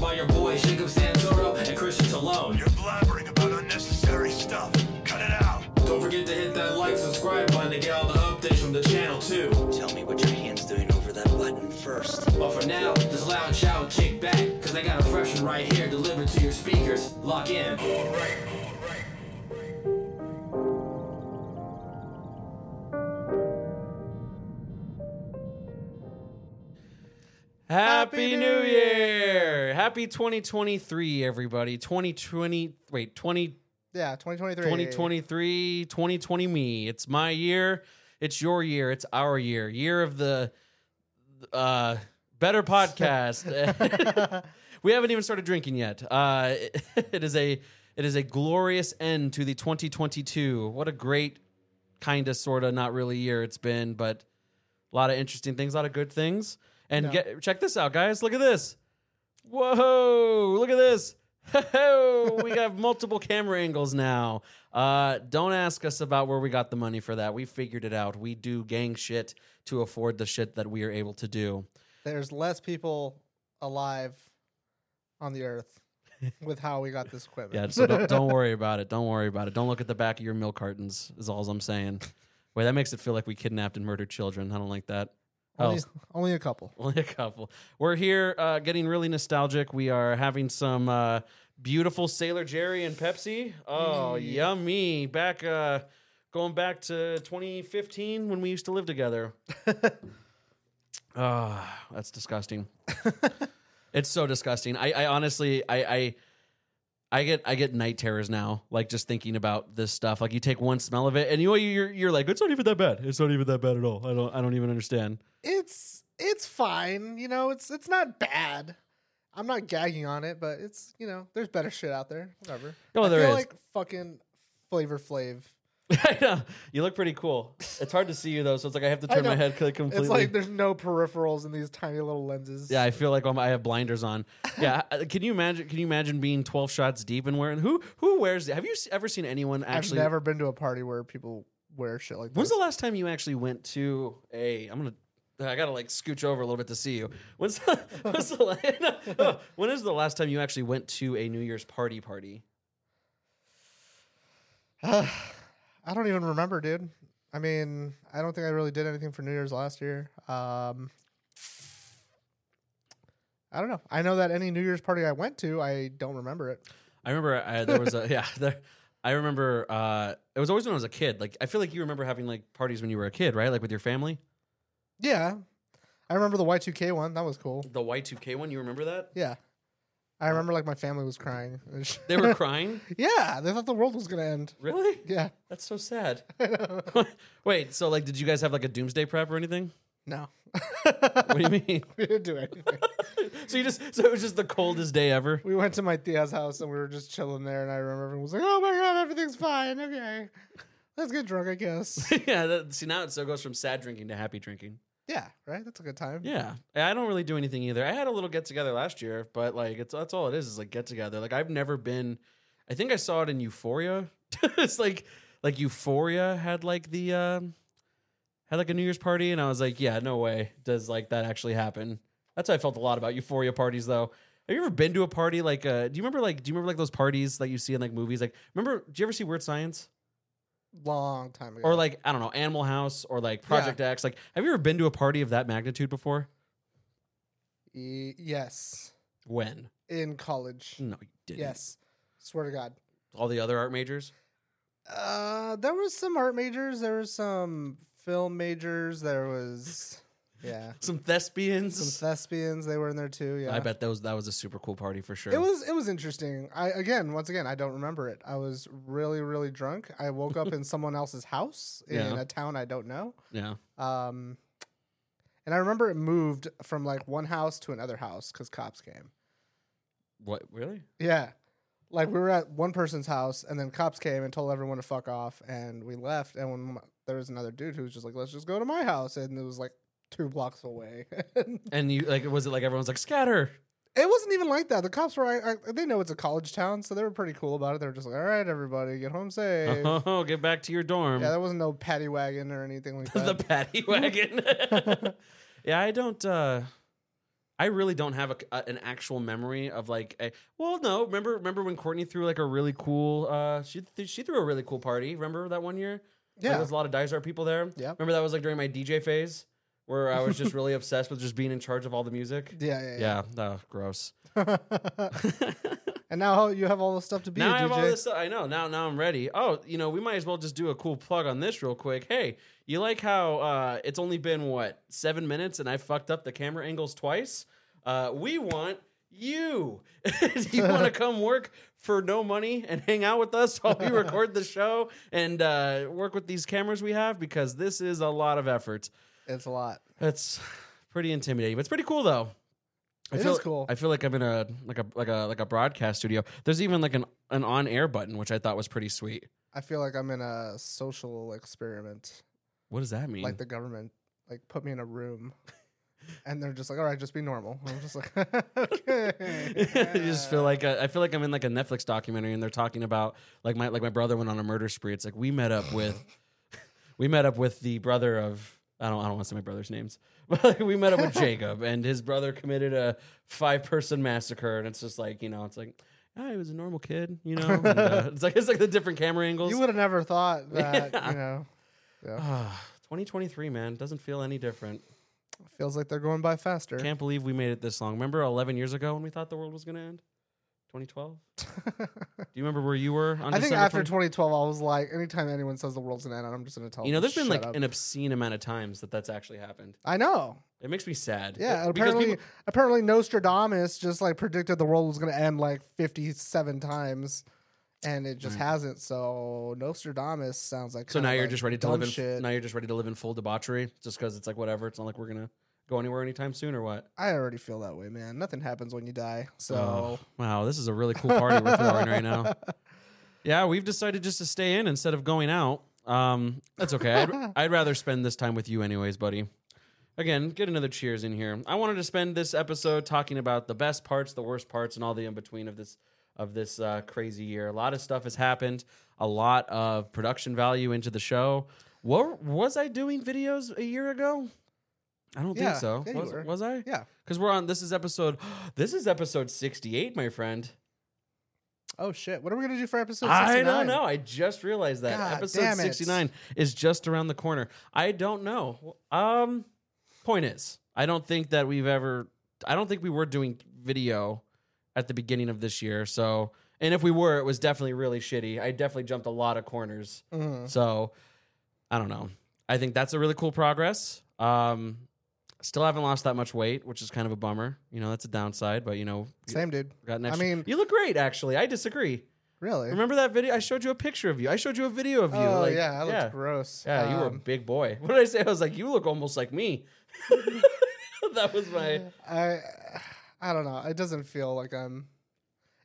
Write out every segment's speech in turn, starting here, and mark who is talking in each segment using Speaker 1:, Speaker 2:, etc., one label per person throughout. Speaker 1: by your boy Jacob Santoro and Christian Talone.
Speaker 2: You're blabbering about unnecessary stuff. Cut it out.
Speaker 1: Don't forget to hit that like subscribe button to get all the updates from the channel too.
Speaker 3: Tell me what your hand's doing over that button first.
Speaker 1: But for now, this loud child kick back, cause I got a fresh one right here delivered to your speakers. Lock in.
Speaker 4: Happy, New Year! Happy 2023, everybody. 2020, wait, 20,
Speaker 5: Yeah, 2023.
Speaker 4: 2023, 2020 me. It's my year. It's your year. It's our year. Year of the uh, better podcast. we haven't even started drinking yet. Uh, it is a it is a glorious end to the 2022. What a great kind of sort of not really year it's been, but a lot of interesting things, a lot of good things. And get, check this out, guys. Look at this. Whoa! Look at this. we got multiple camera angles now. Uh, don't ask us about where we got the money for that. We figured it out. We do gang shit to afford the shit that we are able to do.
Speaker 5: There's less people alive on the earth with how we got this
Speaker 4: Yeah,
Speaker 5: equipment.
Speaker 4: so don't, don't worry about it. Don't worry about it. Don't look at the back of your milk cartons. Is all I'm saying. Wait, that makes it feel like we kidnapped and murdered children. I don't like that.
Speaker 5: only, only a couple.
Speaker 4: Only a couple. We're here uh, getting really nostalgic. We are having some uh, beautiful Sailor Jerry and Pepsi. Oh, yummy. Back, uh, going back to 2015 when we used to live together. Ah, that's disgusting. it's so disgusting. I, I honestly, I, I, I get I get night terrors now, like just thinking about this stuff. Like you take one smell of it, and you know you're you're like, it's not even that bad. It's not even that bad at all. I don't I don't even understand.
Speaker 5: It's it's fine, you know. It's it's not bad. I'm not gagging on it, but it's you know, there's better shit out there. Whatever.
Speaker 4: Oh,
Speaker 5: I
Speaker 4: there
Speaker 5: feel
Speaker 4: is.
Speaker 5: like fucking Flavor Flav.
Speaker 4: I know. You look pretty cool. It's hard to see you though, so it's like I have to
Speaker 5: I
Speaker 4: turn
Speaker 5: know.
Speaker 4: my head c- completely.
Speaker 5: It's like there's no peripherals in these tiny little lenses.
Speaker 4: yeah, I feel like I'm, I have blinders on. Yeah, uh, can you imagine? Can you imagine being 12 shots deep and wearing who who wears? Have you s- ever seen anyone actually?
Speaker 5: I've never been to a party where people wear shit like
Speaker 4: When's
Speaker 5: this.
Speaker 4: the last time you actually went to a? I'm gonna. uh, I gotta like scooch over a little bit to see you. When's the, when's the la- when is the last time you actually went to a New Year's party party?
Speaker 5: I don't even remember, dude. I mean, I don't think I really did anything for New Year's last year. Um, I don't know. I know that any New Year's party I went to, I don't remember it.
Speaker 4: I remember I, there was a yeah. There, I remember uh, it was always when I was a kid. Like I feel like you remember having like parties when you were a kid, right? Like with your family.
Speaker 5: Yeah, I remember the Y two K one. That was cool.
Speaker 4: The Y two K one. You remember that?
Speaker 5: Yeah, I remember like my family was crying.
Speaker 4: They were crying.
Speaker 5: yeah, they thought the world was gonna end.
Speaker 4: really?
Speaker 5: Yeah,
Speaker 4: That's so sad. Wait. So like, did you guys have like a doomsday prep or anything?
Speaker 5: no,
Speaker 4: What do you mean?
Speaker 5: we didn't do anything.
Speaker 4: so you just so it was just the coldest day ever.
Speaker 5: we went to my tia's house and we were just chilling there. And I remember everyone was like, "Oh my god, everything's fine. Okay, let's get drunk, I guess."
Speaker 4: yeah. That, see now it so goes from sad drinking to happy drinking.
Speaker 5: yeah, right. That's a good time.
Speaker 4: Yeah, I don't really do anything either. I had a little get together last year, but like it's that's all it is is like get together. Like I've never been. I think I saw it in Euphoria. it's like like Euphoria had like the um had like a New Year's party, and I was like, yeah, no way does like that actually happen. That's how I felt a lot about Euphoria parties, though. Have you ever been to a party like? Uh, do you remember like? Do you remember like those parties that you see in like movies? Like, remember? Do you ever see Weird Science?
Speaker 5: long time ago.
Speaker 4: Or like I don't know, Animal House or like Project X. Like, have you ever been to a party of that magnitude before?
Speaker 5: E- yes,
Speaker 4: When?
Speaker 5: in college.
Speaker 4: No, you didn't.
Speaker 5: Yes, swear to God.
Speaker 4: All the other art majors.
Speaker 5: Uh, there was some art majors. There was some film majors. There was yeah,
Speaker 4: Some thespians.
Speaker 5: some thespians. They were in there too. Yeah,
Speaker 4: I bet that was that was a super cool party for sure.
Speaker 5: It was it was interesting. I again, once again, I don't remember it. I was really really drunk. I woke up in someone else's house in
Speaker 4: Yeah.
Speaker 5: a town I don't know.
Speaker 4: yeah.
Speaker 5: Um, and I remember it moved from like one house to another house because cops came.
Speaker 4: What really?
Speaker 5: Yeah. Like we were at one person's house and then cops came and told everyone to fuck off and we left and when m- there was another dude who was just like let's just go to my house and it was like two blocks away. it
Speaker 4: And you like was it like everyone's like scatter?
Speaker 5: wasn't even like that. The cops were I, I, they know it's a college town so they were pretty cool about it. They were just like all right everybody get home safe.
Speaker 4: Oh, get back to your dorm.
Speaker 5: Yeah, there wasn't no paddy wagon or anything like
Speaker 4: the
Speaker 5: that.
Speaker 4: paddy wagon. yeah, I don't. uh I really don't have a, a- an actual memory of like a. Well, no, remember remember when Courtney threw like a really cool. Uh, she th- she threw a really cool party. Remember that one year? Like,
Speaker 5: Yeah.
Speaker 4: there was a lot of Dysart people there.
Speaker 5: Yep.
Speaker 4: remember that was like during my DJ phase where I was just really obsessed with just being in charge of all the music.
Speaker 5: Yeah, yeah,
Speaker 4: Yeah, oh, gross.
Speaker 5: yeah. and now you have all the stuff to be
Speaker 4: now
Speaker 5: a
Speaker 4: I
Speaker 5: DJ.
Speaker 4: have all this stuff. I know. Now, now I'm ready. Oh, you know, we might as well just do a cool plug on this real quick. Hey, you like how uh, it's only been what seven minutes, and I fucked up the camera angles twice. Uh, we want you. do you want to come work for no money and hang out with us while we record the show and uh, work with these cameras we have? Because this is a lot of effort.
Speaker 5: It's a lot.
Speaker 4: That's pretty intimidating, but it's pretty cool though. I
Speaker 5: It
Speaker 4: feel,
Speaker 5: is cool.
Speaker 4: I feel like I'm in a like a like a like a broadcast studio. There's even like an an on air button, which I thought was pretty sweet.
Speaker 5: I feel like I'm in a social experiment,
Speaker 4: What does that mean?
Speaker 5: like the government, like put me in a room, and they're just like, "All right, just be normal." I'm just like, "Okay."
Speaker 4: I just feel like uh, I I feel like I'm in like a Netflix documentary, and they're talking about like my like my brother went on a murder spree. It's like we met up with we met up with the brother of I don't I don't want to say my brother's names, but like, we met up with Jacob, and his brother committed a five person massacre, and it's just like you know, it's like. Yeah, he was a normal kid, you know. and, uh, it's like it's like the different camera angles.
Speaker 5: you would have never thought that.
Speaker 4: Yeah.
Speaker 5: You know,
Speaker 4: Ah, 2023, man, doesn't feel any different.
Speaker 5: feels like they're going by faster.
Speaker 4: Can't believe we made it this long. Remember 11 years ago when we thought the world was going to end? 2012. Do you remember where you were? On
Speaker 5: I think
Speaker 4: December
Speaker 5: after
Speaker 4: 20
Speaker 5: 2012, I was like, anytime anyone says the world's gonna end, I'm just gonna tell.
Speaker 4: you know,
Speaker 5: them,
Speaker 4: there's been
Speaker 5: "Shut
Speaker 4: like
Speaker 5: up."
Speaker 4: an obscene amount of times that that's actually happened.
Speaker 5: I know.
Speaker 4: It makes me sad.
Speaker 5: Yeah,
Speaker 4: It- because
Speaker 5: apparently,
Speaker 4: people-
Speaker 5: apparently Nostradamus just like predicted the world was going to end like fifty-seven times, and it just hasn't. So Nostradamus sounds like
Speaker 4: so
Speaker 5: kinda,
Speaker 4: now you're
Speaker 5: like,
Speaker 4: just ready to
Speaker 5: dumb
Speaker 4: live in
Speaker 5: shit.
Speaker 4: now you're just ready to live in full debauchery just because it's like whatever. It's not like we're gonna go anywhere anytime soon or what.
Speaker 5: I already feel that way, man. Nothing happens when you die. So
Speaker 4: Oh, wow, this is a really cool party we're throwing right now. Yeah, we've decided just to stay in instead of going out. Um, that's okay. I'd, I'd rather spend this time with you, anyways, buddy. Again, get another cheers in here. I wanted to spend this episode talking about the best parts, the worst parts, and all the in between of this of this uh, crazy year. A lot of stuff has happened. A lot of production value into the show. What was I doing videos a year ago? I don't
Speaker 5: Yeah,
Speaker 4: think so.
Speaker 5: yeah, you
Speaker 4: was,
Speaker 5: were.
Speaker 4: was I?
Speaker 5: yeah.
Speaker 4: Because we're on. This is episode. This is episode sixty-eight, my friend.
Speaker 5: Oh shit! What are we gonna do for episode? 69?
Speaker 4: I don't know. I just realized that
Speaker 5: God
Speaker 4: episode
Speaker 5: damn it.
Speaker 4: sixty-nine is just around the corner. I don't know. Um, point is, I don't think that we've ever. I don't think we were doing video at the beginning of this year. So, and if we were, it was definitely really shitty. I definitely jumped a lot of corners.
Speaker 5: Mhm.
Speaker 4: So, I don't know. I think that's a really cool progress. Um, still haven't lost that much weight, which is kind of a bummer. You know, that's a downside. But you know,
Speaker 5: Same dude.
Speaker 4: got an extra-
Speaker 5: mean-
Speaker 4: you look great. Actually, I disagree.
Speaker 5: Really?
Speaker 4: Remember that video? I showed you a picture of you. I showed you a video of you.
Speaker 5: oh
Speaker 4: like,
Speaker 5: yeah, I looked
Speaker 4: yeah,
Speaker 5: gross.
Speaker 4: Yeah, you were a
Speaker 5: Um,
Speaker 4: big boy. What did I say? I was like, you look almost like me. that was my.
Speaker 5: I I don't know. It doesn't feel like I'm.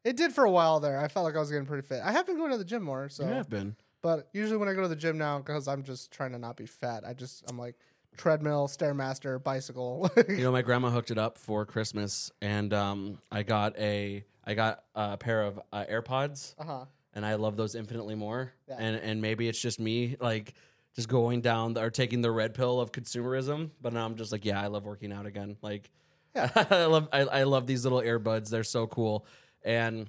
Speaker 5: It did for a while there. I felt like I was getting pretty fit. I have been going to the gym more, so
Speaker 4: been.
Speaker 5: But usually when I go to the gym now, because I'm just trying to not be fat, I just I'm like treadmill, stairmaster, bicycle.
Speaker 4: You know, my grandma hooked it up for Christmas, and um, I got a I got a pair of uh, AirPods,
Speaker 5: uh huh.
Speaker 4: and I love those infinitely more.
Speaker 5: Yeah.
Speaker 4: And and maybe it's just me like just going down the, or taking the red pill of consumerism, but now I'm just like, yeah, I love working out again. Like, I love I, I love these little earbuds. They're so cool. And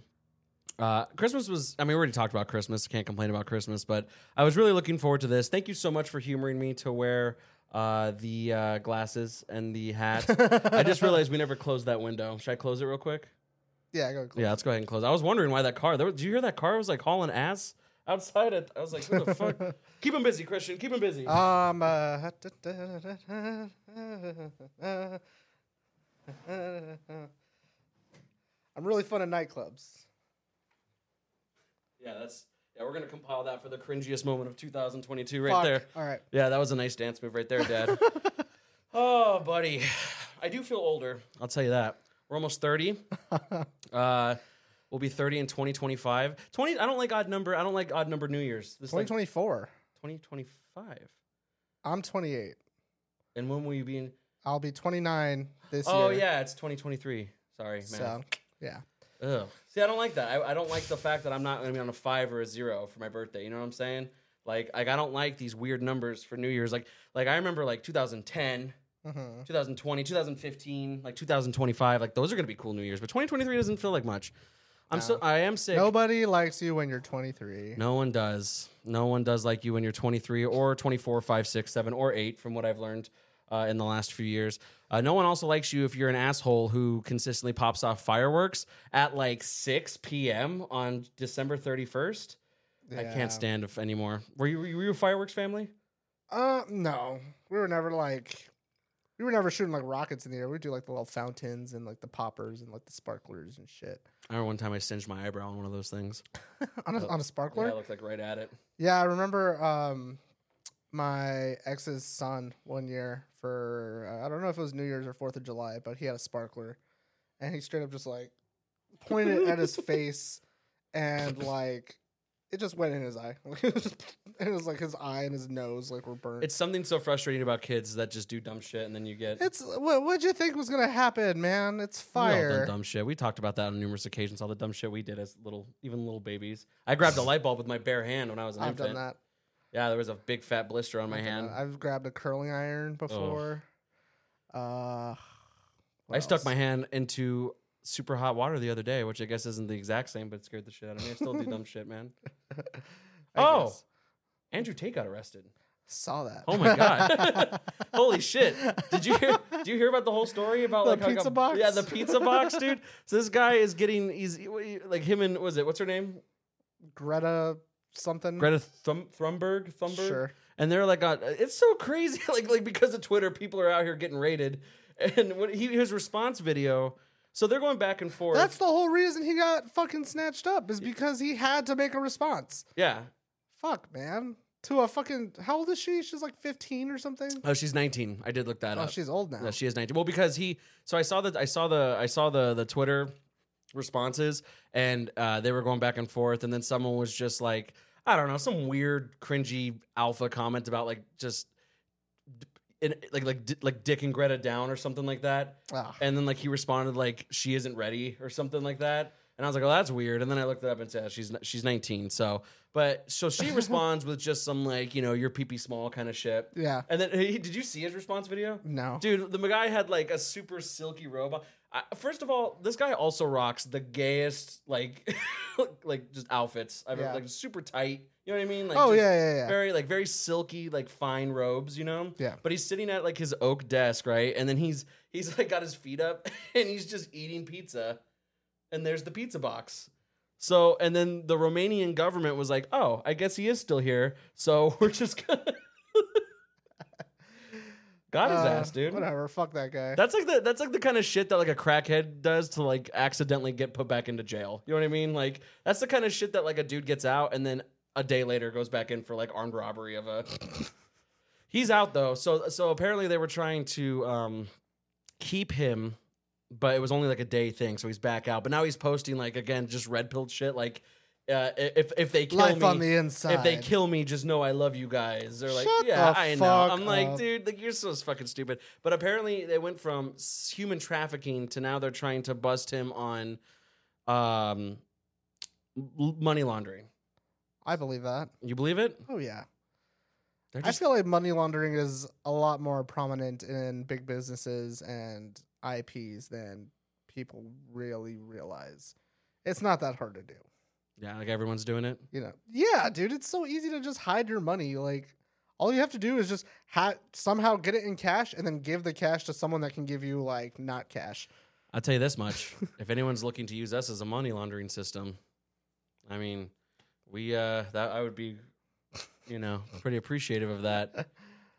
Speaker 4: uh, Christmas was, I mean, we already talked about Christmas. Can't complain about Christmas, but I was really looking forward to this. Thank you so much for humoring me to wear uh, the uh, glasses and the hat. I just realized we never closed that window. Should I close it real quick?
Speaker 5: Yeah, I go close.
Speaker 4: Yeah, let's go ahead and close. I was wondering why that car, there, did you hear that car was like hauling ass outside? It, I was like, who the fuck? Keep him busy, Christian. Keep him busy.
Speaker 5: Um. Uh, I'm really fun at nightclubs.
Speaker 4: yeah, that's, yeah, we're going to compile that for the cringiest moment of 2022 right
Speaker 5: Fuck.
Speaker 4: there.
Speaker 5: All right.
Speaker 4: Yeah, that was a nice dance move right there, Dad. oh, buddy. I do feel older. I'll tell you that. We're almost 30. uh, we'll be 30 in 2025. 20 I don't like odd number. I don't like odd number New Year's. This is like
Speaker 5: 2024.
Speaker 4: 2025.
Speaker 5: I'm 28.
Speaker 4: And when will you be in
Speaker 5: I'll be 29 this
Speaker 4: Oh
Speaker 5: year.
Speaker 4: yeah, it's 2023. Sorry, man.
Speaker 5: So yeah.
Speaker 4: Ugh. See, I don't like that. I, I don't like the fact that I'm not going to be on a five or a zero for my birthday. You know what I'm saying? Like, like I don't like these weird numbers for New Year's. Like, like I remember like 2010.
Speaker 5: Mhm.
Speaker 4: 2020, 2015, like 2025, like those are gonna be cool New Year's. But 2023 doesn't feel like much. I'm so I am sick.
Speaker 5: Nobody likes you when you're 23.
Speaker 4: No one does. No one does like you when you're 23 or 24, 5, 6, 7, or 8, from what I've learned uh, in the last few years. Uh, no one also likes you if you're an asshole who consistently pops off fireworks at like 6 p.m. on December 31st. I
Speaker 5: Yeah.
Speaker 4: can't stand it anymore. Were you, were you were you a fireworks family?
Speaker 5: Uh, no, we were never like, we were never shooting like rockets in the air. We do like the little fountains and like the poppers and like the sparklers and shit.
Speaker 4: I remember one time I singed my eyebrow on one of those things.
Speaker 5: on a, on a
Speaker 4: Oh. Yeah,
Speaker 5: sparkler.
Speaker 4: I
Speaker 5: Yeah,
Speaker 4: looked like right at it.
Speaker 5: I remember um, my ex's son one year for uh, I don't know if it was New Year's or Fourth of July, but he had a sparkler, and he straight up just like pointed it at his face, and like it just went in his eye. Like, it was just it was like his eye and his nose like were burnt.
Speaker 4: It's something so frustrating about kids that just do dumb shit and then you get
Speaker 5: It's what what'd you think was gonna happen, man? It's
Speaker 4: We all done
Speaker 5: fire.
Speaker 4: dumb shit. We talked about that on numerous occasions. All the dumb shit we did as little, even little babies. I grabbed a light bulb with my bare hand when I was an
Speaker 5: I've
Speaker 4: infant.
Speaker 5: done that.
Speaker 4: Yeah, there was a big fat blister on my
Speaker 5: I've done
Speaker 4: hand.
Speaker 5: that. I've grabbed a curling iron before. Uh,
Speaker 4: I, stuck my hand into super hot water the other day, which I guess isn't the exact same, but it scared the shit out of me. I still do dumb shit, man.
Speaker 5: oh,
Speaker 4: Oh! Andrew Tate got arrested.
Speaker 5: saw that.
Speaker 4: Oh my god! Holy shit! Did you hear? Did you hear about the whole story about
Speaker 5: The
Speaker 4: like how he
Speaker 5: pizza
Speaker 4: got-
Speaker 5: box?
Speaker 4: Yeah, the pizza box, dude. So this guy is getting he's like him and was it what's her name?
Speaker 5: Greta something.
Speaker 4: Greta Thum- Thumberg, Thumberg.
Speaker 5: Mm-hmm. Sure.
Speaker 4: And they're like, on, it's so crazy, like like because of Twitter, people are out here getting raided. And when he, his response video, so they're going back and forth.
Speaker 5: That's the whole reason he got fucking snatched up is because he had to make a response.
Speaker 4: yeah.
Speaker 5: Fuck, man. To a fucking how old is she? She's like fifteen or something.
Speaker 4: Oh, she's 19. I did look that
Speaker 5: Oh,
Speaker 4: up.
Speaker 5: she's old now.
Speaker 4: Yeah, she is 19. Well, because he so I saw that I saw the I saw the the Twitter responses and uh they were going back and forth and then someone was just like I don't know, some weird cringy alpha comment about like just and like like di- like Dick and Greta down or something like that.
Speaker 5: Ah.
Speaker 4: And then like he responded like she isn't ready or something like that. And I was like, "Oh, that's weird." And then I looked it up and said, yeah, "She's she's 19." So, but so she responds with just some like, you know, your pee pee small kind of shit.
Speaker 5: Yeah.
Speaker 4: And then he, did you see his response video?
Speaker 5: No.
Speaker 4: Dude, the guy had like a super silky robe. on. I, first of all, this guy also rocks the gayest like like just outfits. I've
Speaker 5: Yeah.
Speaker 4: ever like super tight. You know what I mean? Like
Speaker 5: Oh,
Speaker 4: just
Speaker 5: yeah, yeah, yeah.
Speaker 4: Very like very silky like fine robes, you know?
Speaker 5: Yeah.
Speaker 4: But he's sitting at like his oak desk, right? And then he's he's like got his feet up and he's just eating pizza. And there's the pizza box. So, and then the Romanian government was like, "Oh, I guess he is still here. So we're just gonna got his
Speaker 5: Uh,
Speaker 4: ass, dude.
Speaker 5: Whatever. Fuck that guy.
Speaker 4: That's like the that's like the kind of shit that like a crackhead does to like accidentally get put back into jail. You know what I mean? Like that's the kind of shit that like a dude gets out and then a day later goes back in for like armed robbery of a. He's out though, so so apparently they were trying to um, keep him, but it was only like a day thing, so he's back out. But now he's posting like again just red pilled shit like. Uh, if if they kill
Speaker 5: Life
Speaker 4: me,
Speaker 5: on the inside.
Speaker 4: if they kill me, just know I love you guys. They're like,
Speaker 5: Shut
Speaker 4: yeah,
Speaker 5: the
Speaker 4: I know.
Speaker 5: fuck
Speaker 4: I'm like,
Speaker 5: up.
Speaker 4: dude, like you're so fucking stupid. But apparently, they went from s- human trafficking to now they're trying to bust him on um, l- money laundering.
Speaker 5: I believe that.
Speaker 4: You believe it?
Speaker 5: Oh yeah.
Speaker 4: They're
Speaker 5: I
Speaker 4: just
Speaker 5: feel like money laundering is a lot more prominent in big businesses and IPs than people really realize. It's not that hard to do.
Speaker 4: yeah, like everyone's doing it.
Speaker 5: You know. Yeah, dude, it's so easy to just hide your money. Like all you have to do is just ha- somehow get it in cash and then give the cash to someone that can give you like not cash.
Speaker 4: I'll tell you this much: if anyone's looking to use us as a money laundering system, I mean, we uh, that I would be, you know, pretty appreciative of that.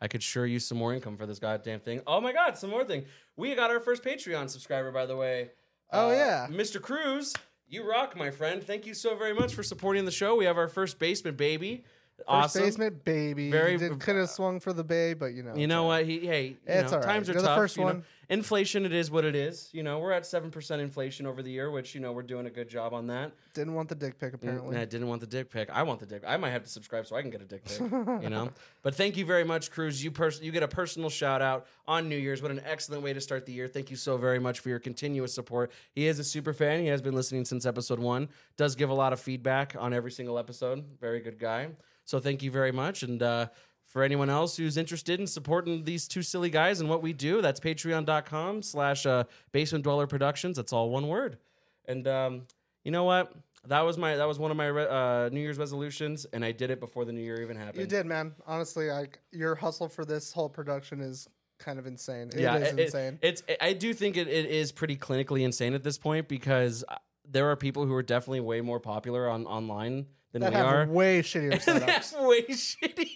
Speaker 4: I could sure use some more income for this goddamn thing. Oh my god, some more thing. We got our first Patreon subscriber, by the way.
Speaker 5: Oh, yeah.
Speaker 4: Mr. Cruz, you rock, my friend. Thank you so very much for supporting the show. We have our first basement baby.
Speaker 5: First
Speaker 4: awesome.
Speaker 5: basement baby.
Speaker 4: Very-
Speaker 5: Very could have swung for the bay, but you know.
Speaker 4: You know what? He hey, you
Speaker 5: It's
Speaker 4: know,
Speaker 5: all right.
Speaker 4: times are
Speaker 5: You're the
Speaker 4: tough.
Speaker 5: first
Speaker 4: you know.
Speaker 5: one.
Speaker 4: Inflation, it is what it is. You know, we're at seven percent inflation over the year, which you know we're doing a good job on that.
Speaker 5: Didn't want the dick pic apparently.
Speaker 4: And I didn't want the dick pic. I want the dick. I might have to subscribe so I can get a dick pic. you know. But thank you very much, Cruz. You pers- you get a personal shout out on New Year's. What an excellent way to start the year. Thank you so very much for your continuous support. He is a super fan. He has been listening since episode one. Does give a lot of feedback on every single episode. Very good guy. So thank you very much. And uh, for anyone else who's interested in supporting these two silly guys and what we do, that's patreon.com slash uh, basement dweller productions. That's all one word. And um, you know what? That was my that was one of my re- uh, New Year's resolutions, and I did it before the New Year even happened.
Speaker 5: You did, man. Honestly, like your hustle for this whole production is kind of insane. It
Speaker 4: yeah,
Speaker 5: is
Speaker 4: it- it-
Speaker 5: insane.
Speaker 4: It's I do think it, it is pretty clinically insane at this point because uh, there are people who are definitely way more popular on online than
Speaker 5: that
Speaker 4: we
Speaker 5: have
Speaker 4: are.
Speaker 5: way shittier
Speaker 4: And that's
Speaker 5: setups.
Speaker 4: way shitty.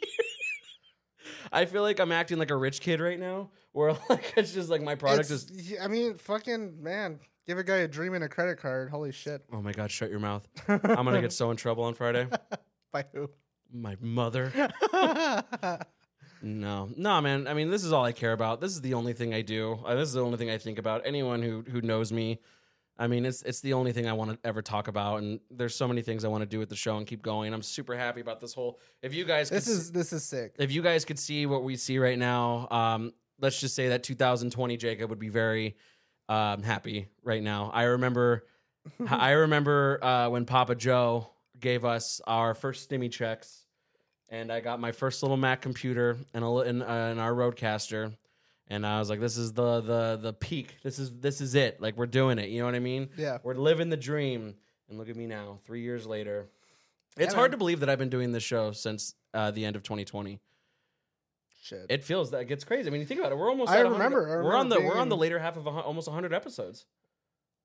Speaker 4: I feel like I'm acting like a rich kid right now, where like it's just like my product
Speaker 5: It's-
Speaker 4: is.
Speaker 5: yeah, I mean, fucking man, give a guy a dream and a credit card. Holy shit!
Speaker 4: Oh my god! Shut your mouth. I'm gonna get so in trouble on Friday.
Speaker 5: By who?
Speaker 4: My mother. No, no, man. I mean, this is all I care about. This is the only thing I do. Uh, this is the only thing I think about. Anyone who who knows me, I mean, it's it's the only thing I want to ever talk about. And there's so many things I want to do with the show and keep going. I'm super happy about this whole. If you guys, could
Speaker 5: this
Speaker 4: s-
Speaker 5: is this is sick.
Speaker 4: if you guys could see what we see right now, um, let's just say that 2020 Jacob would be very um, happy right now. I remember, I remember uh, when Papa Joe gave us our first stimmy checks, and I got my first little Mac computer and a li- and, uh, and our Roadcaster, and I was like, "This is the the the peak. This is this is it. Like we're doing it. You know what I mean?
Speaker 5: Yeah.
Speaker 4: we're living the dream." And look at me now, three years later. It's
Speaker 5: Yeah,
Speaker 4: hard
Speaker 5: man.
Speaker 4: to believe that I've been doing this show since uh, the end of 2020.
Speaker 5: Shit.
Speaker 4: It feels that gets crazy. I mean, you think about it. We're almost.
Speaker 5: I
Speaker 4: at 100
Speaker 5: remember, I
Speaker 4: we're on the
Speaker 5: remember
Speaker 4: we're on the
Speaker 5: being-
Speaker 4: later half of a, hun- almost 100 episodes,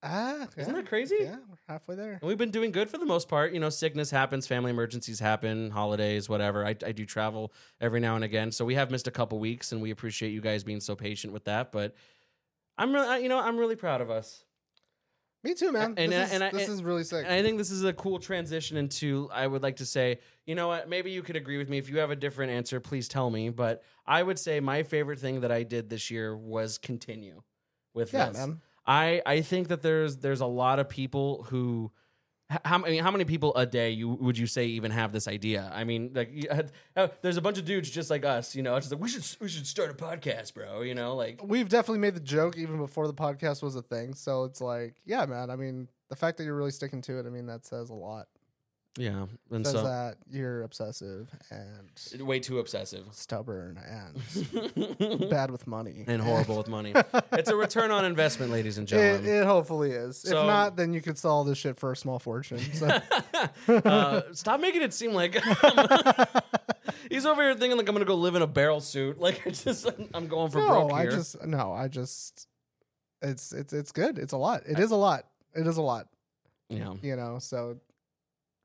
Speaker 5: ah,
Speaker 4: Isn't
Speaker 5: yeah.
Speaker 4: that crazy?
Speaker 5: Yeah, we're halfway there.
Speaker 4: and we've been doing good for the most part. You know, sickness happens, family emergencies happen, holidays, whatever. I, I do travel every now and again, so we have missed a couple weeks, and we appreciate you guys being so patient with that. But I'm really, I- you know, I'm really proud of us.
Speaker 5: Me too, man.
Speaker 4: And-
Speaker 5: this is,
Speaker 4: and I-
Speaker 5: this
Speaker 4: and-
Speaker 5: is really sick.
Speaker 4: And I think this is a cool transition into. I would like to say, you know what? Maybe you could agree with me. If you have a different answer, please tell me. But I would say my favorite thing that I did this year was continue with
Speaker 5: yeah,
Speaker 4: this.
Speaker 5: man.
Speaker 4: I I think that there's there's a lot of people who. h- How, I mean, how many people a day you would you say even have this idea? I mean, like, you had- uh, there's a bunch of dudes just like us, you know. It's just like we should we should start a podcast, bro. You know, like
Speaker 5: We've definitely made the joke even before the podcast was a thing. So it's like, yeah, man. I mean, the fact that you're really sticking to it, I mean, that says a lot.
Speaker 4: yeah, and
Speaker 5: says
Speaker 4: so
Speaker 5: that you're obsessive and
Speaker 4: way too obsessive
Speaker 5: stubborn and bad with money
Speaker 4: and horrible with money. It's a return on investment, ladies and
Speaker 5: It,
Speaker 4: gentlemen.
Speaker 5: it hopefully is.
Speaker 4: So-
Speaker 5: if not, then you could sell all this shit for a small fortune. So,
Speaker 4: uh, stop making it seem like he's over here thinking like I'm gonna go live in a barrel suit. Like it's just I'm going for
Speaker 5: no,
Speaker 4: broke
Speaker 5: I
Speaker 4: here.
Speaker 5: just no, I just it's it's it's good. It's a lot. It is a lot. It is a lot.
Speaker 4: yeah.
Speaker 5: You know. So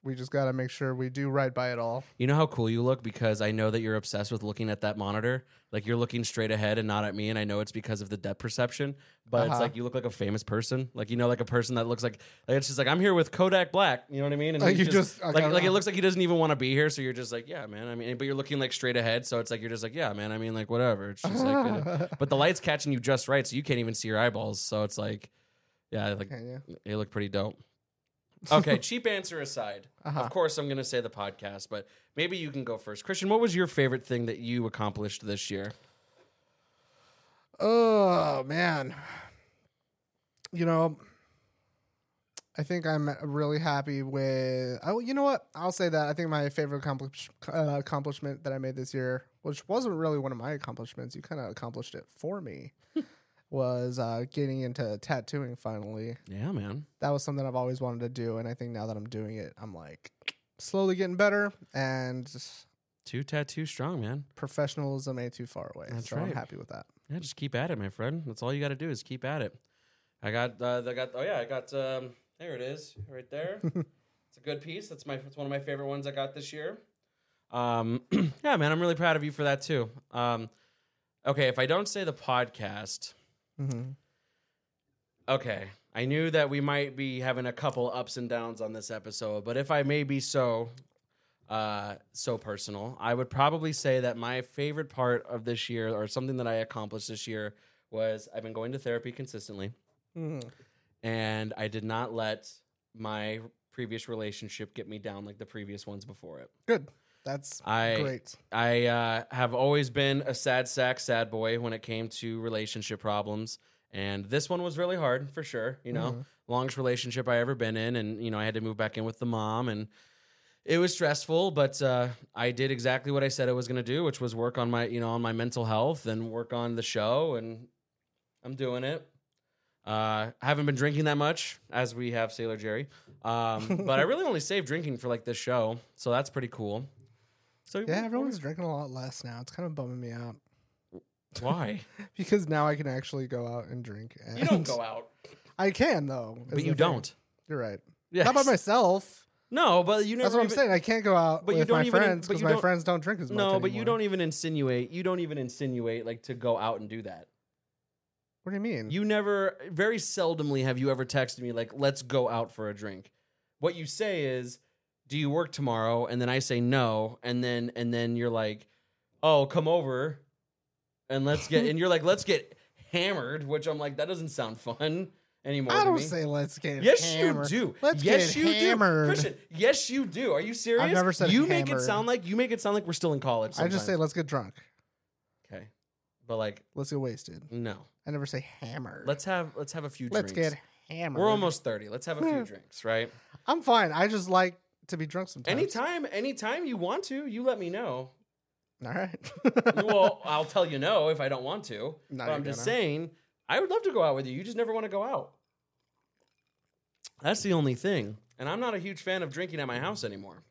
Speaker 5: we just got to make sure we do right by it all.
Speaker 4: You know how cool you look because I know that you're obsessed with looking at that monitor. Like you're looking straight ahead and not at me, and I know it's because of the depth perception. But it's
Speaker 5: Uh-huh.
Speaker 4: like you look like a famous person, like you know, like a person that looks like, like it's just like I'm here with Kodak Black. You know what I mean? And
Speaker 5: Like,
Speaker 4: he's
Speaker 5: you
Speaker 4: just,
Speaker 5: just- uh-huh. I
Speaker 4: like
Speaker 5: got-
Speaker 4: like it looks like he doesn't even want to be here. So you're just like, yeah, man. I mean, but you're looking like straight ahead, so it's like you're just like, yeah, man. I mean, like whatever. It's just like, but the light's catching you just right, so you can't even see your eyeballs. So it's like, yeah, like
Speaker 5: Can you?
Speaker 4: they look pretty dope. Okay, cheap answer aside,
Speaker 5: Uh-huh.
Speaker 4: of course I'm going to say the podcast, but maybe you can go first. Christian, what was your favorite thing that you accomplished this year?
Speaker 5: Oh man. You know, I think I'm really happy with. I, you know what? I'll say that I think my favorite accomplish, uh, accomplishment that I made this year, which wasn't really one of my accomplishments, you kind of accomplished it for me, was uh, getting into tattooing finally.
Speaker 4: Yeah, man.
Speaker 5: That was something I've always wanted to do, and I think now that I'm doing it, I'm like slowly getting better, and
Speaker 4: Two tattoo strong, man.
Speaker 5: professionalism ain't too far away.
Speaker 4: That's
Speaker 5: so I'm
Speaker 4: right.
Speaker 5: happy with that.
Speaker 4: Yeah, just keep at it, my friend. That's all you got to do is keep at it. I got uh, I got oh yeah, I got um there it is, right there. it's a good piece. That's my it's one of my favorite ones I got this year. Um yeah, man, I'm really proud of you for that too. Um okay, if I don't say the podcast,
Speaker 5: hmm
Speaker 4: Okay. I knew that we might be having a couple ups and downs on this episode, but if I may be so uh so personal, I would probably say that my favorite part of this year or something that I accomplished this year was I've been going to therapy consistently
Speaker 5: hmm
Speaker 4: and I did not let my previous relationship get me down like the previous ones before it.
Speaker 5: Good. That's
Speaker 4: I
Speaker 5: great.
Speaker 4: I uh, have always been a sad sack, sad boy when it came to relationship problems. And this one was really hard for sure. You know, longest relationship I ever been in. And, you know, I had to move back in with the mom and it was stressful, but uh, I did exactly what I said I was going to do, which was work on my, you know, on my mental health and work on the show, and I'm doing it. Uh, I haven't been drinking that much as we have Sailor Jerry, um, but I really only saved drinking for like this show, so that's pretty cool. So
Speaker 5: Yeah, everyone's drinking a lot less now. It's kind of bumming me out
Speaker 4: why
Speaker 5: because now I can actually go out and drink. And
Speaker 4: you don't go out,
Speaker 5: I can though, is
Speaker 4: but
Speaker 5: the
Speaker 4: you
Speaker 5: thing.
Speaker 4: don't.
Speaker 5: You're right.
Speaker 4: Yes.
Speaker 5: Not by myself.
Speaker 4: No, but you never.
Speaker 5: That's what I'm
Speaker 4: even-
Speaker 5: saying. I can't go out
Speaker 4: But you
Speaker 5: with
Speaker 4: don't
Speaker 5: my
Speaker 4: even-
Speaker 5: friends
Speaker 4: but
Speaker 5: because
Speaker 4: you
Speaker 5: my
Speaker 4: don't-
Speaker 5: friends don't drink as much.
Speaker 4: No, but you
Speaker 5: anymore.
Speaker 4: don't even insinuate. You don't even insinuate like to go out and do that.
Speaker 5: What do you mean?
Speaker 4: You never, very seldomly have you ever texted me, like, let's go out for a drink. What you say is, do you work tomorrow? And then I say no. And then, and then you're like, oh, come over and let's get, and you're like, let's get hammered, which I'm like, that doesn't sound fun anymore.
Speaker 5: I
Speaker 4: to
Speaker 5: don't
Speaker 4: me.
Speaker 5: say let's get
Speaker 4: Yes,
Speaker 5: hammered.
Speaker 4: you do.
Speaker 5: Let's
Speaker 4: yes,
Speaker 5: get
Speaker 4: you
Speaker 5: hammered.
Speaker 4: do. Christian, yes, you do. Are you serious?
Speaker 5: never said
Speaker 4: you make it
Speaker 5: hammered.
Speaker 4: sound like you make it sound like we're still in college.
Speaker 5: I just say
Speaker 4: sometimes.
Speaker 5: let's get drunk.
Speaker 4: okay, but like
Speaker 5: Let's get wasted.
Speaker 4: no.
Speaker 5: I never say hammered.
Speaker 4: Let's have let's have a few.
Speaker 5: let's
Speaker 4: drinks.
Speaker 5: get hammered. Hmm.
Speaker 4: We're almost thirty. Let's have a few drinks, right?
Speaker 5: I'm fine. I just like to be drunk sometimes.
Speaker 4: Anytime, anytime you want to, you let me know.
Speaker 5: All right.
Speaker 4: well, I'll tell you no if I don't want to.
Speaker 5: No,
Speaker 4: but I'm
Speaker 5: you're
Speaker 4: just
Speaker 5: gonna.
Speaker 4: saying, I would love to go out with you. You just never want to go out. That's the only thing. And I'm not a huge fan of drinking at my house anymore.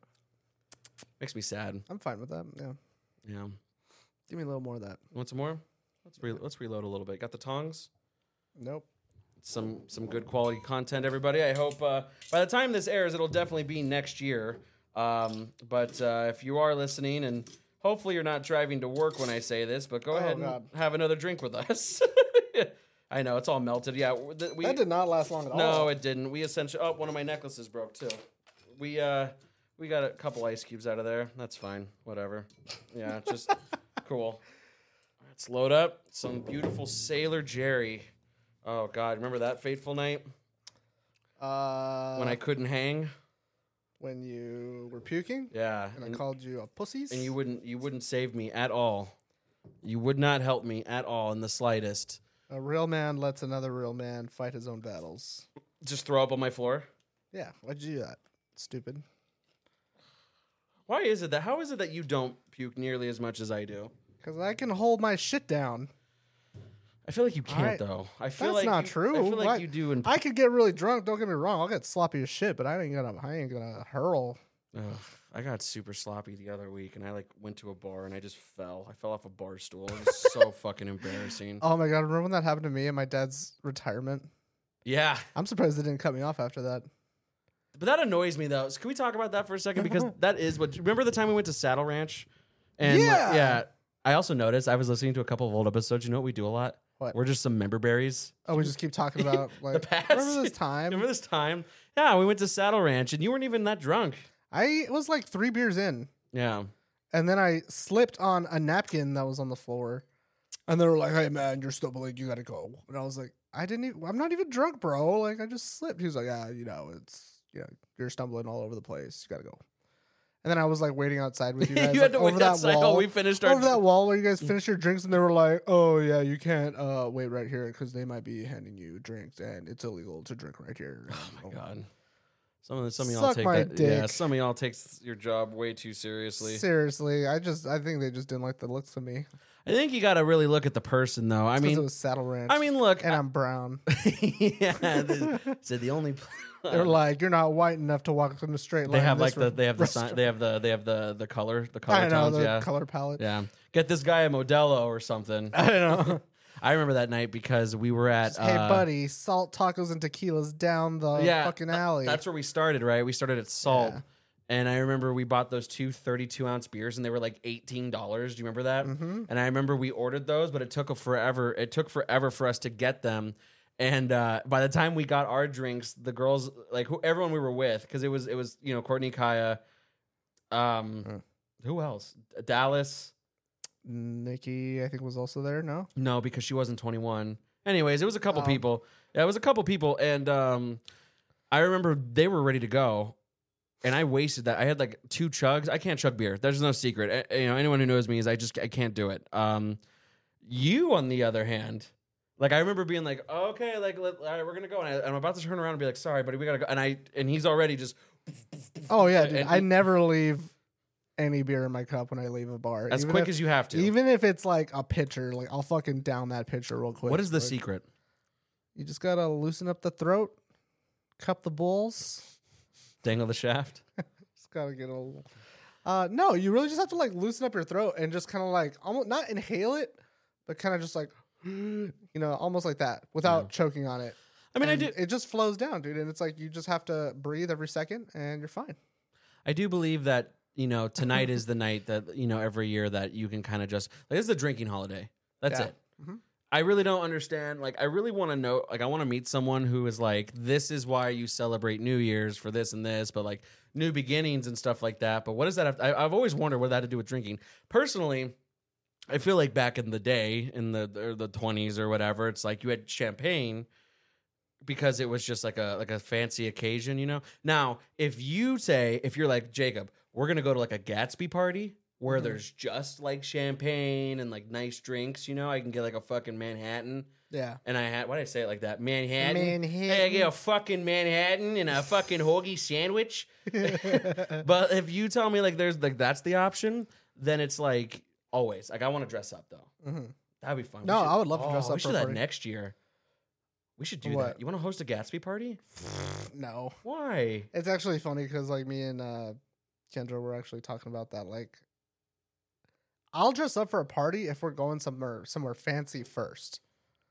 Speaker 4: Makes me sad.
Speaker 5: I'm fine with that. Yeah.
Speaker 4: Yeah.
Speaker 5: Give me a little more of that.
Speaker 4: Want some more? Let's re- let's reload a little bit. Got the tongs.
Speaker 5: Nope.
Speaker 4: some some good quality content, everybody. I hope uh, by the time this airs, it'll definitely be next year. Um, but uh, if you are listening, and hopefully you're not driving to work when I say this, but go ahead and
Speaker 5: Oh, God.
Speaker 4: have another drink with us. I know it's all melted. Yeah, we, we-
Speaker 5: That did not last long at all.
Speaker 4: no, it didn't. We essentially. Oh, one of my necklaces broke too. We uh, we got a couple ice cubes out of there. That's fine. Whatever. Yeah, it's just cool. Let's load up some beautiful Sailor Jerry. Oh God, remember that fateful night
Speaker 5: Uh,
Speaker 4: when I couldn't hang?
Speaker 5: when you were puking
Speaker 4: Yeah,
Speaker 5: and,
Speaker 4: and,
Speaker 5: I called you a pussies.
Speaker 4: and you wouldn't you wouldn't save me at all. You would not help me at all in the slightest.
Speaker 5: a real man lets another real man fight his own battles.
Speaker 4: Just throw up on my floor.
Speaker 5: Yeah. Why'd you do that? Stupid.
Speaker 4: Why is it that? How is it that you don't puke nearly as much as I do?
Speaker 5: Because I can hold my shit down.
Speaker 4: I feel like you can't
Speaker 5: right.
Speaker 4: though. I feel
Speaker 5: That's
Speaker 4: like
Speaker 5: not
Speaker 4: you-
Speaker 5: true.
Speaker 4: I feel like
Speaker 5: What?
Speaker 4: you do. In,
Speaker 5: I could get really drunk. Don't get me wrong. I'll get sloppy as shit, but I ain't gonna. I ain't gonna hurl.
Speaker 4: Ugh, I got super sloppy the other week, and I like went to a bar and I just fell. I fell off a bar stool. It was so fucking embarrassing.
Speaker 5: Oh my god! Remember when that happened to me at my dad's retirement?
Speaker 4: Yeah,
Speaker 5: I'm surprised they didn't cut me off after that.
Speaker 4: but that annoys me though. So can we talk about that for a second? Because that is what. Remember the time we went to Saddle Ranch? And like,
Speaker 5: Yeah.
Speaker 4: yeah. I also noticed I was listening to a couple of old episodes. You know what we do a lot?
Speaker 5: What?
Speaker 4: We're just some member berries.
Speaker 5: Oh, we just keep talking about like
Speaker 4: past.
Speaker 5: Remember this time?
Speaker 4: Remember this time? Yeah, we went to Saddle Ranch, and you weren't even that drunk.
Speaker 5: I was like three beers in,
Speaker 4: Yeah.
Speaker 5: and then I slipped on a napkin that was on the floor, and they were like, "Hey man, you're still late. You gotta go." And I was like, "I didn't. Even, I'm not even drunk, bro. Like I just slipped." He was like, "Ah, you know, it's you know, you're stumbling all over the place. You gotta go." And then I was like waiting outside with you guys.
Speaker 4: you
Speaker 5: like,
Speaker 4: had to
Speaker 5: over
Speaker 4: wait
Speaker 5: that
Speaker 4: outside
Speaker 5: wall.
Speaker 4: while we finished our Mm.
Speaker 5: over that wall where you guys finished your drinks, and they were like, "Oh yeah, you can't uh, wait right here because they might be handing you drinks, and it's illegal to drink right here." Oh my
Speaker 4: God. Some of the, some of y'all
Speaker 5: Suck
Speaker 4: take
Speaker 5: my
Speaker 4: that. Yeah,
Speaker 5: dick.
Speaker 4: some of y'all takes your job way too seriously.
Speaker 5: Seriously, I just I think they just didn't like the looks of me.
Speaker 4: I think you got to really look at the person, though. I
Speaker 5: I mean, it
Speaker 4: mean,
Speaker 5: was Saddle Ranch.
Speaker 4: I mean, look.
Speaker 5: and I'm brown.
Speaker 4: yeah, the, so the only uh,
Speaker 5: They're like, you're not white enough to walk in a straight line.
Speaker 4: they have
Speaker 5: in
Speaker 4: like
Speaker 5: this
Speaker 4: the they have the sign,
Speaker 5: restaurant."
Speaker 4: they have the they have the the color the color
Speaker 5: I know
Speaker 4: tones.
Speaker 5: the
Speaker 4: yeah,
Speaker 5: color palette.
Speaker 4: yeah. Get this guy a Modelo or something.
Speaker 5: I know.
Speaker 4: I remember that night because we were at.
Speaker 5: hey,
Speaker 4: uh,
Speaker 5: buddy, salt tacos and tequilas down the
Speaker 4: yeah,
Speaker 5: fucking
Speaker 4: th-
Speaker 5: alley.
Speaker 4: That's where we started, right? We started at Salt.
Speaker 5: Yeah.
Speaker 4: And I remember we bought those two 32 ounce beers and they were like $18. Do you remember that? Mm-hmm. And I remember we ordered those, but it took a forever. It took forever for us to get them. And uh, by the time we got our drinks, the girls, like who, everyone we were with, because it was, it was, you know, Courtney, Kaya, um, who else? Dallas.
Speaker 5: Nikki, I think, was also there. No,
Speaker 4: No, because she wasn't 21. Anyways, it was a couple
Speaker 5: Oh.
Speaker 4: people. Yeah, it was a couple people, and um, I remember they were ready to go, and I wasted that. I had like two chugs. I can't chug beer. There's no secret. A- you know, anyone who knows me is I just I can't do it. Um, you, on the other hand, like I remember being like, okay, like let, all right, we're gonna go, and I, I'm about to turn around and be like, sorry, buddy, we gotta go, and I and he's already just
Speaker 5: Oh yeah, dude.
Speaker 4: And
Speaker 5: I
Speaker 4: you-
Speaker 5: never leave any beer in my cup when I leave a bar.
Speaker 4: as
Speaker 5: Even
Speaker 4: quick
Speaker 5: if-
Speaker 4: as you have to.
Speaker 5: Even if it's like a pitcher, like I'll fucking down that pitcher real quick.
Speaker 4: what is the
Speaker 5: Like,
Speaker 4: secret?
Speaker 5: You just gotta loosen up the throat, cup the balls.
Speaker 4: Dangle the shaft.
Speaker 5: Just gotta get a little. Uh, no, you really just have to like loosen up your throat and just kind of like almost not inhale it, but kind of just like, you know, almost like that without choking on it.
Speaker 4: I mean, I
Speaker 5: And
Speaker 4: do.
Speaker 5: It just flows down, dude, and it's like you just have to breathe every second, and you're fine.
Speaker 4: I do believe that you know tonight is the night that you know every year that you can kind of just like this is a drinking holiday. That's
Speaker 5: Yeah.
Speaker 4: it.
Speaker 5: Mhm.
Speaker 4: I really don't understand. Like, I really want to know. Like, I want to meet someone who is like, this is why you celebrate New Year's for this and this, but like new beginnings and stuff like that. But what does that have? I, I've always wondered what that had to do with drinking. Personally, I feel like back in the day, in the or the twenties or whatever, it's like you had champagne because it was just like a like a fancy occasion, you know. Now, if you say if you're like Jacob, we're gonna go to like a Gatsby party where
Speaker 5: Mhm.
Speaker 4: there's just like champagne and like nice drinks, you know, I can get like a fucking Manhattan
Speaker 5: Yeah.
Speaker 4: and I had why did I say it like that? Manhattan.
Speaker 5: Manhattan.
Speaker 4: Hey, I get a fucking Manhattan and a fucking hoagie sandwich. But if you tell me like there's like that's the option, then it's like always like I want to dress up though.
Speaker 5: Mhm.
Speaker 4: That'd be fun. We
Speaker 5: No, I would love to dress
Speaker 4: We
Speaker 5: up
Speaker 4: should
Speaker 5: for a
Speaker 4: do that
Speaker 5: party.
Speaker 4: next year. We should do that.
Speaker 5: What?
Speaker 4: You want to host a Gatsby party?
Speaker 5: No,
Speaker 4: Why?
Speaker 5: it's actually funny because like me and uh, Kendra were actually talking about that. Like, I'll dress up for a party if we're going somewhere somewhere fancy first.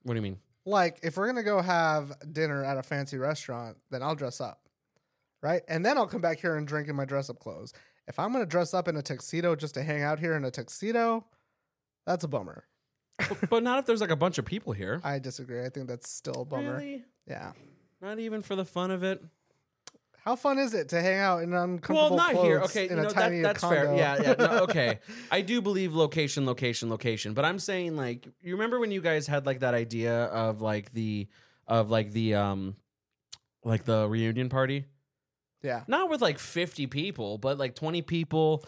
Speaker 4: What do you mean?
Speaker 5: like if we're gonna go have dinner at a fancy restaurant, then I'll dress up, right? And then I'll come back here and drink in my dress up clothes. If I'm gonna dress up in a tuxedo just to hang out here in a tuxedo, that's a bummer.
Speaker 4: but, but not if there's like a bunch of people here.
Speaker 5: I disagree. I think that's still a bummer.
Speaker 4: Really?
Speaker 5: Yeah.
Speaker 4: Not even for the fun of it.
Speaker 5: How fun is it to hang out in
Speaker 4: Well,
Speaker 5: uncomfortable
Speaker 4: not
Speaker 5: clothes
Speaker 4: here. Okay,
Speaker 5: in
Speaker 4: you know, that-
Speaker 5: a tiny
Speaker 4: that's fair.
Speaker 5: condo?
Speaker 4: Yeah, yeah. No, okay, I do believe location, location, location. But I'm saying like, you remember when you guys had like that idea of like the of like the um like the reunion party,
Speaker 5: yeah.
Speaker 4: not with like 50 people, but like 20 people,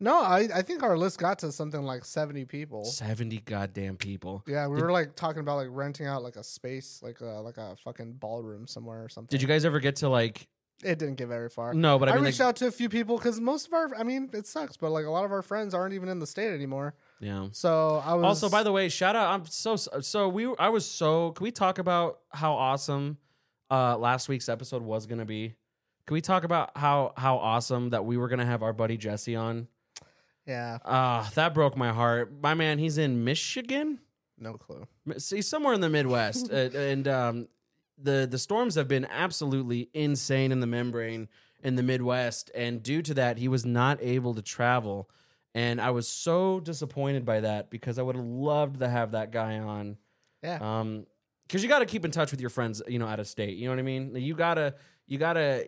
Speaker 5: No, I, I think our list got to something like seventy people.
Speaker 4: 70 goddamn people.
Speaker 5: Yeah, we
Speaker 4: Did-
Speaker 5: were like talking about like renting out like a space, like a like a fucking ballroom somewhere or something.
Speaker 4: Did you guys ever get to like?
Speaker 5: It didn't get very far.
Speaker 4: No, but I,
Speaker 5: I,
Speaker 4: mean, like,
Speaker 5: reached out to a few people because most of our, I mean, it sucks, but like a lot of our friends aren't even in the state anymore.
Speaker 4: yeah.
Speaker 5: So I was
Speaker 4: Also, by the way, shout out. I'm so so we. I was so. Can we talk about how awesome uh, last week's episode was going to be? Can we talk about how how awesome that we were going to have our buddy Jesse on?
Speaker 5: yeah,
Speaker 4: Ah, that broke my heart. My man, he's in Michigan.
Speaker 5: no clue.
Speaker 4: See, somewhere in the Midwest, uh, and um, the the storms have been absolutely insane in the membrane in the Midwest, and due to that, he was not able to travel, and I was so disappointed by that because I would have loved to have that guy on,
Speaker 5: Yeah,
Speaker 4: um, because you got to keep in touch with your friends, you know, out of state. You know what I mean? You gotta, you gotta,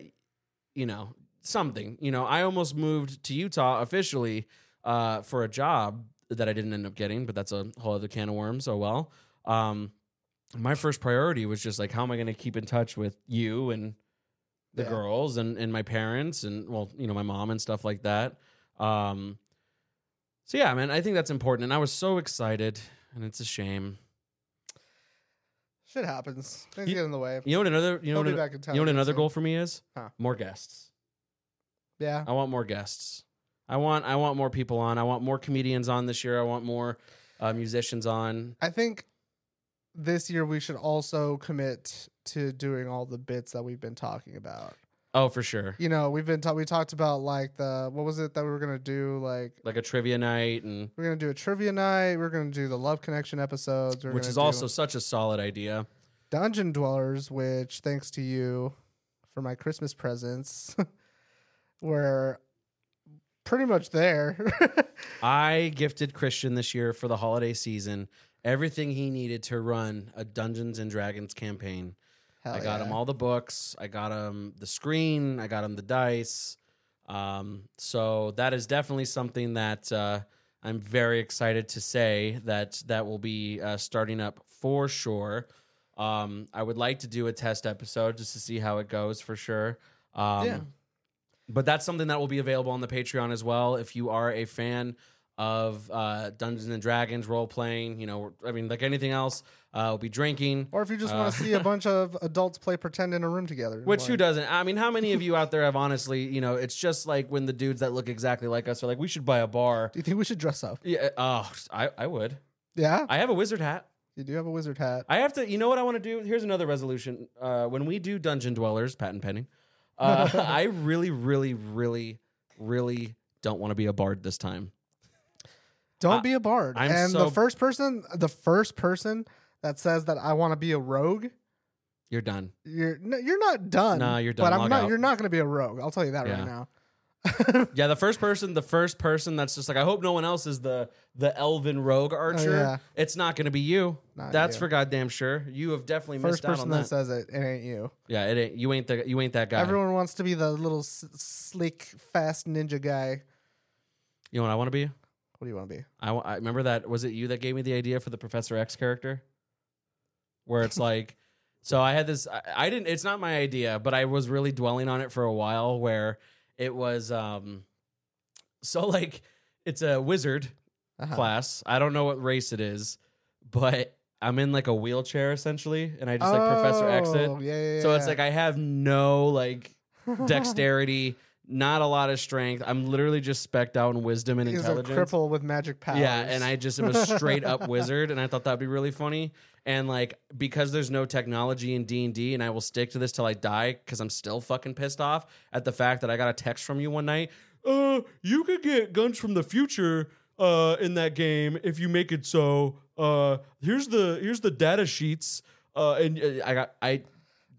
Speaker 4: you know, something. You know, I almost moved to Utah officially uh, for a job that I didn't end up getting, but that's a whole other can of worms. Oh well. Um, my first priority was just like, how am I going to keep in touch with you and the
Speaker 5: Yeah.
Speaker 4: girls and and my parents and well, you know, my mom and stuff like that. Um, so yeah, man, I think that's important, and I was so excited, and it's a shame.
Speaker 5: shit happens. Things
Speaker 4: You-
Speaker 5: get in the way.
Speaker 4: You know what another you know what
Speaker 5: He'll be
Speaker 4: an-
Speaker 5: back in town
Speaker 4: you know what
Speaker 5: again
Speaker 4: another
Speaker 5: soon.
Speaker 4: goal for me is
Speaker 5: Huh.
Speaker 4: more guests.
Speaker 5: Yeah,
Speaker 4: I want more guests. I want I want more people on. I want more comedians on this year. I want more uh, musicians on.
Speaker 5: I think this year we should also commit to doing all the bits that we've been talking about.
Speaker 4: Oh, for sure.
Speaker 5: You know, we've been ta- we talked about like the what was it that we were gonna do like.
Speaker 4: Like a trivia night, and
Speaker 5: We're gonna do a trivia night. We're gonna do the love connection episodes. We're
Speaker 4: which
Speaker 5: gonna
Speaker 4: is
Speaker 5: do-
Speaker 4: also such a solid idea.
Speaker 5: Dungeon Dwellers, which thanks to you for my Christmas presents, were pretty much there.
Speaker 4: I gifted Christian this year for the holiday season everything he needed to run a Dungeons and Dragons campaign.
Speaker 5: Hell
Speaker 4: I got
Speaker 5: yeah.
Speaker 4: him all the books. I got him the screen. I got him the dice. Um, so that is definitely something that uh, I'm very excited to say that that will be uh, starting up for sure. Um, I would like to do a test episode just to see how it goes for sure. Um,
Speaker 5: Yeah.
Speaker 4: But that's something that will be available on the Patreon as well. If you are a fan of uh, Dungeons and Dragons role playing. You know, I mean, like anything else, uh, we'll be drinking.
Speaker 5: Or if you just want
Speaker 4: Uh,
Speaker 5: to see a bunch of adults play pretend in a room together.
Speaker 4: Which
Speaker 5: like,
Speaker 4: who doesn't? I mean, how many of you out there have honestly, you know, it's just like when the dudes that look exactly like us are like, we should buy a bar.
Speaker 5: Do you think we should dress up?
Speaker 4: Yeah. Oh, I, I would.
Speaker 5: Yeah,
Speaker 4: I have a wizard hat.
Speaker 5: you do have a wizard hat.
Speaker 4: I have to. You know what I want to do? Here's another resolution. Uh, when we do Dungeon Dwellers, patent pending, uh, I really, really, really, really don't want to be a bard this time.
Speaker 5: Don't
Speaker 4: I-
Speaker 5: be a bard.
Speaker 4: I'm
Speaker 5: and
Speaker 4: so-
Speaker 5: the first person, the first person that says that I want to be a rogue,
Speaker 4: You're done.
Speaker 5: you're no, you're not done.
Speaker 4: Nah, you're done.
Speaker 5: But I'm
Speaker 4: Log
Speaker 5: not.
Speaker 4: out.
Speaker 5: You're not going to be a rogue. I'll tell you that
Speaker 4: Yeah.
Speaker 5: right now.
Speaker 4: Yeah, the first person, the first person that's just like, I hope no one else is the the elven rogue archer.
Speaker 5: Oh, yeah.
Speaker 4: It's not going to be you.
Speaker 5: Not
Speaker 4: that's
Speaker 5: you.
Speaker 4: for goddamn sure. You have definitely
Speaker 5: First
Speaker 4: missed out
Speaker 5: person
Speaker 4: on
Speaker 5: that,
Speaker 4: that.
Speaker 5: says it, it ain't you.
Speaker 4: yeah, it ain't you ain't the you ain't that guy.
Speaker 5: Everyone wants to be the little s- sleek, fast ninja guy.
Speaker 4: you know what I want to be?
Speaker 5: What do you want to be?
Speaker 4: I, wa- I remember that. Was it you that gave me the idea for the Professor X character? Where it's like, so I had this. I, I didn't. It's not my idea, but I was really dwelling on it for a while. Where it was, um, so like, it's a wizard
Speaker 5: Uh-huh.
Speaker 4: class. I don't know what race it is, but I'm in like a wheelchair essentially, and I just like Professor X it.
Speaker 5: Oh, Yeah, yeah,
Speaker 4: So it's
Speaker 5: yeah.
Speaker 4: like I have no like dexterity, not a lot of strength. I'm literally just specked out in wisdom and
Speaker 5: He's a
Speaker 4: intelligence.
Speaker 5: cripple with magic powers.
Speaker 4: Yeah, and I just am a straight up wizard, and I thought that'd be really funny. And like because there's no technology in D and D, and I will stick to this till I die because I'm still fucking pissed off at the fact that I got a text from you one night. Uh, you could get guns from the future. Uh, in that game, if you make it so, uh, here's the here's the data sheets. Uh, and uh, I got I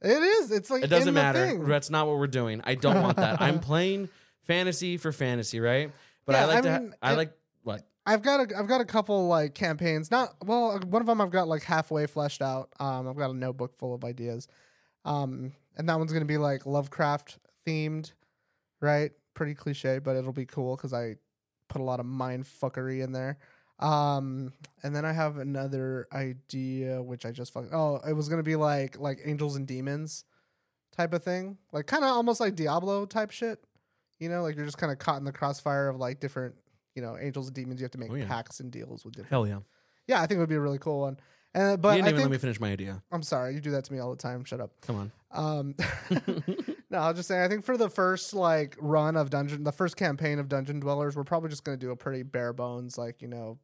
Speaker 5: It is. It's like
Speaker 4: it doesn't
Speaker 5: in the
Speaker 4: matter.
Speaker 5: thing.
Speaker 4: That's not what we're doing. I don't want that. I'm playing fantasy for fantasy, right? But I
Speaker 5: Yeah,
Speaker 4: like
Speaker 5: I
Speaker 4: to. ha-
Speaker 5: mean,
Speaker 4: I
Speaker 5: it-
Speaker 4: like what.
Speaker 5: I've got a I've got a couple like campaigns. Not well, one of them I've got like halfway fleshed out. Um, I've got a notebook full of ideas. Um, and that one's gonna be like Lovecraft themed, right? Pretty cliche, but it'll be cool because I put a lot of mind fuckery in there. Um, and then I have another idea which I just fucking oh, it was gonna be like like angels and demons type of thing, like kind of almost like Diablo type shit. You know, like you're just kind of caught in the crossfire of like different, you know, angels and demons. You have to make
Speaker 4: Oh, yeah.
Speaker 5: pacts and deals with different.
Speaker 4: Hell yeah.
Speaker 5: Yeah, I think it would be a really cool one. And uh, but
Speaker 4: you didn't
Speaker 5: I
Speaker 4: even
Speaker 5: think
Speaker 4: let me finish my idea.
Speaker 5: I'm sorry, you do that to me all the time. Shut up.
Speaker 4: Come on.
Speaker 5: Um, no, I was just saying. I think for the first like run of dungeon, the first campaign of Dungeon Dwellers, we're probably just going to do a pretty bare bones, like you know,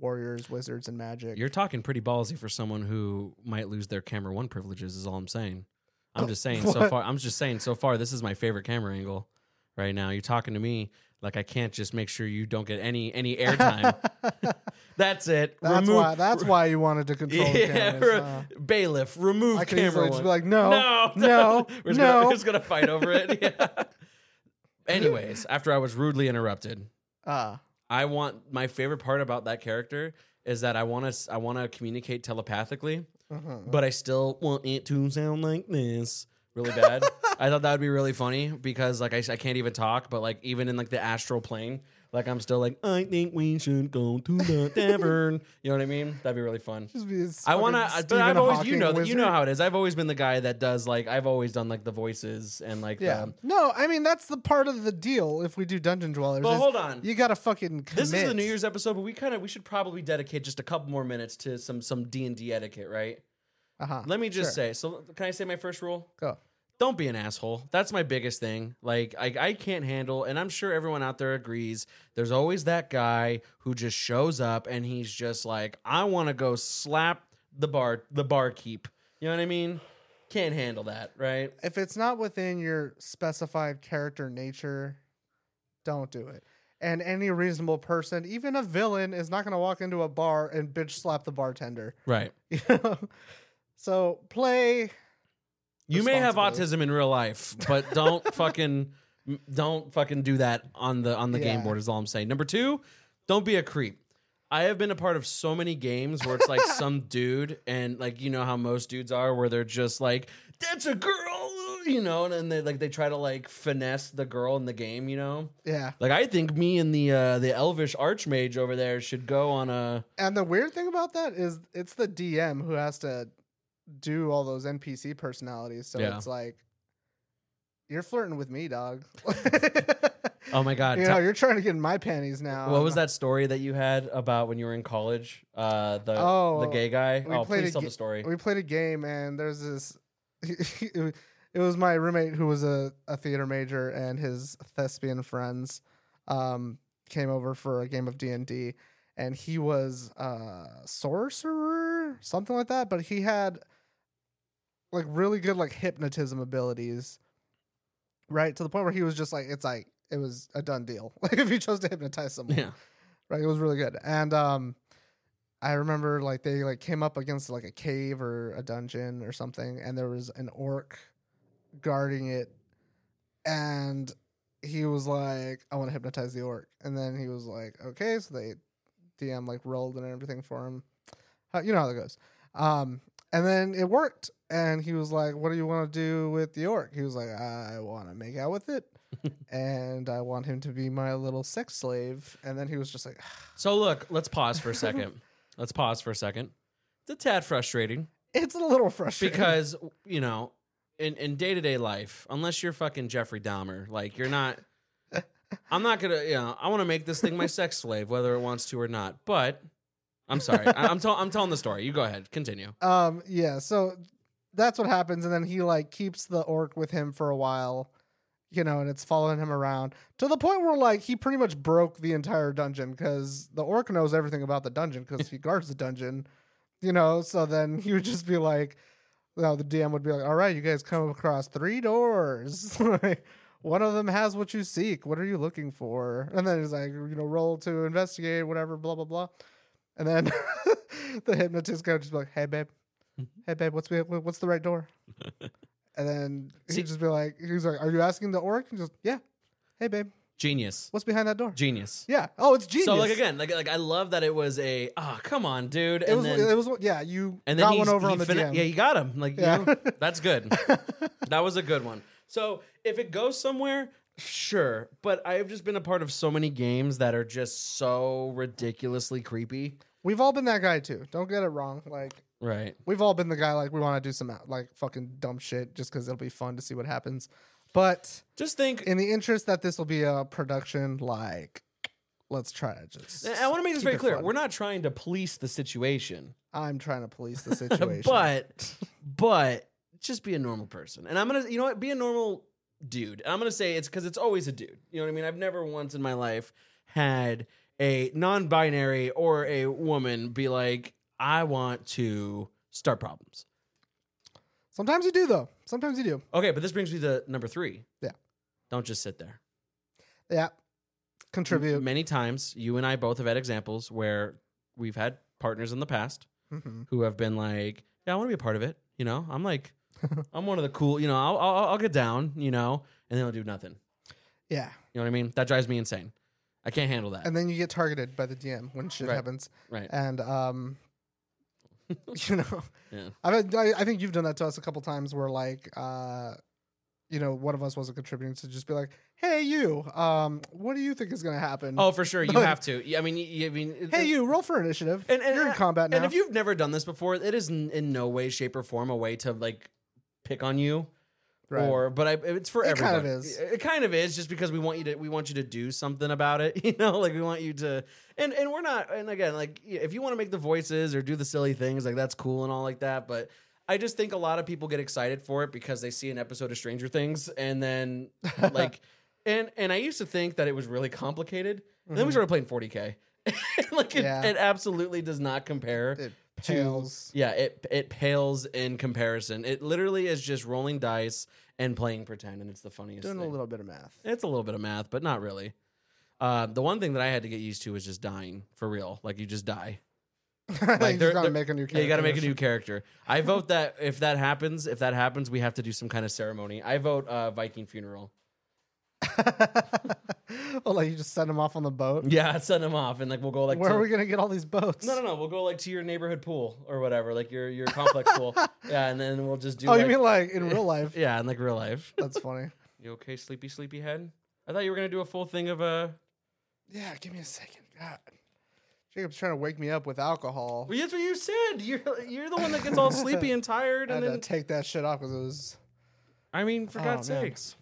Speaker 5: warriors, wizards, and magic.
Speaker 4: You're talking pretty ballsy for someone who might lose their camera one privileges. Is all I'm saying. I'm just saying so
Speaker 5: what?
Speaker 4: far. I'm just saying so far. This is my favorite camera angle right now. You're talking to me like I can't just make sure you don't get any any airtime. that's it.
Speaker 5: that's
Speaker 4: remove,
Speaker 5: why. That's why you wanted to control the
Speaker 4: yeah,
Speaker 5: cameras.
Speaker 4: re-
Speaker 5: huh?
Speaker 4: bailiff. Remove
Speaker 5: I could
Speaker 4: camera
Speaker 5: easily
Speaker 4: one.
Speaker 5: just be like, no,
Speaker 4: no,
Speaker 5: no,
Speaker 4: we're just Gonna,
Speaker 5: no.
Speaker 4: we're just gonna fight over it. Yeah. Anyways, after I was rudely interrupted,
Speaker 5: Ah,
Speaker 4: I want my favorite part about that character is that I want to I want to communicate telepathically,
Speaker 5: Mm-hmm.
Speaker 4: but I still want it to sound like this really bad. I thought that would be really funny because like I, I can't even talk, but like even in like the astral plane, like I'm still like I think we should go to the tavern. you know what I mean? That'd be really fun.
Speaker 5: just be this
Speaker 4: I want
Speaker 5: fucking
Speaker 4: to, but
Speaker 5: Stephen
Speaker 4: I've always, you
Speaker 5: Hawking
Speaker 4: know, that you know
Speaker 5: wizard.
Speaker 4: how it is. I've always been the guy that does like, I've always done like the voices and like,
Speaker 5: Yeah.
Speaker 4: the-
Speaker 5: no, I mean that's the part of the deal. If we do Dungeon Dwellers,
Speaker 4: But
Speaker 5: is
Speaker 4: hold on.
Speaker 5: you gotta fucking commit.
Speaker 4: this is the New Year's episode, but we kind of, we should probably dedicate just a couple more minutes to some some D and D etiquette, right?
Speaker 5: Uh-huh.
Speaker 4: Let me just
Speaker 5: Sure.
Speaker 4: say. So, can I say my first rule?
Speaker 5: go.
Speaker 4: Don't be an asshole. That's my biggest thing. Like, I, I can't handle, and I'm sure everyone out there agrees. There's always that guy who just shows up and he's just like, I want to go slap the bar, the barkeep. You know what I mean? Can't handle that, right?
Speaker 5: if it's not within your specified character nature, don't do it. And any reasonable person, even a villain, is not going to walk into a bar and bitch slap the bartender.
Speaker 4: Right.
Speaker 5: You know? So play.
Speaker 4: You may have
Speaker 5: responsibly.
Speaker 4: autism in real life, but don't fucking don't fucking do that on the on the game
Speaker 5: Yeah.
Speaker 4: board is all I'm saying. Number 2, don't be a creep. I have been a part of so many games where it's like some dude and like you know how most dudes are where they're just like that's a girl, you know, and then they like they try to like finesse the girl in the game, you know?
Speaker 5: Yeah.
Speaker 4: Like I think me and the uh the elvish archmage over there should go on a
Speaker 5: And the weird thing about that is it's the DM who has to do all those NPC personalities. So
Speaker 4: Yeah.
Speaker 5: it's like, you're flirting with me, dog.
Speaker 4: Oh my god.
Speaker 5: You
Speaker 4: Ta-
Speaker 5: know, you're trying to get in my panties now.
Speaker 4: what was that story that you had about when you were in college? Uh, the
Speaker 5: Oh,
Speaker 4: the gay guy.
Speaker 5: we
Speaker 4: Oh,
Speaker 5: played
Speaker 4: please
Speaker 5: a
Speaker 4: tell
Speaker 5: ga-
Speaker 4: the story.
Speaker 5: We played a game, and there's this. it was my roommate who was a, a theater major, and his thespian friends um, came over for a game of D and D, and he was a sorcerer, something like that. But he had like really good like hypnotism abilities, right to the point where he was just like it's like it was a done deal. Like if you chose to hypnotize someone,
Speaker 4: yeah.
Speaker 5: Right, it was really good. And um I remember like they like came up against like a cave or a dungeon or something and there was an orc guarding it and he was like, I want to hypnotize the orc. And then he was like, Okay, so they DM like rolled and everything for him. How, you know how that goes. Um and then it worked and he was like, What do you want to do with the orc? He was like, I wanna make out with it and I want him to be my little sex slave. And then he was just like,
Speaker 4: So look, let's pause for a second. let's pause for a second. It's a tad frustrating
Speaker 5: it's a little frustrating.
Speaker 4: because you know, in in day to day life, unless you're fucking Jeffrey Dahmer, like you're not. I'm not gonna. You know, I want to make this thing my sex slave, whether it wants to or not. But I'm sorry. I, I'm telling. I'm telling the story. You go ahead. Continue.
Speaker 5: um, yeah, so that's what happens. And then he like keeps the orc with him for a while, you know, and it's following him around to the point where like he pretty much broke the entire dungeon because the orc knows everything about the dungeon because he guards the dungeon, you know. So then he would just be like, now the DM would be like, all right, you guys come across three doors. Like, One of them has what you seek. What are you looking for? And then he's like, you know, roll to investigate, whatever, blah, blah, blah. And then the hypnotist guy would just be like, hey, babe,
Speaker 4: Mm-hmm.
Speaker 5: hey, babe, what's, the- what's the right door? and then
Speaker 4: See-
Speaker 5: he'd just be like, he's like, are you asking the orc? And just, yeah. Hey, babe,
Speaker 4: Genius.
Speaker 5: what's behind that door?
Speaker 4: Genius.
Speaker 5: yeah. Oh, it's genius.
Speaker 4: So like again, like like I love that it was a ah come on dude,
Speaker 5: it
Speaker 4: and
Speaker 5: was,
Speaker 4: then
Speaker 5: it was, yeah, you
Speaker 4: and then
Speaker 5: got
Speaker 4: he-
Speaker 5: one over
Speaker 4: he
Speaker 5: on the
Speaker 4: fini-
Speaker 5: DM.
Speaker 4: Yeah, you got him. Like you
Speaker 5: Yeah.
Speaker 4: know, that's good. that was a good one. So if it goes somewhere, sure. But I've just been a part of so many games that are just so ridiculously creepy.
Speaker 5: We've all been that guy too. Don't get it wrong. Like,
Speaker 4: Right.
Speaker 5: we've all been the guy like we want to do some like fucking dumb shit just because it'll be fun to see what happens. But
Speaker 4: Just think.
Speaker 5: in the interest that this will be a production, like let's try to just.
Speaker 4: I want to make this
Speaker 5: keep
Speaker 4: very
Speaker 5: it
Speaker 4: clear.
Speaker 5: fun.
Speaker 4: We're not trying to police the situation,
Speaker 5: I'm trying to police the situation,
Speaker 4: but but just be a normal person. And I'm gonna, you know what, be a normal dude. And I'm gonna say it's because it's always a dude. You know what I mean? I've never once in my life had a non-binary or a woman be like, I want to start problems.
Speaker 5: sometimes you do though. Sometimes you do.
Speaker 4: Okay, but this brings me to number three.
Speaker 5: Yeah.
Speaker 4: Don't just sit there.
Speaker 5: Yeah, contribute.
Speaker 4: Many times, you and I both have had examples where we've had partners in the past
Speaker 5: Mhm.
Speaker 4: who have been like, "Yeah, I want to be a part of it." You know, I'm like, I'm one of the cool. You know, I'll I'll, I'll get down. You know, and they'll do nothing.
Speaker 5: Yeah,
Speaker 4: You know what I mean? That drives me insane. I can't handle that.
Speaker 5: and then you get targeted by the DM when shit
Speaker 4: Right.
Speaker 5: happens,
Speaker 4: right.
Speaker 5: and um, you know,
Speaker 4: Yeah.
Speaker 5: I've, I I think you've done that to us a couple times where like uh you know one of us wasn't contributing to just be like hey you um what do you think is gonna happen
Speaker 4: Oh, for sure. You have to. Yeah, I mean, you, I mean, it-
Speaker 5: hey you roll for initiative
Speaker 4: And, and
Speaker 5: you're in combat now
Speaker 4: And if you've never done this before, it is n- in no way, shape, or form a way to like pick on you.
Speaker 5: Right.
Speaker 4: Or, but I, it's for
Speaker 5: It kind
Speaker 4: everybody.
Speaker 5: of is.
Speaker 4: It, it kind of is, just because we want you to, we want you to do something about it. You know, like we want you to, and and we're not. And again, like y- if you want to make the voices or do the silly things, like that's cool and all like that. But I just think a lot of people get excited for it because they see an episode of Stranger Things, and then like, and and I used to think that it was really complicated. And then we started playing 40k. like it,
Speaker 5: Mm-hmm. Yeah.
Speaker 4: it absolutely does not compare.
Speaker 5: it pales
Speaker 4: yeah, it it pales in comparison. It literally is just rolling dice and playing pretend, and it's the funniest
Speaker 5: doing
Speaker 4: thing.
Speaker 5: a little bit of math
Speaker 4: It's a little bit of math, but not really. Uh, the one thing that I had to get used to was just dying for real. Like you just die.
Speaker 5: like
Speaker 4: they're-
Speaker 5: they're gonna
Speaker 4: they're-
Speaker 5: make a new
Speaker 4: Yeah, you got to make a new character. I vote that if that happens, if that happens, we have to do some kind of ceremony. I vote uh, Viking funeral.
Speaker 5: well like you just send them off on the boat
Speaker 4: Yeah, send them off, and like we'll go like
Speaker 5: where
Speaker 4: to-
Speaker 5: are we gonna get all these boats
Speaker 4: No, no, no. We'll go like to your neighborhood pool or whatever, like your your complex pool. Yeah, and then we'll just do.
Speaker 5: oh
Speaker 4: like,
Speaker 5: you mean like in real life
Speaker 4: yeah, in like real life.
Speaker 5: that's funny
Speaker 4: You okay, sleepy sleepy head? I thought you were gonna do a full thing of uh
Speaker 5: yeah give me a second god jacob's trying to wake me up with alcohol
Speaker 4: Well, that's what you said. You're you're the one that gets all sleepy and tired,
Speaker 5: I had
Speaker 4: and
Speaker 5: to
Speaker 4: then
Speaker 5: take that shit off because it was
Speaker 4: I mean, for
Speaker 5: Oh,
Speaker 4: God's
Speaker 5: man.
Speaker 4: sakes.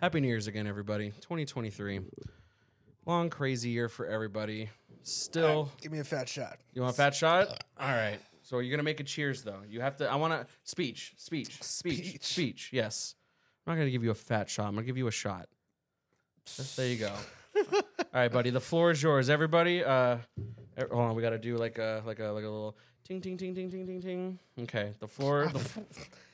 Speaker 4: Happy New Year's again, everybody. 2023. Long, crazy year for everybody. Still,
Speaker 5: Give me a fat shot.
Speaker 4: you want a fat shot? All right. So you're gonna make a cheers though. You have to. I want to speech, speech, speech,
Speaker 5: Speech.
Speaker 4: speech, Yes. I'm not gonna give you a fat shot. I'm gonna give you a shot. There you go. All right, buddy. The floor is yours. Everybody, uh, e- hold on. We gotta do like a like a like a little ting ting ting ting ting ting ting. Okay. The floor. The, f-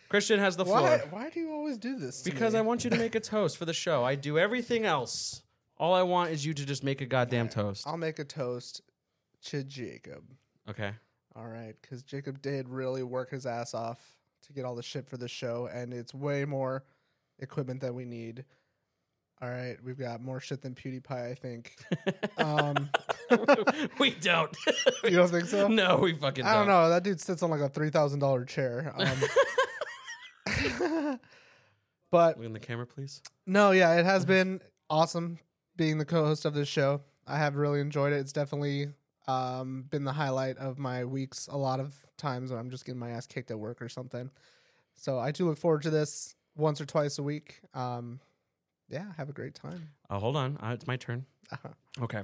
Speaker 4: Christian has the floor
Speaker 5: Why? Why do you always do this? to
Speaker 4: because
Speaker 5: me?
Speaker 4: I want you to make a toast for the show. I do everything else. All I want is you to just make a goddamn toast.
Speaker 5: I'll make a toast to Jacob.
Speaker 4: Okay.
Speaker 5: All right, because Jacob did really work his ass off to get all the shit for the show, and it's way more equipment that we need. All right, we've got more shit than PewDiePie, I think. Um,
Speaker 4: we don't.
Speaker 5: you don't think so?
Speaker 4: No, we fucking
Speaker 5: I don't know. That dude sits on like a three thousand dollar chair. Um, but
Speaker 4: Look in the camera, please.
Speaker 5: no, yeah, it
Speaker 4: Mm-hmm.
Speaker 5: has been awesome being the co-host of this show. I have really enjoyed it. It's definitely um, been the highlight of my weeks. A lot of times when I'm just getting my ass kicked at work or something. So I do look forward to this once or twice a week. Um, yeah, have a great time.
Speaker 4: Oh, hold on. Uh, it's my turn. Okay.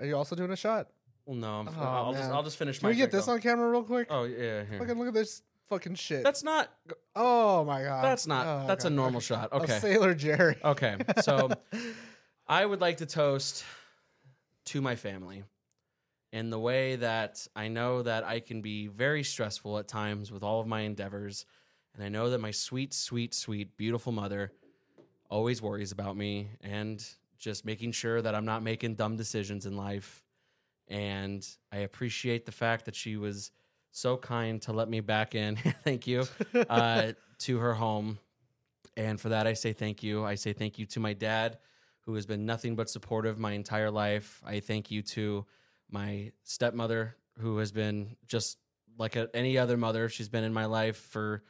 Speaker 5: Are you also doing a shot?
Speaker 4: Uh-huh. Well, no, I'm,
Speaker 5: Oh,
Speaker 4: I'll just
Speaker 5: man.
Speaker 4: I'll just finish.
Speaker 5: Can
Speaker 4: my
Speaker 5: we get
Speaker 4: drink,
Speaker 5: this
Speaker 4: though.
Speaker 5: on camera real quick?
Speaker 4: Oh yeah, here.
Speaker 5: Fucking look at this fucking shit.
Speaker 4: That's not.
Speaker 5: oh my god.
Speaker 4: That's not.
Speaker 5: Oh,
Speaker 4: that's a
Speaker 5: God.
Speaker 4: normal shot.
Speaker 5: of
Speaker 4: Okay. Oh.
Speaker 5: Sailor Jerry.
Speaker 4: Okay. So, I would like to toast to my family in the way that I know that I can be very stressful at times with all of my endeavors. And I know that my sweet, sweet, sweet, beautiful mother always worries about me and just making sure that I'm not making dumb decisions in life. And I appreciate the fact that she was so kind to let me back in. thank you uh, to her home. And for that, I say thank you. I say thank you to my dad, who has been nothing but supportive my entire life. I thank you to my stepmother, who has been just like a, any other mother. She's been in my life for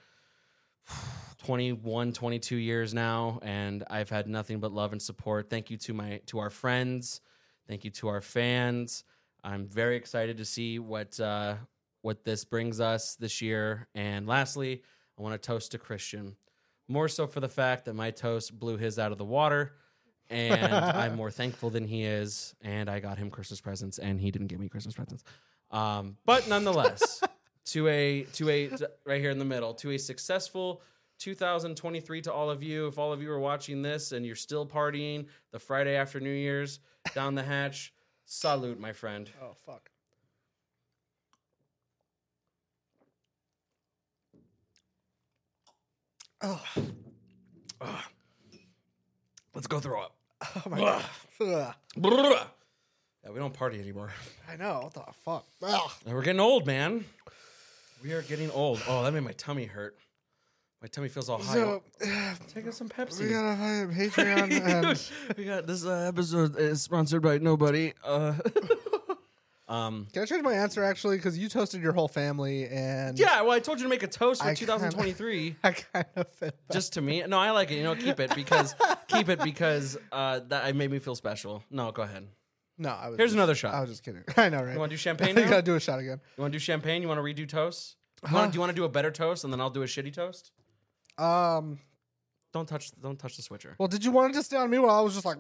Speaker 4: 21 22 years now and i've had nothing but love and support thank you to my to our friends thank you to our fans i'm very excited to see what uh what this brings us this year and lastly i want to toast to christian more so for the fact that my toast blew his out of the water and i'm more thankful than he is and i got him christmas presents and he didn't give me christmas presents um but nonetheless to a to a right here in the middle to a successful 2023 to all of you if all of you are watching this and you're still partying the friday after new year's down the hatch salute my friend
Speaker 5: Oh fuck.
Speaker 4: let's go throw up
Speaker 5: Oh my god. Ugh.
Speaker 4: yeah we don't party anymore
Speaker 5: I know. What the fuck? Ugh.
Speaker 4: we're getting old man we are getting old oh that made my tummy hurt my tummy feels all high
Speaker 5: So uh,
Speaker 4: take us some pepsi
Speaker 5: we got a fucking Patreon um, and
Speaker 4: we got this uh, episode is sponsored by nobody uh um
Speaker 5: can I change my answer actually? Because you toasted your whole family and
Speaker 4: Yeah, well, I told you to make a toast for
Speaker 5: I
Speaker 4: 2023.
Speaker 5: I kind of fit. Just
Speaker 4: Just to me. No, I like it. You know, keep it because keep it because uh, that it made me feel special. No, go ahead.
Speaker 5: no. I was
Speaker 4: Here's
Speaker 5: just-
Speaker 4: another shot.
Speaker 5: I was just kidding. I know, right?
Speaker 4: You want to do champagne?
Speaker 5: you
Speaker 4: Now?
Speaker 5: gotta do a shot again.
Speaker 4: You want to do champagne? You want to redo toast? You wanna, do you want to do a better toast and then I'll do a shitty toast?
Speaker 5: Um.
Speaker 4: Don't touch. Don't touch the switcher.
Speaker 5: Well, did you want it to stay on me while I was just like?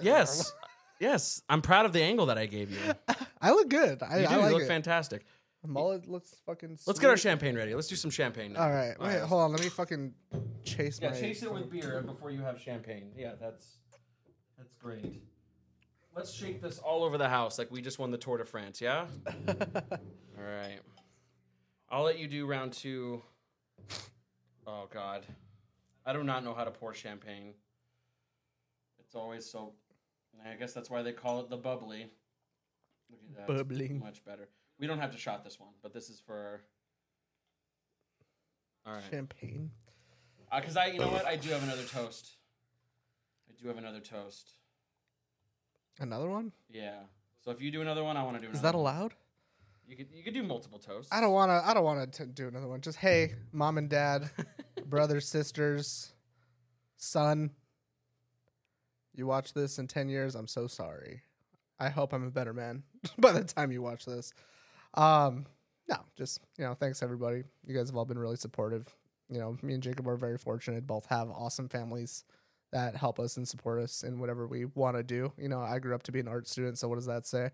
Speaker 4: yes, yes. I'm proud of the angle that I gave you.
Speaker 5: I look good. I,
Speaker 4: You do.
Speaker 5: I like
Speaker 4: you look
Speaker 5: it.
Speaker 4: fantastic.
Speaker 5: Mullet looks fucking. Sweet.
Speaker 4: Let's get our champagne ready. Let's do some champagne. Now.
Speaker 5: All right. Wait.
Speaker 4: right.
Speaker 5: Hold on. Let me fucking chase
Speaker 4: Yeah,
Speaker 5: my.
Speaker 4: chase it with beer before you have champagne. Yeah, that's that's great. Let's shake this all over the house like we just won the Tour de France, yeah? all right. I'll let you do round 2. Oh god. I do not know how to pour champagne. It's always so I guess that's why they call it the bubbly. Look at that. it's
Speaker 5: Bubbling.
Speaker 4: Much better. We don't have to shot this one, but this is for our... All right.
Speaker 5: champagne.
Speaker 4: Because Uh, I, you know what, I do have another toast. I do have another toast.
Speaker 5: Another one?
Speaker 4: Yeah. So if you do another one, I want to do.
Speaker 5: Is
Speaker 4: another
Speaker 5: that
Speaker 4: one.
Speaker 5: allowed?
Speaker 4: You could you could do multiple toasts.
Speaker 5: I don't want to. I don't want to do another one. Just hey, mom and dad, brothers, sisters, son. You watch this in ten years. I'm so sorry. I hope I'm a better man by the time you watch this. Um, no, just you know, thanks everybody. You guys have all been really supportive. You know, me and Jacob are very fortunate. Both have awesome families that help us and support us in whatever we want to do. You know, I grew up to be an art student, so what does that say?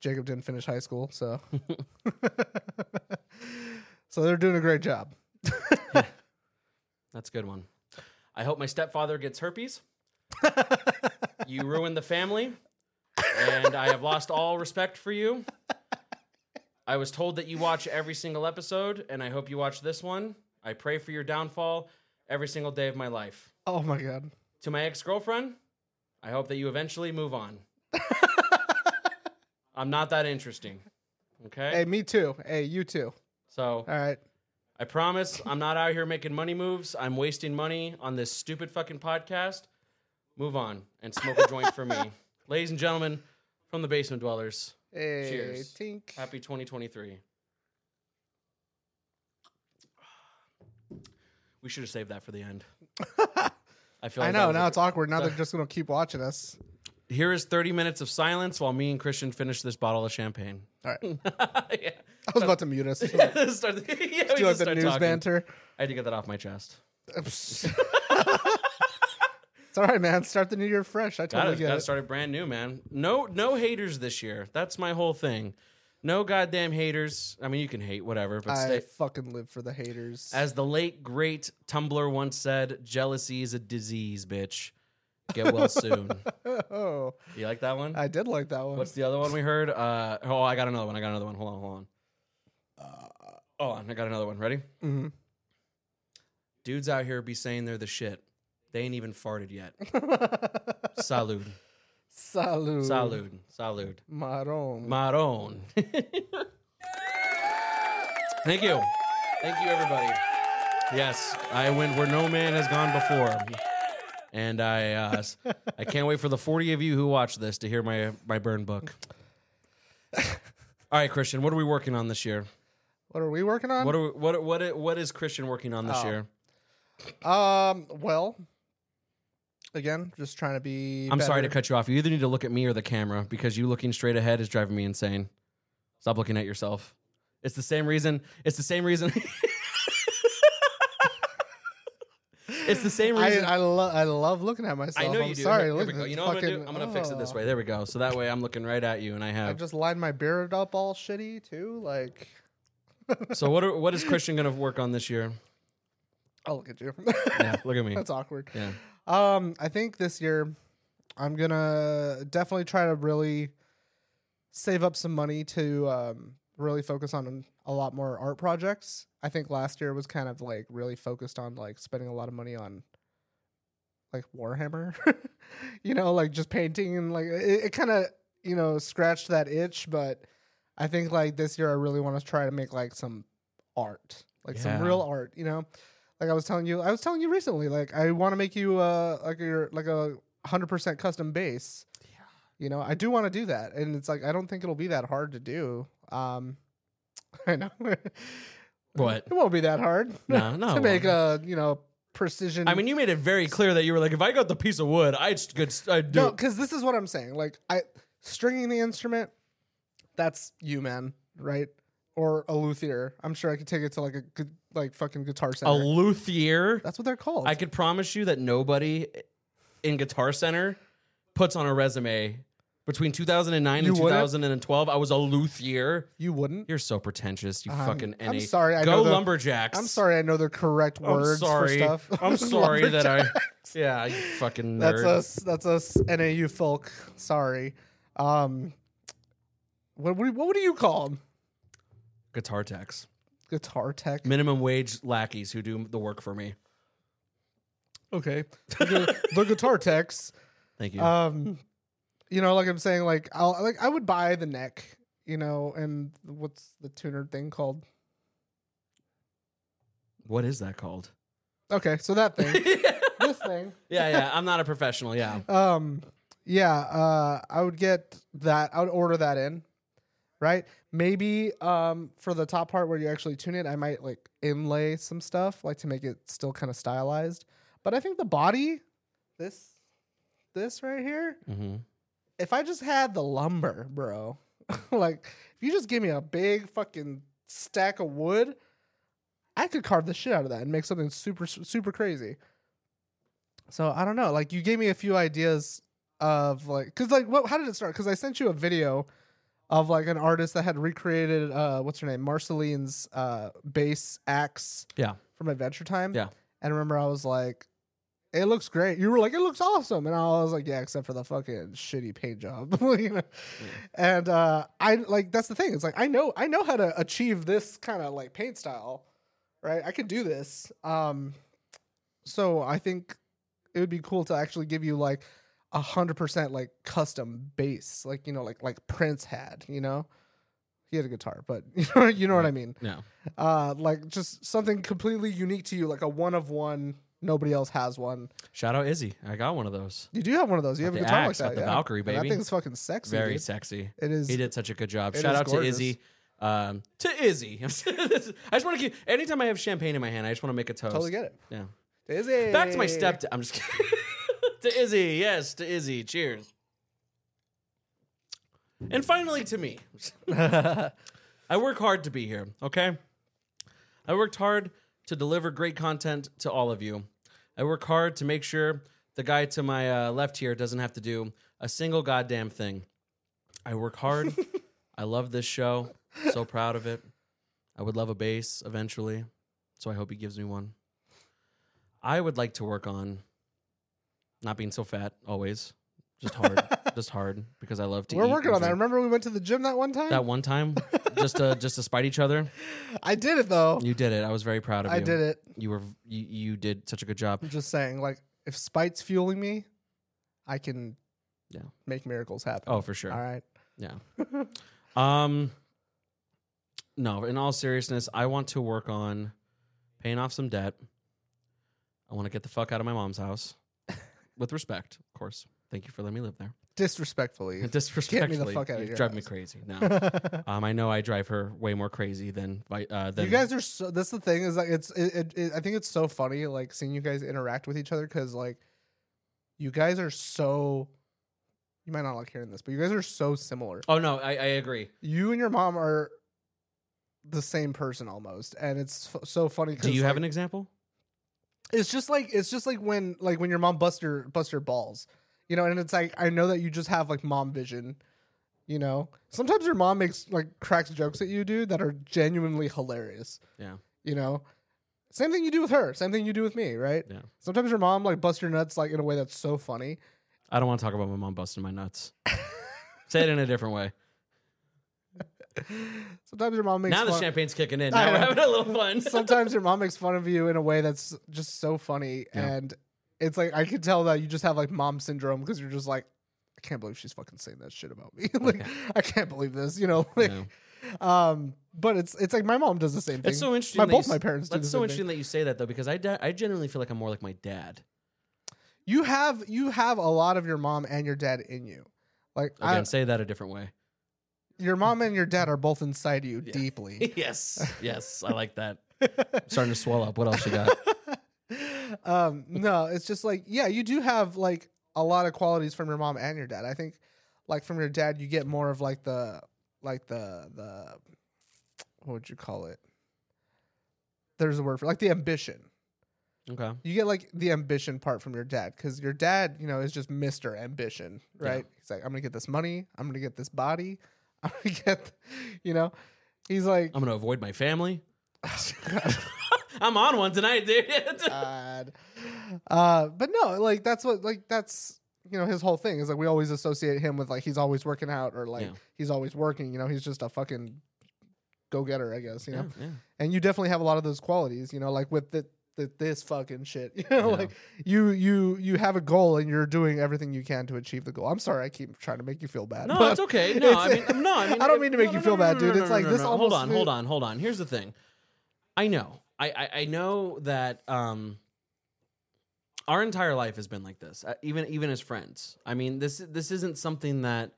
Speaker 5: Jacob didn't finish high school, so so they're doing a great job.
Speaker 4: That's a good one. I hope my stepfather gets herpes. you ruined the family, and I have lost all respect for you. I was told that you watch every single episode, and I hope you watch this one. I pray for your downfall every single day of my life.
Speaker 5: Oh my god.
Speaker 4: To my ex girlfriend, I hope that you eventually move on. I'm not that interesting. Okay?
Speaker 5: Hey, me too. Hey, you too.
Speaker 4: so
Speaker 5: All right.
Speaker 4: I promise I'm not out here making money moves. I'm wasting money on this stupid fucking podcast. Move on and smoke a joint for me. Ladies and gentlemen, from the Basement Dwellers,
Speaker 5: Hey,
Speaker 4: Cheers.
Speaker 5: Tink.
Speaker 4: happy 2023. We should have saved that for the end. I feel
Speaker 5: I
Speaker 4: like
Speaker 5: know.
Speaker 4: that
Speaker 5: Now
Speaker 4: was
Speaker 5: it's awkward. Now they're just gonna keep watching us.
Speaker 4: a- Here is 30 minutes of silence while me and Christian finish this bottle of champagne.
Speaker 5: All right.
Speaker 4: yeah.
Speaker 5: I was about to mute us. Do
Speaker 4: start the, yeah, we
Speaker 5: like
Speaker 4: just
Speaker 5: the
Speaker 4: start
Speaker 5: news
Speaker 4: talking.
Speaker 5: banter.
Speaker 4: I had to get that off my chest.
Speaker 5: it's all right, man. Start the new year fresh. I
Speaker 4: Gotta,
Speaker 5: totally get
Speaker 4: gotta
Speaker 5: it.
Speaker 4: start it brand new, man. No, no haters this year. That's my whole thing. No goddamn haters. I mean, you can hate whatever, but
Speaker 5: I
Speaker 4: stay.
Speaker 5: fucking live for the haters.
Speaker 4: As the late great Tumblr once said, "Jealousy is a disease, bitch. Get well soon."
Speaker 5: oh,
Speaker 4: you like that one?
Speaker 5: I did like that one.
Speaker 4: What's the other one we heard? Uh, oh, I got another one. I got another one. Hold on, hold on. Hold on, I got another one. Ready?
Speaker 5: Mhm.
Speaker 4: Dudes out here be saying they're the shit. They ain't even farted yet. Salud.
Speaker 5: Salud.
Speaker 4: Salud. Salud.
Speaker 5: Maron.
Speaker 4: Maron. Thank you. Thank you, everybody. Yes, I went where no man has gone before. And I uh, s- I can't wait for the 40 of you who watch this to hear my, my burn book. All right, Christian, what are we working on this year?
Speaker 5: what are we working on?
Speaker 4: What are we, what what i- what is Christian working on this
Speaker 5: Oh.
Speaker 4: year?
Speaker 5: um. Well, again, just trying to be.
Speaker 4: I'm sorry to
Speaker 5: better.
Speaker 4: cut you off. You either need to look at me or the camera because you looking straight ahead is driving me insane. Stop looking at yourself. It's the same reason. It's the same reason. it's the same reason.
Speaker 5: I I, lo- I love looking at myself.
Speaker 4: I know
Speaker 5: I'm
Speaker 4: you do.
Speaker 5: Sorry.
Speaker 4: Here- here
Speaker 5: look,
Speaker 4: we go.
Speaker 5: it's
Speaker 4: You know what I'm gonna do?
Speaker 5: fucking-
Speaker 4: I'm gonna fix it this
Speaker 5: oh.
Speaker 4: way. There we go. So that way I'm looking right at you, and I
Speaker 5: I
Speaker 4: have.
Speaker 5: just lined my beard up all shitty too. Like,
Speaker 4: so what? Are, what is Christian gonna work on this year?
Speaker 5: I'll look at you.
Speaker 4: Yeah, look at me.
Speaker 5: That's awkward.
Speaker 4: Yeah.
Speaker 5: Um, I think this year I'm gonna definitely try to really save up some money to um, really focus on a lot more art projects. I think last year was kind of like really focused on like spending a lot of money on like Warhammer, you know, like just painting and like it, it kind of you know scratched that itch. But I think like this year I really want to try to make like some art, like some
Speaker 4: Yeah.
Speaker 5: real art, you know. Like I was telling you, I was telling you recently, like I want to make you uh like your like a hundred percent custom base. You know, I do want to do that, and it's like I don't think it'll be that hard to do. Um, I know it
Speaker 4: What?
Speaker 5: won't be that hard.
Speaker 4: No, no,
Speaker 5: to
Speaker 4: it
Speaker 5: make a you know precision.
Speaker 4: I mean, you made it very clear that you were like, if I got the piece of wood, I'd s- good. s- I'd do.
Speaker 5: no,
Speaker 4: it.
Speaker 5: because this is what I'm saying. Like I stringing the instrument, that's you, man, right? Or a luthier. I'm sure I could take it to like a good like fucking guitar
Speaker 4: A
Speaker 5: center.
Speaker 4: luthier.
Speaker 5: that's what they're called.
Speaker 4: I could promise you that nobody in Guitar Center puts on a resume between 2009 and
Speaker 5: You wouldn't?
Speaker 4: 2012. I was a luthier.
Speaker 5: you wouldn't.
Speaker 4: You're so pretentious. You
Speaker 5: I'm-
Speaker 4: fucking.
Speaker 5: Um, I'm
Speaker 4: NA.
Speaker 5: sorry, I know
Speaker 4: Go
Speaker 5: the-
Speaker 4: lumberjacks.
Speaker 5: I'm sorry, I know the correct
Speaker 4: I'm
Speaker 5: words
Speaker 4: sorry.
Speaker 5: for stuff.
Speaker 4: I'm sorry that I. Yeah, you fucking nerd.
Speaker 5: That's us. That's us. NAU folk. Sorry. Um, what what, what do you call them?
Speaker 4: Guitar techs,
Speaker 5: Guitar tech.
Speaker 4: minimum wage lackeys who do the work for me.
Speaker 5: Okay. the, the guitar techs.
Speaker 4: Thank you.
Speaker 5: Um, you know, like I'm saying, like I'll like I would buy the neck. You know, and what's the tuner thing called?
Speaker 4: what is that called?
Speaker 5: Okay, so that thing,
Speaker 4: yeah,
Speaker 5: this thing.
Speaker 4: yeah. I'm not a professional. Yeah.
Speaker 5: Um, yeah, uh, I would get that. I would order that in, right? Maybe um, for the top part where you actually tune it, I might like inlay some stuff, like to make it still kind of stylized. But I think the body, this, this right here,
Speaker 4: hmm
Speaker 5: if I just had the lumber, bro, like if you just give me a big fucking stack of wood, I could carve the shit out of that and make something super super crazy. So I don't know. Like you gave me a few ideas of like, cause like, what? How did it start? Cause I sent you a video of like an artist that had recreated uh, what's her name, Marceline's uh, bass axe.
Speaker 4: Yeah.
Speaker 5: From Adventure Time.
Speaker 4: Yeah.
Speaker 5: And I remember, I was like, it looks great. You were like, it looks awesome, and I was like, yeah, except for the fucking shitty paint job. you know? And uh, I like that's the thing. It's like I know I know how to achieve this kind of like paint style, right? I could do this. Um, so I think it would be cool to actually give you like a hundred percent like custom bass, like you know, like like Prince had. You know, he had a guitar, but you know, you know what I mean
Speaker 4: No.
Speaker 5: uh like just something completely unique to you like a one of one nobody else has one
Speaker 4: Shout out Izzy. I got one of those.
Speaker 5: you do have one of those you have
Speaker 4: Got
Speaker 5: a
Speaker 4: the
Speaker 5: guitar
Speaker 4: axe,
Speaker 5: like
Speaker 4: got
Speaker 5: that
Speaker 4: the
Speaker 5: yeah.
Speaker 4: Valkyrie,
Speaker 5: And
Speaker 4: baby.
Speaker 5: that thing's fucking sexy
Speaker 4: Very
Speaker 5: dude.
Speaker 4: sexy.
Speaker 5: it is
Speaker 4: He did such a good job.
Speaker 5: It
Speaker 4: Shout
Speaker 5: is
Speaker 4: out
Speaker 5: gorgeous.
Speaker 4: to Izzy. Um, to Izzy. I just want to keep. Anytime I have champagne in my hand, I just want to make a toast.
Speaker 5: totally get it
Speaker 4: Yeah.
Speaker 5: Dizzy.
Speaker 4: Back to my stepdad. I'm just kidding. to Izzy. Yes, to Izzy. Cheers. And finally, to me. I work hard to be here, okay? I worked hard to deliver great content to all of you. I work hard to make sure the guy to my uh, left here doesn't have to do a single goddamn thing. I work hard. I love this show. So proud of it. I would love a bass eventually. So I hope he gives me one. I would like to work on not being so fat always. Just hard. just hard because I love to
Speaker 5: we're
Speaker 4: eat
Speaker 5: working
Speaker 4: and
Speaker 5: on that
Speaker 4: drink.
Speaker 5: remember we went to the gym that one time
Speaker 4: That one time, just to just to spite each other,
Speaker 5: i did it though
Speaker 4: you did it. I was very proud of you.
Speaker 5: i did it
Speaker 4: You were you, you did such a good job.
Speaker 5: i'm just saying like if spite's fueling me i can
Speaker 4: Yeah.
Speaker 5: make miracles happen
Speaker 4: Oh, for sure.
Speaker 5: all right
Speaker 4: Yeah. um. No, in all seriousness, I want to work on paying off some debt. I want to get the fuck out of my mom's house, with respect, of course. Thank you for letting me live there.
Speaker 5: disrespectfully
Speaker 4: Disrespectfully,
Speaker 5: fuck outta
Speaker 4: you
Speaker 5: your
Speaker 4: drive me
Speaker 5: house.
Speaker 4: crazy. No, um, I know I drive her way more crazy than vi- uh, than
Speaker 5: you guys are so that's the thing is like it's it, it, it, i think it's so funny like seeing you guys interact with each other because like you guys are so you might not like hearing this but you guys are so similar
Speaker 4: Oh no, I, I agree.
Speaker 5: you and your mom are the same person almost and it's f- so funny
Speaker 4: Do you
Speaker 5: like,
Speaker 4: have an example?
Speaker 5: it's just like it's just like when like when your mom busts your busts your balls you know and it's like i know that you just have like mom vision you know sometimes your mom makes like cracks jokes at you dude that are genuinely hilarious
Speaker 4: Yeah.
Speaker 5: you know same thing you do with her same thing you do with me right
Speaker 4: Yeah.
Speaker 5: sometimes your mom like busts your nuts like in a way that's so funny
Speaker 4: I don't want to talk about my mom busting my nuts. Say it in a different way.
Speaker 5: sometimes your mom makes
Speaker 4: now the
Speaker 5: fun-
Speaker 4: champagne's kicking in. Now
Speaker 5: I
Speaker 4: we're
Speaker 5: know.
Speaker 4: having a little fun.
Speaker 5: sometimes your mom makes fun of you in a way that's just so funny
Speaker 4: Yeah.
Speaker 5: and it's like i could tell that you just have like mom syndrome because you're just like i can't believe she's fucking saying that shit about me like i can't believe this you know like
Speaker 4: No.
Speaker 5: um but it's it's like my mom does the same thing
Speaker 4: That's so interesting.
Speaker 5: my,
Speaker 4: that
Speaker 5: both
Speaker 4: you
Speaker 5: my
Speaker 4: s-
Speaker 5: parents do
Speaker 4: That's
Speaker 5: the
Speaker 4: so
Speaker 5: same
Speaker 4: interesting that you say that though, because I de- I genuinely feel like I'm more like my dad.
Speaker 5: thing. you have you have a lot of your mom and your dad in you like I-
Speaker 4: Again, say that a different way.
Speaker 5: your mom and your dad are both inside you deeply
Speaker 4: yes, yes, I like that. I'm starting to swell up. What else you got?
Speaker 5: um, no, it's just like, yeah, you do have like a lot of qualities from your mom and your dad. I think like from your dad, you get more of like the, like the, the, what would you call it? There's a word for like the ambition.
Speaker 4: Okay,
Speaker 5: You get like the ambition part from your dad because your dad, you know, is just Mr. Ambition, right? He's like, I'm going to get this money. I'm going to get this body. I'm going to get, you know, he's like,
Speaker 4: I'm gonna avoid my family. I'm on one tonight, dude.
Speaker 5: God. Uh, but no, like that's what like that's you know his whole thing is like we always associate him with like he's always working out or like
Speaker 4: Yeah.
Speaker 5: he's always working. You know, he's just a fucking go getter, I guess. You
Speaker 4: yeah,
Speaker 5: know,
Speaker 4: yeah.
Speaker 5: and you definitely have a lot of those qualities. You know, like with the, the this fucking shit. You know,
Speaker 4: Yeah.
Speaker 5: like you you you have a goal and you're doing everything you can to achieve the goal. I'm sorry, I keep trying to make you feel bad.
Speaker 4: No,
Speaker 5: but
Speaker 4: it's okay. No, I
Speaker 5: it's-
Speaker 4: mean, no, I mean,
Speaker 5: I don't mean to make
Speaker 4: no,
Speaker 5: you
Speaker 4: no,
Speaker 5: feel
Speaker 4: no,
Speaker 5: bad,
Speaker 4: no,
Speaker 5: dude.
Speaker 4: no, no,
Speaker 5: It's
Speaker 4: no,
Speaker 5: like
Speaker 4: no,
Speaker 5: this
Speaker 4: no.
Speaker 5: almost.
Speaker 4: Hold on, hold on, hold on. Here's the thing. I know. I I, I know that um, our entire life has been like this. Uh, even even as friends. I mean, this this isn't something that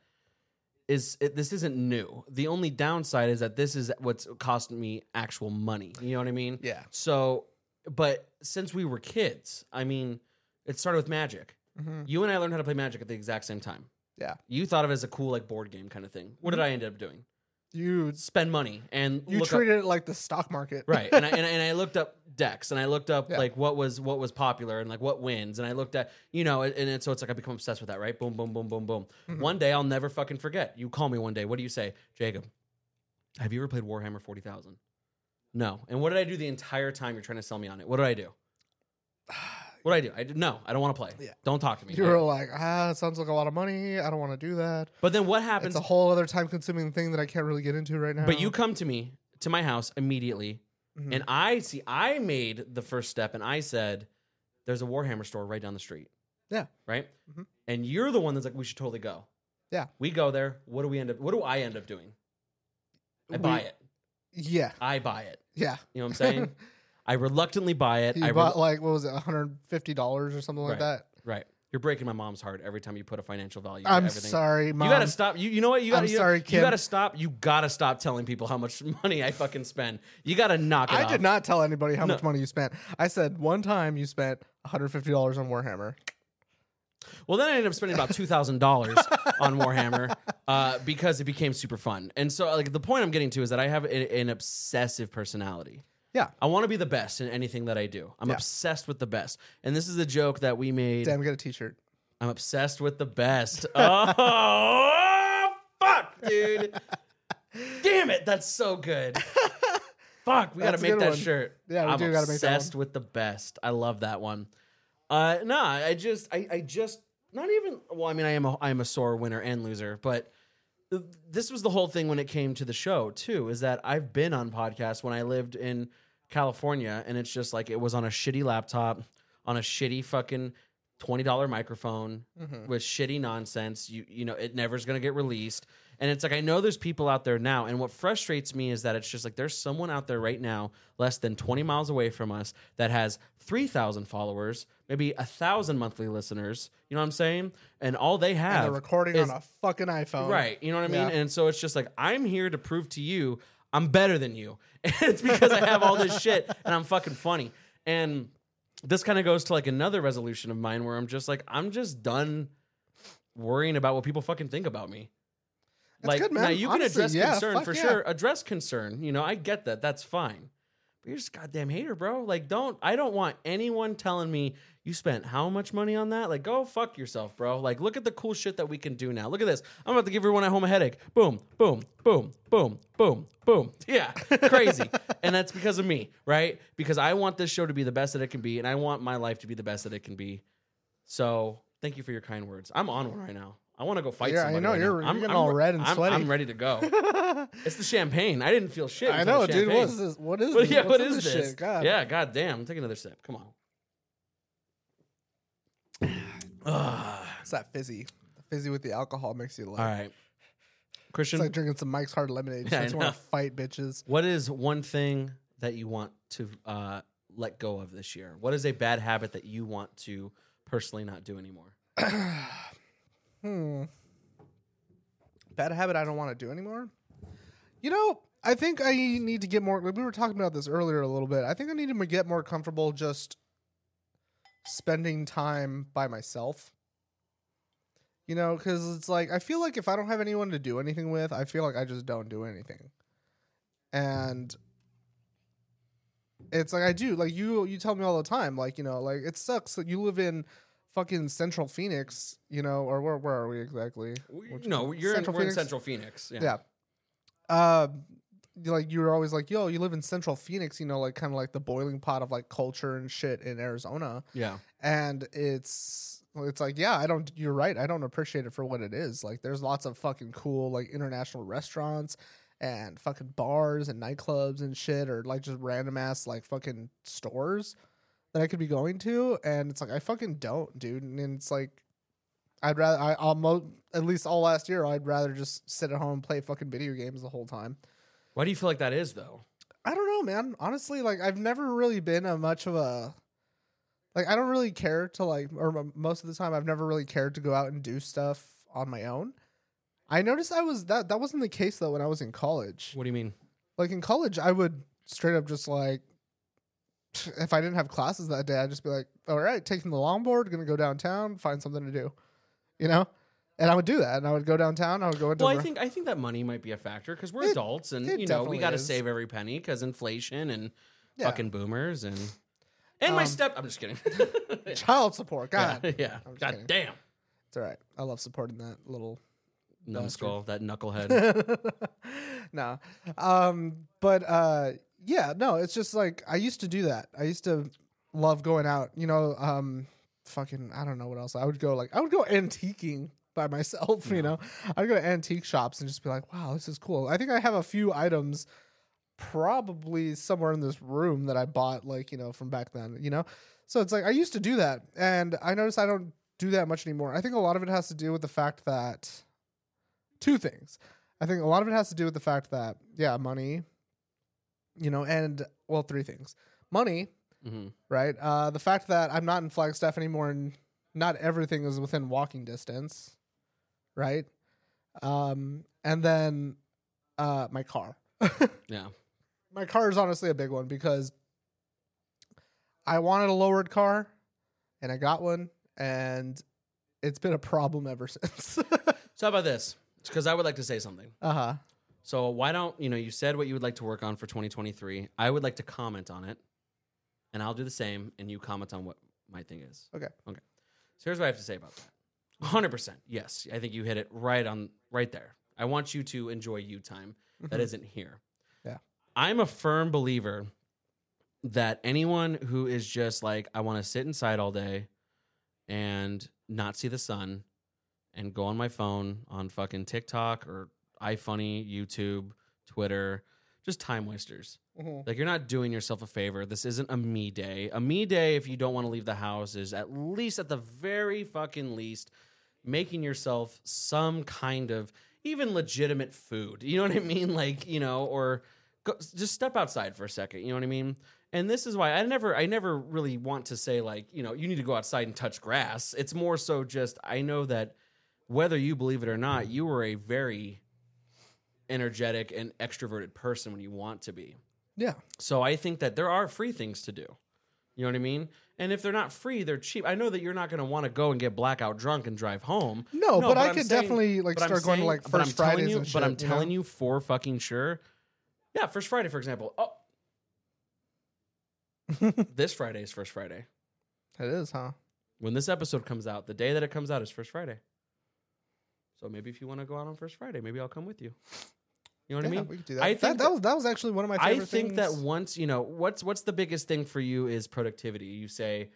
Speaker 4: is it, this isn't new. The only downside is that this is what's cost me actual money. You know what I mean?
Speaker 5: Yeah.
Speaker 4: So, but since we were kids, I mean, it started with magic.
Speaker 5: Mhm.
Speaker 4: You and I learned how to play magic at the exact same time.
Speaker 5: Yeah.
Speaker 4: You thought of it as a cool like board game kind of thing. What did I end up doing?
Speaker 5: You
Speaker 4: spend money and
Speaker 5: you
Speaker 4: look up-
Speaker 5: treated it like the stock market,
Speaker 4: right and I, and I and I looked up decks and I looked up
Speaker 5: Yeah.
Speaker 4: like what was what was popular and like what wins and I looked at you know and, and so it's like I become obsessed with that right boom boom boom boom boom
Speaker 5: Mm-hmm.
Speaker 4: one day I'll never fucking forget you call me one day what do you say Jacob have you ever played Warhammer 40,000 no and what did I do the entire time you're trying to sell me on it what did I do what did I do I did no I don't want to play
Speaker 5: Yeah.
Speaker 4: don't talk to me
Speaker 5: You were like, ah, it sounds like a lot of money. I don't want to do that.
Speaker 4: but then what
Speaker 5: It's
Speaker 4: happens
Speaker 5: a whole other time consuming thing that I can't really get into right now.
Speaker 4: But you come to me to my house immediately,
Speaker 5: Mhm.
Speaker 4: and I see I made the first step, and I said, "There's a Warhammer store right down the street."
Speaker 5: Yeah.
Speaker 4: Right.
Speaker 5: Mhm.
Speaker 4: And you're the one that's like, "We should totally go."
Speaker 5: Yeah.
Speaker 4: We go there. What do we end up? What do I end up doing? I
Speaker 5: We-
Speaker 4: buy it.
Speaker 5: yeah,
Speaker 4: I buy it.
Speaker 5: yeah.
Speaker 4: You know what I'm saying? I reluctantly buy it.
Speaker 5: You
Speaker 4: I re-
Speaker 5: bought like what was it, one hundred fifty dollars or something like
Speaker 4: Right.
Speaker 5: that.
Speaker 4: right. You're breaking my mom's heart every time you put a financial value. to
Speaker 5: I'm
Speaker 4: everything.
Speaker 5: sorry, mom.
Speaker 4: You gotta stop. You you know what? You gotta,
Speaker 5: I'm
Speaker 4: you-
Speaker 5: sorry,
Speaker 4: You
Speaker 5: Kim.
Speaker 4: gotta stop. You gotta stop telling people how much money I fucking spend. You gotta knock it
Speaker 5: I
Speaker 4: off.
Speaker 5: did not tell anybody how
Speaker 4: No.
Speaker 5: much money you spent. I said one time you spent one hundred fifty dollars on Warhammer.
Speaker 4: Well, then I ended up spending about two thousand dollars on Warhammer uh, because it became super fun. And so, like, the point I'm getting to is that I have a, an obsessive personality.
Speaker 5: Yeah.
Speaker 4: I want to be the best in anything that I do. I'm
Speaker 5: Yeah.
Speaker 4: obsessed with the best. And this is a joke that we made.
Speaker 5: Damn, get a T-shirt.
Speaker 4: I'm obsessed with the best. oh, fuck, dude. Damn it, that's so good. fuck, we got to
Speaker 5: That's a
Speaker 4: make
Speaker 5: good
Speaker 4: that
Speaker 5: one.
Speaker 4: shirt.
Speaker 5: Yeah, we
Speaker 4: I'm
Speaker 5: do gotta make that
Speaker 4: obsessed with the best. I love that one. Uh, nah, I just, I, I just, not even. Well, I mean, I am, a, I am a sore winner and loser, but th- this was the whole thing when it came to the show too. Is that I've been on podcasts when I lived in California, and it's just like it was on a shitty laptop, on a shitty fucking twenty dollar microphone
Speaker 5: Mm-hmm.
Speaker 4: with shitty nonsense. You, you know, it never's gonna get released. And it's like I know there's people out there now, and what frustrates me is that it's just like there's someone out there right now, less than 20 miles away from us, that has 3,000 followers, maybe a thousand monthly listeners. You know what I'm saying? And all they have
Speaker 5: And they're recording
Speaker 4: is-
Speaker 5: on a fucking iPhone.
Speaker 4: right. You know what I mean?
Speaker 5: Um, Yeah.
Speaker 4: And so it's just like I'm here to prove to you I'm better than you. And it's because I have all this shit and I'm fucking funny. And this kind of goes to like another resolution of mine where I'm just like I'm just done worrying about what people fucking think about me.
Speaker 5: That's good, man.
Speaker 4: now you
Speaker 5: Honestly,
Speaker 4: can address
Speaker 5: yeah,
Speaker 4: concern
Speaker 5: fuck
Speaker 4: for
Speaker 5: yeah.
Speaker 4: sure. Address concern. You know, I get that. That's fine. But you're just a goddamn hater, bro. Like, don't I don't want anyone telling me you spent how much money on that? Like, go fuck yourself, bro. Like, look at the cool shit that we can do now. Look at this. I'm about to give everyone at home a headache. Boom, boom, boom, boom, boom, boom. Yeah. Crazy. and that's because of me, right? Because I want this show to be the best that it can be, and I want my life to be the best that it can be. So thank you for your kind words. I'm on one right now. I want to go fight
Speaker 5: Yeah, I
Speaker 4: somebody.
Speaker 5: know,
Speaker 4: right
Speaker 5: you're-
Speaker 4: now.
Speaker 5: you're
Speaker 4: I'm,
Speaker 5: getting
Speaker 4: I'm-
Speaker 5: all red and
Speaker 4: I'm-
Speaker 5: sweaty.
Speaker 4: I'm ready to go. it's the champagne. I didn't feel shit.
Speaker 5: I
Speaker 4: until
Speaker 5: know,
Speaker 4: the
Speaker 5: dude. What
Speaker 4: champagne.
Speaker 5: is this? What is?
Speaker 4: But
Speaker 5: this?
Speaker 4: yeah,
Speaker 5: What's
Speaker 4: what
Speaker 5: in
Speaker 4: is
Speaker 5: this
Speaker 4: this?
Speaker 5: Shit? God.
Speaker 4: Yeah, goddamn. Take another sip. Come on.
Speaker 5: It's that fizzy. The fizzy with the alcohol makes you laugh.
Speaker 4: All right, Christian.
Speaker 5: It's like drinking some Mike's Hard Lemonade.
Speaker 4: Yeah, I
Speaker 5: Yeah, just want
Speaker 4: know.
Speaker 5: to fight bitches.
Speaker 4: what is one thing that you want to uh, let go of this year? What is a bad habit that you want to personally not do anymore?
Speaker 5: Hmm. Bad habit I don't want to do anymore. You know, I think I need to get more. We were talking about this earlier a little bit. I think I need to get more comfortable just spending time by myself. You know, because it's like I feel like if I don't have anyone to do anything with, I feel like I just don't do anything. And it's like I do. Like you, you tell me all the time. Like you know, like it sucks that you live in fucking Central Phoenix. You know, or where where are we exactly? Which-
Speaker 4: no, you're in,
Speaker 5: Central
Speaker 4: we're in
Speaker 5: Phoenix?
Speaker 4: Central Phoenix. Yeah.
Speaker 5: yeah. Uh, you- like you were always like, yo, you live in Central Phoenix, you know, like kind of like the boiling pot of like culture and shit in Arizona,
Speaker 4: Yeah.
Speaker 5: and it's it's like, yeah, I don't. You're right. I don't appreciate it for what it is. Like, there's lots of fucking cool like international restaurants and fucking bars and nightclubs and shit, or like just random ass like fucking stores that I could be going to, and it's like I fucking don't, dude. And it's like I'd rather I almost at least all last year I'd rather just sit at home and play fucking video games the whole time.
Speaker 4: Why do you feel like that is though?
Speaker 5: I don't know, man. Honestly, like I've never really been a much of a like I don't really care to like or m- most of the time I've never really cared to go out and do stuff on my own. I noticed I was that that wasn't the case though when I was in college.
Speaker 4: What do you mean?
Speaker 5: Like in college I would straight up just like if I didn't have classes that day, I'd just be like, "All right, taking the longboard, going to go downtown, find something to do." You know? And I would do that, and I would go downtown. I would go into.
Speaker 4: Well, I
Speaker 5: re-
Speaker 4: think I think that money might be a factor because we're
Speaker 5: It-
Speaker 4: adults and
Speaker 5: it
Speaker 4: you know we
Speaker 5: definitely
Speaker 4: got to
Speaker 5: is.
Speaker 4: save every penny because inflation and
Speaker 5: Yeah.
Speaker 4: fucking boomers and and my
Speaker 5: Um,
Speaker 4: step. I'm just kidding.
Speaker 5: child support. God,
Speaker 4: yeah, yeah.
Speaker 5: I'm just
Speaker 4: God
Speaker 5: kidding.
Speaker 4: damn
Speaker 5: it's all right. I love supporting that little
Speaker 4: numbskull, that knucklehead.
Speaker 5: no. Um, but uh, yeah, no, it's just like I used to do that. I used to love going out, you know, um, fucking, I don't know what else. I would go like, I would go antiquing by myself, you know, I'd go to antique shops and just be like, wow, this is cool. I think I have a few items probably somewhere in this room that I bought, like, you know, from back then, you know? So it's like I used to do that. And I noticed I don't do that much anymore. I think a lot of it has to do with the fact that two things. I think a lot of it has to do with the fact that, yeah, money, you know, and well, three things money,
Speaker 4: hmm
Speaker 5: right? Uh, the fact that I'm not in Flagstaff anymore and not everything is within walking distance, right? Um, and then uh, my car.
Speaker 4: Yeah,
Speaker 5: my car is honestly a big one because I wanted a lowered car and I got one and it's been a problem ever since.
Speaker 4: So how about this? Because I would like to say something.
Speaker 5: uh huh.
Speaker 4: So why don't you know? You said what you would like to work on for 2023. I would like to comment on it, and I'll do the same. And you comment on what my thing is.
Speaker 5: Okay.
Speaker 4: Okay. So here's what I have to say about that. 100. percent Yes, I think you hit it right on right there. I want you to enjoy you time that isn't here.
Speaker 5: Mm-hmm. Yeah.
Speaker 4: I'm a firm believer that anyone who is just like I want to sit inside all day and not see the sun and go on my phone on fucking TikTok or iFunny, YouTube, Twitter, just time wasters.
Speaker 5: Mhm.
Speaker 4: Like you're not doing yourself a favor. This isn't a me day. A me day, if you don't want to leave the house, is at least at the very fucking least making yourself some kind of even legitimate food. You know what I mean? Like you know, or go, just step outside for a second. You know what I mean? And this is why I never, I never really want to say like you know you need to go outside and touch grass. It's more so just I know that whether you believe it or not, you are a very energetic and extroverted person when you want to be.
Speaker 5: Yeah.
Speaker 4: So I think that there are free things to do. You know what I mean? And if they're not free, they're cheap. I know that you're not going to want to go and get blackout drunk and drive home.
Speaker 5: No, but I
Speaker 4: I'm
Speaker 5: could definitely, like,
Speaker 4: but I'm
Speaker 5: start going to,
Speaker 4: saying-
Speaker 5: like,
Speaker 4: but I'm
Speaker 5: First
Speaker 4: telling
Speaker 5: Fridays
Speaker 4: you,
Speaker 5: and
Speaker 4: But
Speaker 5: shit,
Speaker 4: I'm
Speaker 5: you
Speaker 4: telling
Speaker 5: know?
Speaker 4: you for fucking sure. Yeah, First Friday, for example. Oh, this Friday is First Friday.
Speaker 5: It is, huh?
Speaker 4: When this episode comes out, the day that it comes out is First Friday. So maybe if you want to go out on First Friday, maybe I'll come with you. You know what
Speaker 5: yeah,
Speaker 4: I mean?
Speaker 5: we could do that.
Speaker 4: I
Speaker 5: I
Speaker 4: think
Speaker 5: think that,
Speaker 4: that-
Speaker 5: was that was actually one of my
Speaker 4: I
Speaker 5: favorite
Speaker 4: think
Speaker 5: things.
Speaker 4: that once you know what's what's the biggest thing for you is productivity. You say,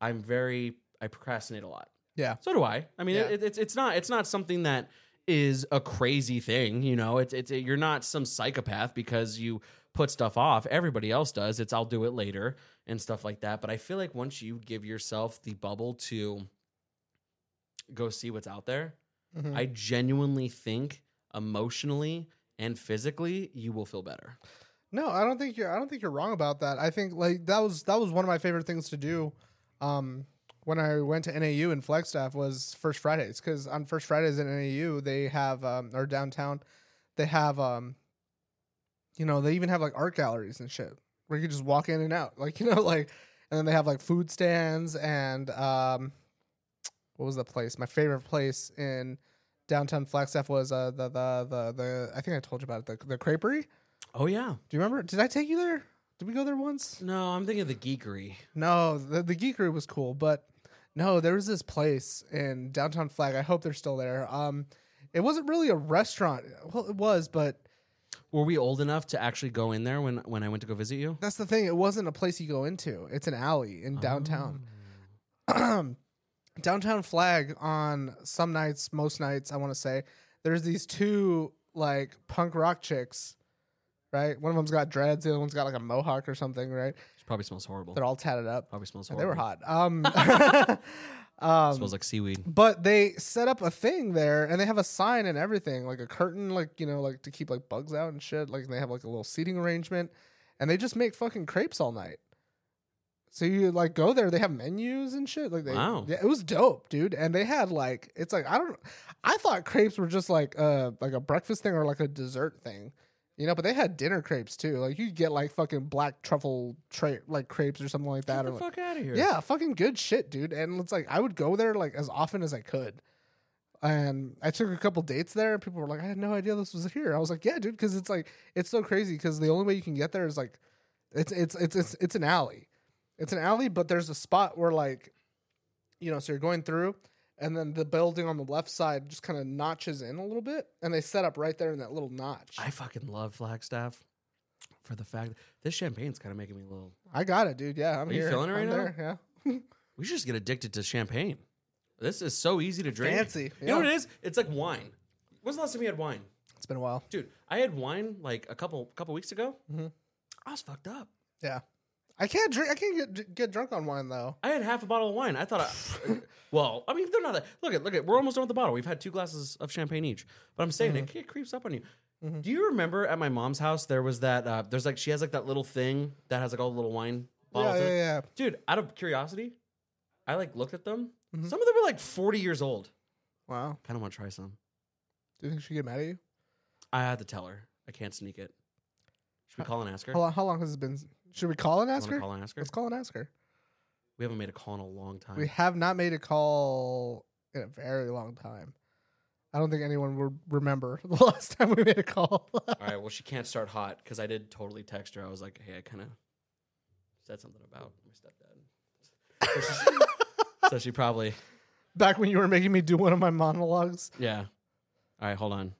Speaker 4: "I'm very I procrastinate a lot."
Speaker 5: Yeah.
Speaker 4: So do I. I mean,
Speaker 5: Yeah.
Speaker 4: it, it's it's not it's not something that is a crazy thing. You know, it's it's you're not some psychopath because you put stuff off. Everybody else does. It's I'll do it later and stuff like that. But I feel like once you give yourself the bubble to go see what's out there,
Speaker 5: Mhm.
Speaker 4: I genuinely think emotionally and physically you will feel better.
Speaker 5: No, I don't think you're. I don't think you're wrong about that. I think like that was that was one of my favorite things to do, um, when I went to NAU in Flagstaff was First Fridays because on First Fridays in NAU they have um, or downtown, they have um, you know they even have like art galleries and shit where you just walk in and out like you know like, and then they have like food stands and um, what was the place? My favorite place in downtown Flagstaff was uh the the the, the I think I told you about it the the creperie.
Speaker 4: Oh yeah.
Speaker 5: Do you remember? Did I take you there? Did we go there once?
Speaker 4: No, I'm thinking of the geekery.
Speaker 5: No, the, the geekery was cool, but no, there was this place in downtown Flag. I hope they're still there. Um, it wasn't really a restaurant. Well, it was, but
Speaker 4: Were we old enough to actually go in there when when I went to go visit you?
Speaker 5: that's the thing. It wasn't a place you go into. It's an alley in downtown. downtown Flag on some nights, most nights, I want to say, there's these two like punk rock chicks, right? One of them's got dreads, the other one's got like a mohawk or something, right?
Speaker 4: It probably smells horrible.
Speaker 5: They're all tatted up.
Speaker 4: probably smells
Speaker 5: Yeah,
Speaker 4: horrible.
Speaker 5: They were hot. Um,
Speaker 4: It smells like seaweed.
Speaker 5: but they set up a thing there, and they have a sign and everything, like a curtain, like you know, like to keep like bugs out and shit. Like they have like a little seating arrangement, and they just make fucking crepes all night. So you like go there, they have menus and shit. Like they,
Speaker 4: Wow.
Speaker 5: yeah, it was dope, dude. And they had like, it's like I don't, I thought crepes were just like a like a breakfast thing or like a dessert thing, you know. But they had dinner crepes too. Like you could get like fucking black truffle tra- like crepes or something like that.
Speaker 4: Get
Speaker 5: or
Speaker 4: the
Speaker 5: like,
Speaker 4: fuck out of here.
Speaker 5: yeah, fucking good shit, dude. And it's like I would go there like as often as I could. and I took a couple dates there, and people were like, "I had no idea this was here." I was like, "Yeah, dude," because it's like it's so crazy. Because the only way you can get there is like, it's it's it's it's it's an alley, it's an alley, but there's a spot where like, you know, so you're going through, and then the building on the left side just kind of notches in a little bit, and they set up right there in that little notch.
Speaker 4: I fucking love Flagstaff for the fact this champagne's kind of making me a little.
Speaker 5: I got it, dude. Yeah, I'm
Speaker 4: Are you
Speaker 5: here.
Speaker 4: feeling it
Speaker 5: I'm
Speaker 4: right now?
Speaker 5: there, Yeah.
Speaker 4: We should just get addicted to champagne. This is so easy to drink.
Speaker 5: Fancy,
Speaker 4: You know what
Speaker 5: yeah.
Speaker 4: it is? It's like wine. When's the last time you had wine,
Speaker 5: It's been a while.
Speaker 4: dude? I had wine like a couple couple weeks ago.
Speaker 5: Mm-hmm.
Speaker 4: I was fucked up.
Speaker 5: Yeah. I can't drink. I can't get get drunk on wine though.
Speaker 4: I had half a bottle of wine. I thought, I, well, I mean, they're not that. Look at, look at. We're almost done with the bottle. We've had two glasses of champagne each. But I'm saying
Speaker 5: Mm-hmm.
Speaker 4: it, it creeps up on you. Do you remember at my mom's house there was that? Uh, there's like she has like that little thing that has like all the little wine bottles.
Speaker 5: Yeah,
Speaker 4: in
Speaker 5: yeah,
Speaker 4: it.
Speaker 5: yeah.
Speaker 4: Dude, out of curiosity, I like looked at them.
Speaker 5: Mm-hmm.
Speaker 4: Some of them were like 40 years old.
Speaker 5: Wow.
Speaker 4: Kind of want to try some.
Speaker 5: Do you think she get mad at you?
Speaker 4: I had to tell her. I can't sneak it. Should we call and ask her?
Speaker 5: How long, how long has it been? Should we call and ask
Speaker 4: Wanna
Speaker 5: her?
Speaker 4: call and ask her?
Speaker 5: Let's call and ask her.
Speaker 4: We haven't made a call in a long time.
Speaker 5: We have not made a call in a very long time. I don't think anyone will remember the last time we made a call.
Speaker 4: All right. Well, she can't start hot because I did totally text her. I was like, hey, I kind of said something about my stepdad. so she probably,
Speaker 5: Back when you were making me do one of my monologues.
Speaker 4: yeah. All right. Hold on.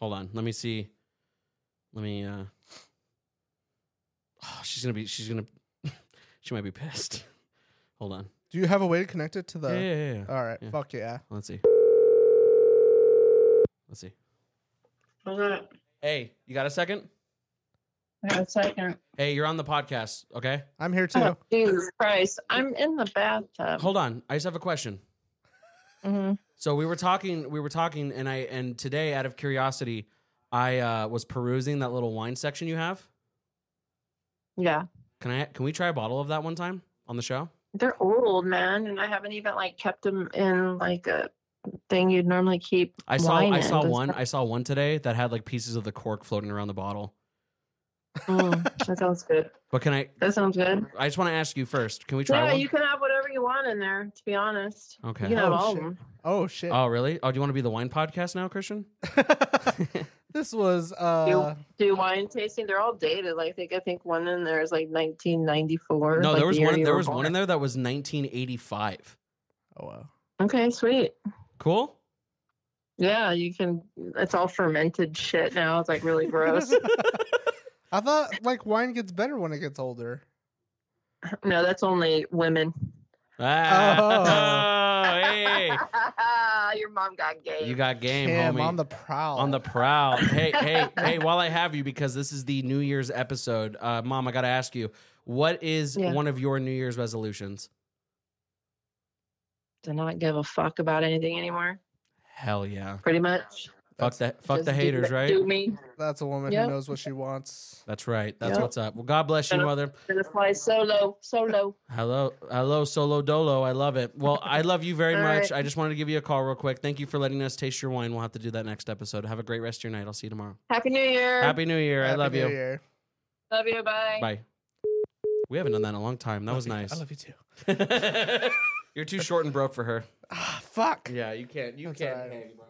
Speaker 4: Hold on. Let me see. Let me, uh, oh, she's going to be, she's going to, she might be pissed. Hold on.
Speaker 5: Do you have a way to connect it to the?
Speaker 4: Yeah, yeah, yeah, yeah.
Speaker 5: All right.
Speaker 4: Yeah.
Speaker 5: Fuck yeah.
Speaker 4: Let's see. Let's see.
Speaker 6: Hold up.
Speaker 4: Hey, you got a second?
Speaker 6: I got a second.
Speaker 4: Hey, you're on the podcast, okay?
Speaker 5: I'm here too.
Speaker 4: Uh-huh.
Speaker 6: Oh, Jesus Christ. I'm in the bathtub.
Speaker 4: Hold on. I just have a question.
Speaker 6: hmm
Speaker 4: So we were talking, we were talking, and I and today, out of curiosity, I uh, was perusing that little wine section you have.
Speaker 6: Yeah.
Speaker 4: Can I? Can we try a bottle of that one time on the show?
Speaker 6: They're old, man. And I haven't even like kept them in like a thing you'd normally keep.
Speaker 4: I saw,
Speaker 6: wine
Speaker 4: I
Speaker 6: in.
Speaker 4: saw
Speaker 6: Does
Speaker 4: one,
Speaker 6: that-
Speaker 4: I saw one today that had like pieces of the cork floating around the bottle.
Speaker 6: Mm, that sounds good.
Speaker 4: But can I?
Speaker 6: That sounds good.
Speaker 4: I just want to ask you first. Can we try
Speaker 6: yeah,
Speaker 4: one?
Speaker 6: you can have whatever you want in there, to be honest.
Speaker 4: Okay.
Speaker 6: You can have
Speaker 5: Oh,
Speaker 6: all
Speaker 5: shit.
Speaker 6: of them.
Speaker 5: Oh shit.
Speaker 4: oh, really? Oh, do you want to be the wine podcast now, Christian?
Speaker 5: this was uh
Speaker 6: Do wine tasting. They're all dated. Like, I think, I think one in there is like 1994.
Speaker 4: No,
Speaker 6: like
Speaker 4: there was
Speaker 6: the year
Speaker 4: one.
Speaker 6: you
Speaker 4: There
Speaker 6: were
Speaker 4: was one in
Speaker 6: born.
Speaker 4: there that was 1985.
Speaker 5: oh wow.
Speaker 6: Okay, sweet.
Speaker 4: Cool.
Speaker 6: Yeah, you can. It's all fermented shit now. It's like really gross.
Speaker 5: I thought like wine gets better when it gets older.
Speaker 6: no, that's only women.
Speaker 4: Ah. hey.
Speaker 6: Your mom got gay.
Speaker 4: You got game,
Speaker 5: Damn,
Speaker 4: homie.
Speaker 5: on the
Speaker 6: Oh.
Speaker 5: prowl.
Speaker 4: On the prowl. Hey, hey, hey, while I have you, because this is the New Year's episode, uh, Mom, I got to ask you, what is
Speaker 6: Yeah.
Speaker 4: one of your New Year's resolutions?
Speaker 6: to not give a fuck about anything anymore.
Speaker 4: Hell yeah.
Speaker 6: Pretty much.
Speaker 4: Fuck that. Fuck
Speaker 6: Just
Speaker 4: the
Speaker 6: do-
Speaker 4: haters, right?
Speaker 6: Do me.
Speaker 5: That's a woman
Speaker 6: Yep.
Speaker 5: who knows what she wants.
Speaker 4: That's right. That's
Speaker 6: Yeah.
Speaker 4: what's up. Well, God bless you,
Speaker 6: Yeah.
Speaker 4: mother.
Speaker 6: Gonna fly solo, solo.
Speaker 4: Hello, hello, Solo Dolo. I love it. Well, I love you very
Speaker 6: All
Speaker 4: much.
Speaker 6: right.
Speaker 4: I just wanted to give you a call real quick. Thank you for letting us taste your wine. We'll have to do that next episode. Have a great rest of your night. I'll see you tomorrow.
Speaker 6: Happy New Year.
Speaker 4: Happy New Year. I
Speaker 5: Happy
Speaker 4: love
Speaker 5: New
Speaker 4: you.
Speaker 5: Year.
Speaker 6: Love you. Bye.
Speaker 4: Bye. We haven't done that in a long time. That was
Speaker 5: Love you.
Speaker 4: nice.
Speaker 5: I love you too.
Speaker 4: You're too short and broke for her.
Speaker 5: Ah, fuck.
Speaker 4: Yeah, you can't. You
Speaker 5: That's
Speaker 4: can't
Speaker 5: all right.
Speaker 4: hang, bro.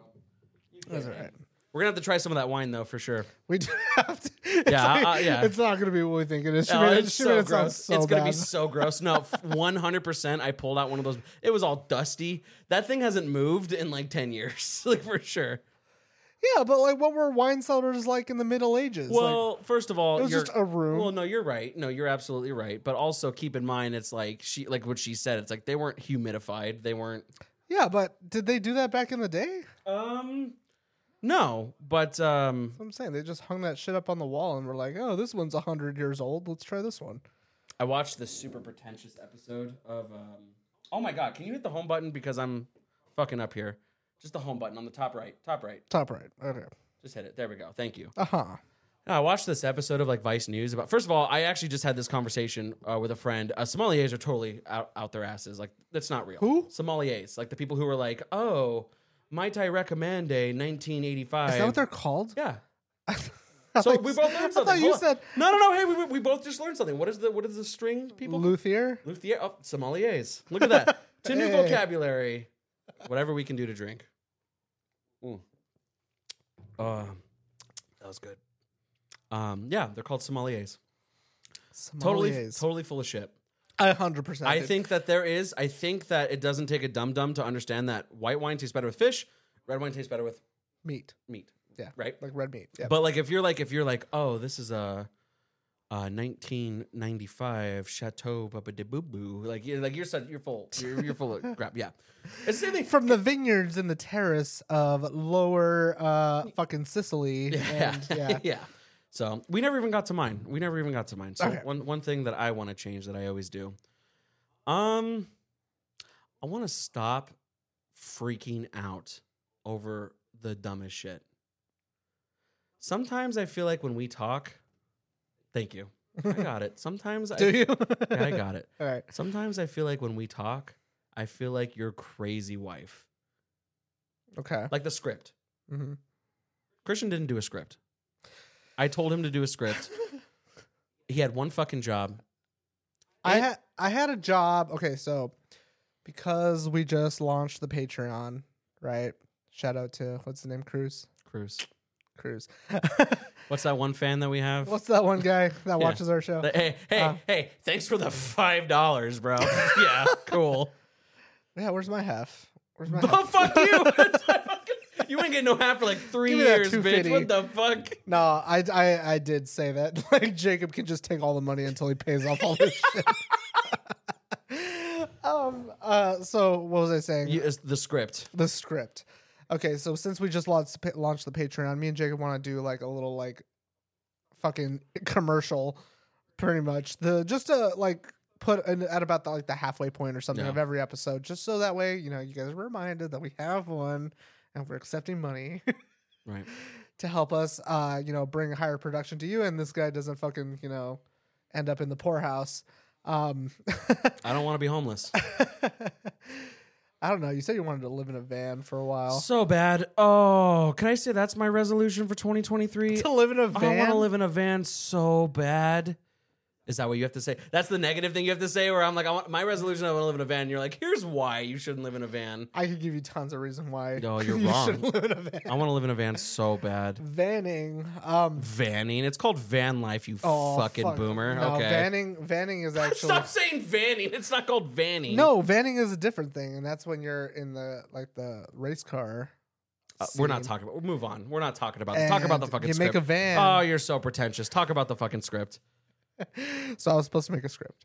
Speaker 4: You
Speaker 5: That's all
Speaker 4: can't hang.
Speaker 5: right.
Speaker 4: We're gonna have to try some of that wine though, for sure.
Speaker 5: We do have to. It's
Speaker 4: Yeah,
Speaker 5: like-
Speaker 4: uh, yeah.
Speaker 5: It's not gonna be what we think it is. She
Speaker 4: Oh,
Speaker 5: made it,
Speaker 4: it's
Speaker 5: she made
Speaker 4: so
Speaker 5: it sound
Speaker 4: gross.
Speaker 5: so
Speaker 4: it's gonna be
Speaker 5: bad.
Speaker 4: so gross. No, one hundred percent. I pulled out one of those. It was all dusty. That thing hasn't moved in like ten years, like for sure.
Speaker 5: yeah, but like, what were wine cellars like in the Middle Ages?
Speaker 4: Well, first of all,
Speaker 5: like, it was
Speaker 4: you're-
Speaker 5: just a room.
Speaker 4: Well, no, you're right. No, you're absolutely right. But also keep in mind, it's like she, like what she said. It's like they weren't humidified. They weren't.
Speaker 5: yeah, but did they do that back in the day? That's
Speaker 4: Um, no, but um,
Speaker 5: what I'm saying they just hung that shit up on the wall and were like, "Oh, this one's hundred years old. Let's try this one."
Speaker 4: I watched this super pretentious episode of. Um, oh my god! Can you hit the home button because I'm fucking up here? Just the home button on the top right, top right.
Speaker 5: Top right. Okay.
Speaker 4: Just hit it. There we go. Thank you.
Speaker 5: Uh huh.
Speaker 4: No, I watched this episode of like Vice News about. First of all, I actually just had this conversation uh, with a friend. Uh, sommeliers are totally out, out their asses. Like that's not real.
Speaker 5: Who?
Speaker 4: Sommeliers, like the people who are like, oh, might I recommend a 1985?
Speaker 5: Is that what they're called?
Speaker 4: Yeah.
Speaker 5: I
Speaker 4: So
Speaker 5: thought-
Speaker 4: we both learned
Speaker 5: I
Speaker 4: something.
Speaker 5: thought you
Speaker 4: Hold on.
Speaker 5: said
Speaker 4: no, no, no. Hey, we, we- we both just learned something. What is the what is the string people?
Speaker 5: luthier.
Speaker 4: Luthier, oh, sommeliers. Look at that. Two new
Speaker 5: Hey.
Speaker 4: vocabulary. whatever we can do to drink. Mm. Uh, that was good. Um, yeah, they're called sommeliers. Totally,
Speaker 5: Sommeliers.
Speaker 4: totally full of shit.
Speaker 5: I hundred percent.
Speaker 4: I think that there is. I think that it doesn't take a dum dum to understand that white wine tastes better with fish, red wine tastes better with
Speaker 5: meat.
Speaker 4: meat.
Speaker 5: Yeah,
Speaker 4: Right.
Speaker 5: like red meat. Yeah,
Speaker 4: But like, if you're like, if you're like, oh, this is a, a 1995 Chateau Baba de Boo Boo, like you're like you're so, you're full, you're, you're full of crap. Yeah, it's the same thing.
Speaker 5: from the vineyards in the terrace of lower uh fucking Sicily.
Speaker 4: Yeah,
Speaker 5: And, yeah.
Speaker 4: So we never even got to mine. We never even got to mine. So
Speaker 5: Okay.
Speaker 4: one one thing that I want to change that I always do, um, I want to stop freaking out over the dumbest shit. Sometimes I feel like when we talk, thank you. I got it. Sometimes I
Speaker 5: Do you?
Speaker 4: Yeah, I got it.
Speaker 5: All right.
Speaker 4: Sometimes I feel like when we talk, I feel like your crazy wife.
Speaker 5: Okay.
Speaker 4: Like the script.
Speaker 5: hmm
Speaker 4: Christian didn't do a script. I told him to do a script. he had one fucking job.
Speaker 5: I had I had a job. Okay, so because we just launched the Patreon, right? Shout out to what's the name? Cruz.
Speaker 4: Cruz.
Speaker 5: Cruz.
Speaker 4: What's that one fan that we have?
Speaker 5: what's that one guy that watches our show?
Speaker 4: The- hey, hey,
Speaker 5: Uh.
Speaker 4: hey, thanks for the five dollars, bro. yeah, cool.
Speaker 5: Yeah, where's my half? Where's my
Speaker 4: oh
Speaker 5: half?
Speaker 4: fuck you. you ain't getting no half for like three
Speaker 5: Give me that
Speaker 4: years, bitch.
Speaker 5: 250.
Speaker 4: What the fuck?
Speaker 5: No, I, I I did say that. Like Jacob can just take all the money until he pays off all this shit. um. Uh. So what was I saying?
Speaker 4: You, it's the script.
Speaker 5: the script. Okay, so since we just launched pa- launched the Patreon, me and Jacob want to do like a little like fucking commercial, pretty much the just to like put an, at about the, like the halfway point or something
Speaker 4: Yeah.
Speaker 5: of every episode, just so that way you know you guys are reminded that we have one and we're accepting money
Speaker 4: Right.
Speaker 5: to help us, uh, you know, bring higher production to you, and this guy doesn't fucking you know end up in the poorhouse. Um,
Speaker 4: I don't want to be homeless.
Speaker 5: I don't know. You said you wanted to live in a van for a while.
Speaker 4: So bad. Oh, can I say that's my resolution for 2023?
Speaker 5: to live in a
Speaker 4: I
Speaker 5: van.
Speaker 4: want to live in a van so bad. Is that what you have to say? That's the negative thing you have to say. Where I'm like, I want my resolution. I want to live in a van. And you're like, here's why you shouldn't live in a van.
Speaker 5: I could give you tons of reason why.
Speaker 4: No, you're
Speaker 5: you
Speaker 4: wrong.
Speaker 5: shouldn't live in a van.
Speaker 4: I want to live in a van so bad.
Speaker 5: Vanning. Um,
Speaker 4: Vanning. It's called van life. You
Speaker 5: oh,
Speaker 4: fucking
Speaker 5: fuck.
Speaker 4: boomer.
Speaker 5: No,
Speaker 4: okay.
Speaker 5: Vanning. Vanning is actually
Speaker 4: Stop saying vanning. It's not called vanning.
Speaker 5: no. Vanning is a different thing, and that's when you're in the like the race car.
Speaker 4: Uh, we're not
Speaker 5: scene.
Speaker 4: talking about. Move on. We're not talking about. That. Talk about the
Speaker 5: And
Speaker 4: fucking.
Speaker 5: you make
Speaker 4: script.
Speaker 5: a van.
Speaker 4: Oh, you're so pretentious. Talk about the fucking script.
Speaker 5: So I was supposed to make a script,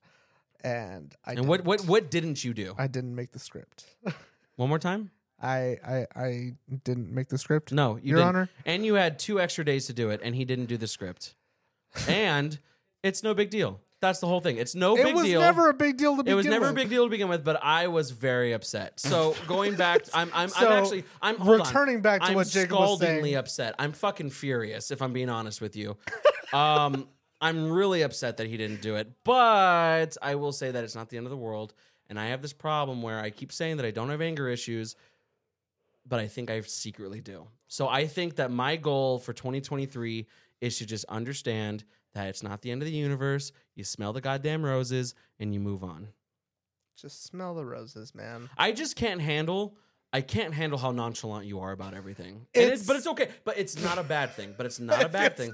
Speaker 5: and I
Speaker 4: And what
Speaker 5: didn't.
Speaker 4: what what didn't you do?
Speaker 5: I didn't make the script.
Speaker 4: One more time.
Speaker 5: I I I didn't make the script.
Speaker 4: No, you
Speaker 5: Your
Speaker 4: didn't.
Speaker 5: Honor.
Speaker 4: And you had two extra days to do it, and he didn't do the script. and it's no big deal. That's the whole thing. It's no
Speaker 5: it
Speaker 4: big
Speaker 5: was
Speaker 4: deal.
Speaker 5: never a big deal to
Speaker 4: it
Speaker 5: begin
Speaker 4: was never a
Speaker 5: with.
Speaker 4: big deal to begin with, but I was very upset. So going back, I'm I'm,
Speaker 5: So,
Speaker 4: I'm actually I'm hold on.
Speaker 5: returning back to
Speaker 4: I'm
Speaker 5: what Jacob was
Speaker 4: scaldingly
Speaker 5: saying.
Speaker 4: upset. I'm fucking furious if I'm being honest with you. um, I'm really upset that he didn't do it, but I will say that it's not the end of the world. And I have this problem where I keep saying that I don't have anger issues, but I think I secretly do. So I think that my goal for 2023 is to just understand that it's not the end of the universe. You smell the goddamn roses and you move on.
Speaker 5: Just smell the roses, man.
Speaker 4: I just can't handle. I can't handle how nonchalant you are about everything. And it's,
Speaker 5: It's-
Speaker 4: but it's okay. But it's not a bad thing. But it's not a bad thing.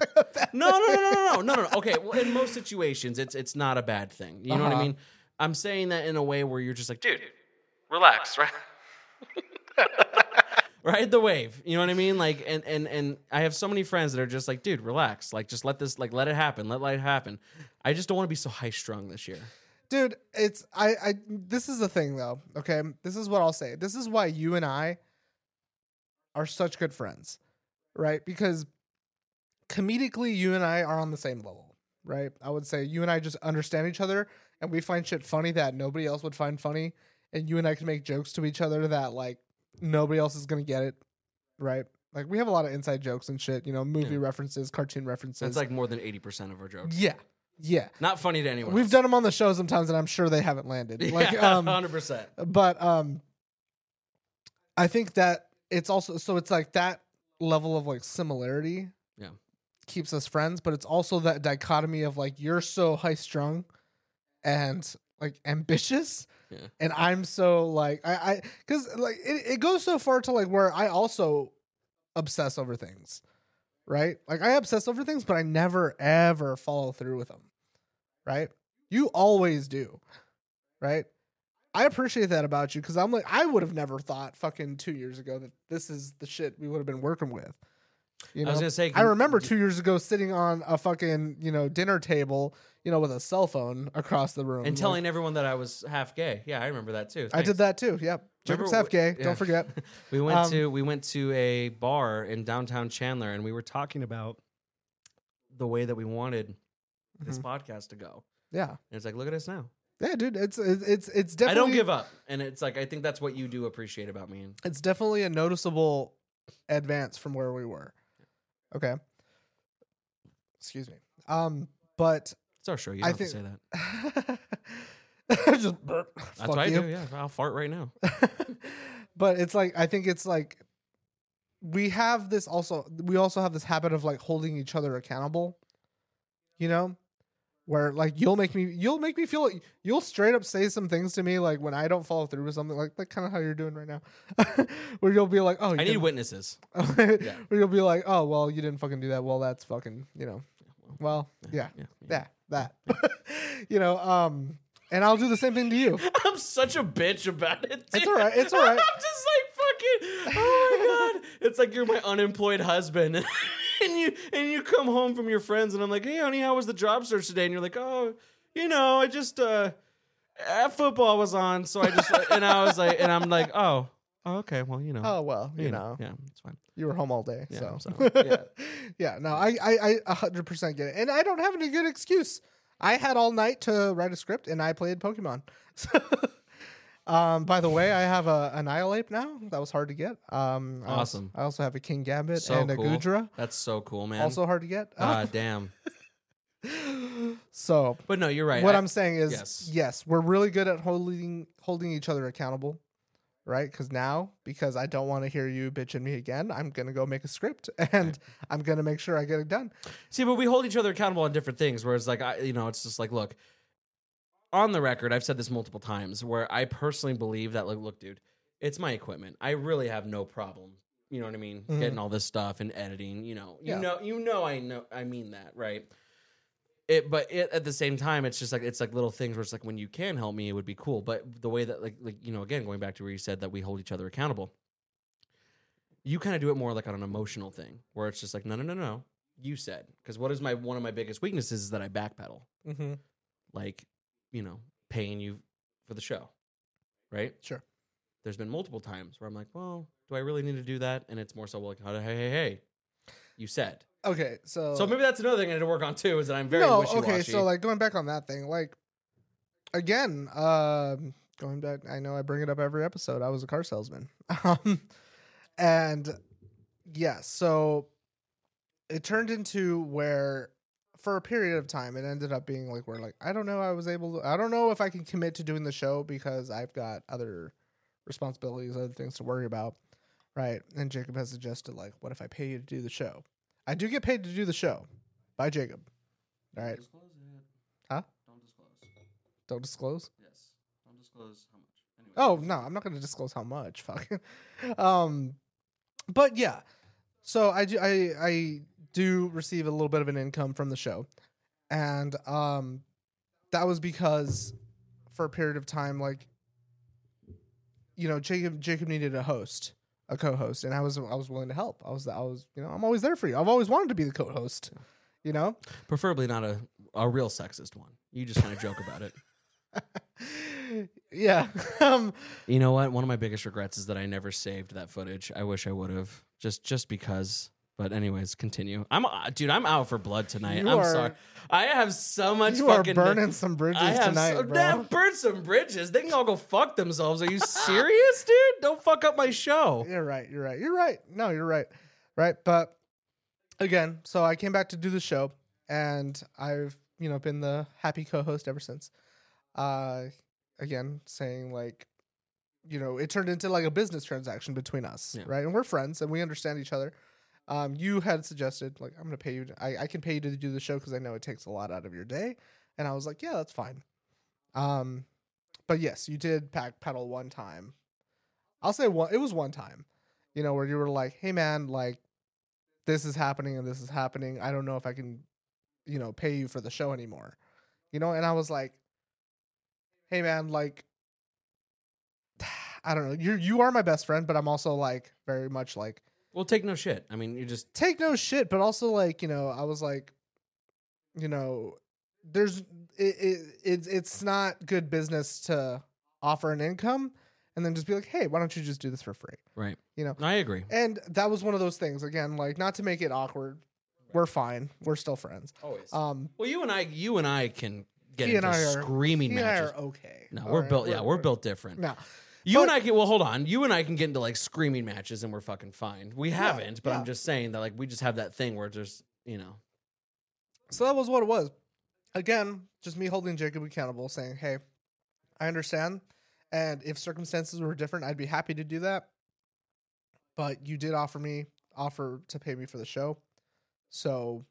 Speaker 4: No, no, no, no, no, no, no, no. Okay. Well, in most situations, it's it's not a bad thing. You know what I
Speaker 5: Uh-huh.
Speaker 4: mean? I'm saying that in a way where you're just like, dude, relax, right? Ride the wave. You know what I mean? Like, and and and I have so many friends that are just like, dude, relax. Like, just let this, like, let it happen. Let life happen. I just don't want to be so high strung this year.
Speaker 5: dude it's i i this is the thing though okay this is what i'll say this is why you and i are such good friends right because comedically you and i are on the same level right i would say you and i just understand each other and we find shit funny that nobody else would find funny and you and i can make jokes to each other that like nobody else is gonna get it right like we have a lot of inside jokes and shit you know movie references cartoon references
Speaker 4: That's like more than eighty percent of our jokes.
Speaker 5: yeah yeah
Speaker 4: Not funny to anyone.
Speaker 5: We've
Speaker 4: else.
Speaker 5: done them on the show sometimes, and I'm sure they haven't landed. Like,
Speaker 4: yeah,
Speaker 5: um,
Speaker 4: 100%.
Speaker 5: but um, I think that it's also so it's like that level of like similarity,
Speaker 4: Yeah.
Speaker 5: keeps us friends. But it's also that dichotomy of like you're so high strung and like ambitious
Speaker 4: Yeah.
Speaker 5: and I'm so like I I because like it, it goes so far to like where I also obsess over things, right? Like I obsess over things, but I never ever follow through with them, right? You always do, right? I appreciate that about you because I'm like I would have never thought fucking two years ago that this is the shit we would have been working with. You
Speaker 4: I was gonna say
Speaker 5: I remember two years ago sitting on a fucking you know dinner table, you know, with a cell phone across the room
Speaker 4: and
Speaker 5: like-
Speaker 4: telling everyone that I was half gay. Yeah, I remember that too.
Speaker 5: I
Speaker 4: Thanks.
Speaker 5: did that too. Yep. Jacob's
Speaker 4: Remember
Speaker 5: half
Speaker 4: wh-
Speaker 5: gay.
Speaker 4: yeah.
Speaker 5: Don't forget.
Speaker 4: we went
Speaker 5: Um,
Speaker 4: to we went to a bar in downtown Chandler, and we were talking about the way that we wanted this
Speaker 5: Mm-hmm.
Speaker 4: podcast to go.
Speaker 5: Yeah.
Speaker 4: And it's like, look at us now.
Speaker 5: Yeah, dude. It's it's it's it's definitely.
Speaker 4: I don't give up, and it's like I think that's what you do appreciate about me. And
Speaker 5: It's definitely a noticeable advance from where we were. Okay. Excuse me. Um, but
Speaker 4: it's our show. You
Speaker 5: I
Speaker 4: don't have to say
Speaker 5: think-
Speaker 4: that.
Speaker 5: just burp.
Speaker 4: That's
Speaker 5: Fuck
Speaker 4: what
Speaker 5: you.
Speaker 4: I do. Yeah, I'll fart right now.
Speaker 5: but it's like I think it's like we have this also we also have this habit of like holding each other accountable. You know? Where like you'll make me you'll make me feel like you'll straight up say some things to me like when I don't follow through with something like like kind of how you're doing right now. where you'll be like, "Oh, you
Speaker 4: I need
Speaker 5: didn't-
Speaker 4: witnesses.
Speaker 5: where you'll be like, "Oh, well, you didn't fucking do that. Well, that's fucking, you know. Well, yeah.
Speaker 4: Yeah,
Speaker 5: Yeah, that. you know, um and I'll do the same thing to you.
Speaker 4: I'm such a bitch about it.
Speaker 5: It's
Speaker 4: dude.
Speaker 5: all right, it's all right.
Speaker 4: I'm just like fucking. Oh my god! It's like you're my unemployed husband, and you and you come home from your friends, and I'm like, hey, honey, how was the job search today? And you're like, oh, you know, I just uh, eh, football was on, so I just and I was like, and I'm like, oh, oh, okay, well, you know,
Speaker 5: Oh, well, you know.
Speaker 4: yeah, it's fine.
Speaker 5: you were home all day.
Speaker 4: Yeah,
Speaker 5: so,
Speaker 4: so,
Speaker 5: yeah.
Speaker 4: yeah.
Speaker 5: no, I, I, I a hundred percent get it, and I don't have any good excuse. I had all night to write a script, and I played Pokemon. So, um, by the way, I have a an Ape now. That was hard to get. Um, I also-
Speaker 4: Awesome.
Speaker 5: I also have a King Gambit
Speaker 4: So
Speaker 5: and a
Speaker 4: cool.
Speaker 5: Gudra,
Speaker 4: That's so cool, man.
Speaker 5: also hard to get.
Speaker 4: ah, damn.
Speaker 5: so,
Speaker 4: But no, you're right.
Speaker 5: what
Speaker 4: I-
Speaker 5: I'm saying is, yes.
Speaker 4: yes.
Speaker 5: we're really good at holding holding each other accountable, right? Because now, because I don't want to hear you bitching me again, I'm gonna go make a script and I'm gonna make sure I get it done.
Speaker 4: See, but we hold each other accountable on different things. Whereas, like, I, you know, it's just like, look, on the record, I've said this multiple times, where I personally believe that, like, look, dude, it's my equipment. I really have no problem. You know what I mean?
Speaker 5: Mhm.
Speaker 4: Getting all this stuff and editing. You know, you
Speaker 5: Yeah.
Speaker 4: know, you know, I know, I mean that, right? It, but it, at the same time, it's just like it's like little things where it's like when you can help me, it would be cool. But the way that, like, like you know, again, going back to where you said that we hold each other accountable, you kind of do it more like on an emotional thing, where it's just like, no, no, no, no, you said because what is my one of my biggest weaknesses is that I backpedal,
Speaker 5: Mm-hmm.
Speaker 4: like you know, paying you for the show, right?
Speaker 5: Sure.
Speaker 4: There's been multiple times where I'm like, well, do I really need to do that? And it's more so like, hey, hey, hey, you said.
Speaker 5: Okay, so
Speaker 4: so maybe that's another thing I need to work on too is that I'm very
Speaker 5: Oh. no,
Speaker 4: wishy washy.
Speaker 5: okay. So like going back on that thing, like again, um, going back. I know I bring it up every episode. I was a car salesman, um, and yeah, so it turned into where for a period of time it ended up being like where like I don't know. I was able. To, I don't know if I can commit to doing the show because I've got other responsibilities, other things to worry about. Right. And Jacob has suggested, like, what if I pay you to do the show? I do get paid to do the show by Jacob. All right.
Speaker 1: Disclose it.
Speaker 5: Huh?
Speaker 1: Don't disclose.
Speaker 5: Don't disclose.
Speaker 1: Yes. Don't disclose how much. Anyway.
Speaker 5: Oh no, I'm not going to disclose how much. Fuck. um, but yeah. So I do. I I do receive a little bit of an income from the show, and um, that was because for a period of time, like, you know, Jacob Jacob needed a host, a co-host, and I was I was willing to help. I was I was you know I'm always there for you. I've always wanted to be the co-host. You know,
Speaker 4: Preferably not a, a real sexist one. You just kind of joke about it.
Speaker 5: yeah. um,
Speaker 4: You know what? One of my biggest regrets is that I never saved that footage. I wish I would have just just because. But anyways, continue. I'm uh, dude. I'm out for blood tonight.
Speaker 5: You
Speaker 4: I'm
Speaker 5: are-
Speaker 4: sorry. I have so much.
Speaker 5: you are
Speaker 4: fucking
Speaker 5: burning some bridges
Speaker 4: I have
Speaker 5: tonight,
Speaker 4: so,
Speaker 5: bro.
Speaker 4: Damn, burn some bridges. They can all go fuck themselves. Are you serious, dude? Don't fuck up my show.
Speaker 5: You're right. You're right. You're right. No, you're right. Right. But again, so I came back to do the show and I've, you know, been the happy co host ever since. Uh, again, saying like, you know, it turned into like a business transaction between us,
Speaker 4: Yeah.
Speaker 5: right? And we're friends and we understand each other. Um, you had suggested, like, I'm going to pay you. To, I, I can pay you to do the show because I know it takes a lot out of your day. And I was like, yeah, that's fine. Um, but yes, you did pack pedal one time. I'll say one. It was one time, you know, where you were like, "Hey, man, like, this is happening and this is happening. I don't know if I can, you know, pay you for the show anymore." You know, and I was like, "Hey, man, like, I don't know. You you are my best friend, but I'm also like very much like
Speaker 4: Well, take no shit. I mean, you just
Speaker 5: take no shit, but also like you know, I was like, you know, there's it, it it's it's not good business to offer an income and then just be like, hey, why don't you just do this for free?
Speaker 4: right.
Speaker 5: You know,
Speaker 4: I agree.
Speaker 5: and that was one of those things again, like not to make it awkward. We're fine. We're still friends.
Speaker 4: Always.
Speaker 5: Um,
Speaker 4: well, you and I, you and I can get
Speaker 5: He and
Speaker 4: into
Speaker 5: I are-
Speaker 4: screaming
Speaker 5: he and I
Speaker 4: matches.
Speaker 5: are okay.
Speaker 4: no,
Speaker 5: All
Speaker 4: we're
Speaker 5: right,
Speaker 4: built. yeah, we're, built different.
Speaker 5: No,
Speaker 4: you and
Speaker 5: but-
Speaker 4: I can. Well, hold on. You and I can get into like screaming matches, and we're fucking fine. We haven't, but
Speaker 5: yeah.
Speaker 4: I'm just saying that like we just have that thing where there's you know.
Speaker 5: So that was what it was. Again, just me holding Jacob accountable, saying, "Hey, I understand, and if circumstances were different, I'd be happy to do that. But you did offer me offer to pay me for the show, so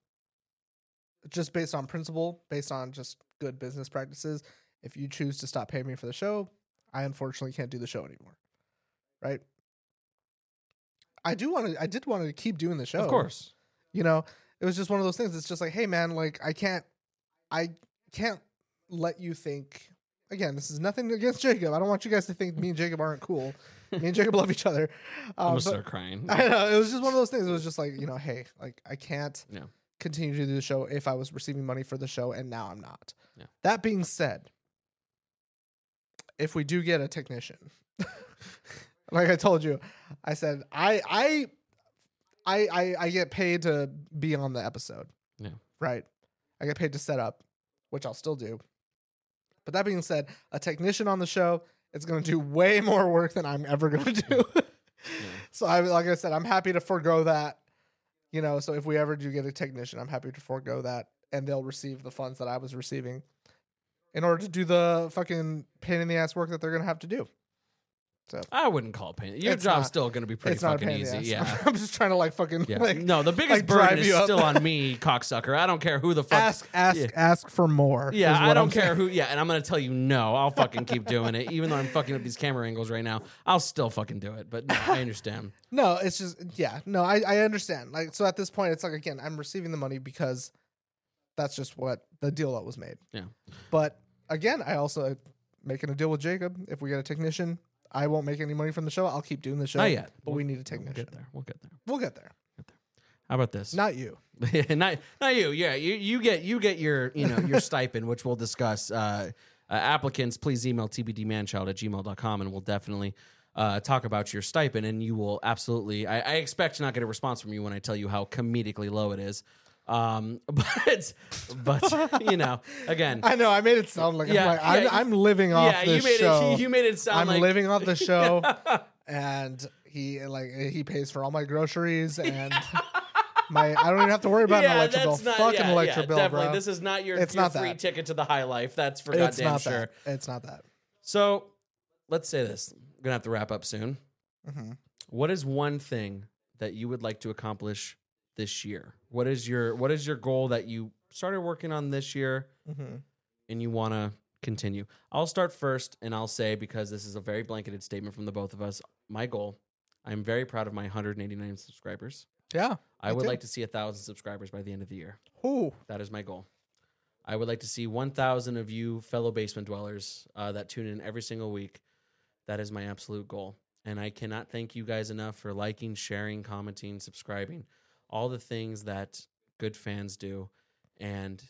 Speaker 5: just based on principle, based on just good business practices, if you choose to stop paying me for the show, I unfortunately can't do the show anymore, right? I do want to. I did want to keep doing the show,
Speaker 4: Of course.
Speaker 5: you know it was just one of those things it's just like hey man like i can't i can't let you think again this is nothing against jacob i don't want you guys to think me and jacob aren't cool me and jacob love each other
Speaker 4: I'm
Speaker 5: um,
Speaker 4: gonna
Speaker 5: but-
Speaker 4: start crying.
Speaker 5: i know it was just one of those things it was just like you know hey like i can't
Speaker 4: Yeah.
Speaker 5: continue to do the show if i was receiving money for the show and now i'm not
Speaker 4: Yeah.
Speaker 5: that being said if we do get a technician like i told you i said i i I, I, I get paid to be on the episode.
Speaker 4: Yeah.
Speaker 5: Right. I get paid to set up, which I'll still do. But that being said, a technician on the show is going to do way more work than I'm ever going to do. So I like I said, I'm happy to forego that. You know, so if we ever do get a technician, I'm happy to forego that, and they'll receive the funds that I was receiving in order to do the fucking pain in the ass work that they're going to have to do.
Speaker 4: I wouldn't call it pain. Your
Speaker 5: It's
Speaker 4: job's
Speaker 5: not-
Speaker 4: still gonna be pretty
Speaker 5: it's not a
Speaker 4: fucking
Speaker 5: pain
Speaker 4: easy.
Speaker 5: in the ass.
Speaker 4: Yeah.
Speaker 5: I'm just trying to like fucking
Speaker 4: Yeah.
Speaker 5: like
Speaker 4: no, the biggest
Speaker 5: like,
Speaker 4: burden
Speaker 5: drive
Speaker 4: is
Speaker 5: you up.
Speaker 4: still on me, cocksucker. I don't care who the fuck.
Speaker 5: ask ask
Speaker 4: Yeah.
Speaker 5: ask for more.
Speaker 4: yeah,
Speaker 5: is what
Speaker 4: I don't
Speaker 5: I'm
Speaker 4: care
Speaker 5: saying.
Speaker 4: who. Yeah, and I'm gonna tell you no. I'll fucking keep doing it, even though I'm fucking up these camera angles right now. I'll still fucking do it. But no, I understand.
Speaker 5: No, it's just yeah. No, I I understand. Like so at this point, it's like again, I'm receiving the money because that's just what the deal that was made.
Speaker 4: Yeah.
Speaker 5: But again, I also uh, making a deal with Jacob. If we get a technician, I won't make any money from the show. I'll keep doing the show.
Speaker 4: Not yet.
Speaker 5: But we need a
Speaker 4: We'll
Speaker 5: technician.
Speaker 4: get there. We'll get there.
Speaker 5: We'll get there.
Speaker 4: How about this?
Speaker 5: Not you.
Speaker 4: not not you. Yeah, you you get you get your you know your stipend, which we'll discuss. Uh, uh, applicants, please email tbdmanchild at gmail.com and we'll definitely uh, talk about your stipend. And you will absolutely, I, I expect to not get a response from you when I tell you how comedically low it is. Um, but but you know, again,
Speaker 5: I know. I made it sound like
Speaker 4: Yeah,
Speaker 5: I'm, like, I'm,
Speaker 4: yeah,
Speaker 5: I'm living off
Speaker 4: yeah, you
Speaker 5: this
Speaker 4: made
Speaker 5: show.
Speaker 4: it you made it sound
Speaker 5: I'm
Speaker 4: like
Speaker 5: living off the show, and he like he pays for all my groceries and my. I don't even have to worry about
Speaker 4: yeah,
Speaker 5: an electric bill.
Speaker 4: that's not
Speaker 5: Fucking
Speaker 4: yeah,
Speaker 5: electric
Speaker 4: yeah,
Speaker 5: bill,
Speaker 4: definitely.
Speaker 5: bro.
Speaker 4: This is not your,
Speaker 5: It's
Speaker 4: your
Speaker 5: not
Speaker 4: free
Speaker 5: that.
Speaker 4: ticket to the high life. That's for
Speaker 5: it's
Speaker 4: goddamn
Speaker 5: not
Speaker 4: sure.
Speaker 5: that. It's not that.
Speaker 4: So let's say this. I'm gonna have to wrap up soon.
Speaker 5: Mhm.
Speaker 4: What is one thing that you would like to accomplish this year? What is your what is your goal that you started working on this year
Speaker 5: Mhm.
Speaker 4: and you wanna continue? I'll start first and I'll say because this is a very blanketed statement from the both of us, my goal, I'm very proud of my 189 subscribers.
Speaker 5: Yeah.
Speaker 4: I
Speaker 5: Me
Speaker 4: would
Speaker 5: too.
Speaker 4: like to see a thousand subscribers by the end of the year.
Speaker 5: Ooh.
Speaker 4: That is my goal. I would like to see 1,000 of you fellow basement dwellers uh, that tune in every single week. That is my absolute goal. And I cannot thank you guys enough for liking, sharing, commenting, subscribing, all the things that good fans do. And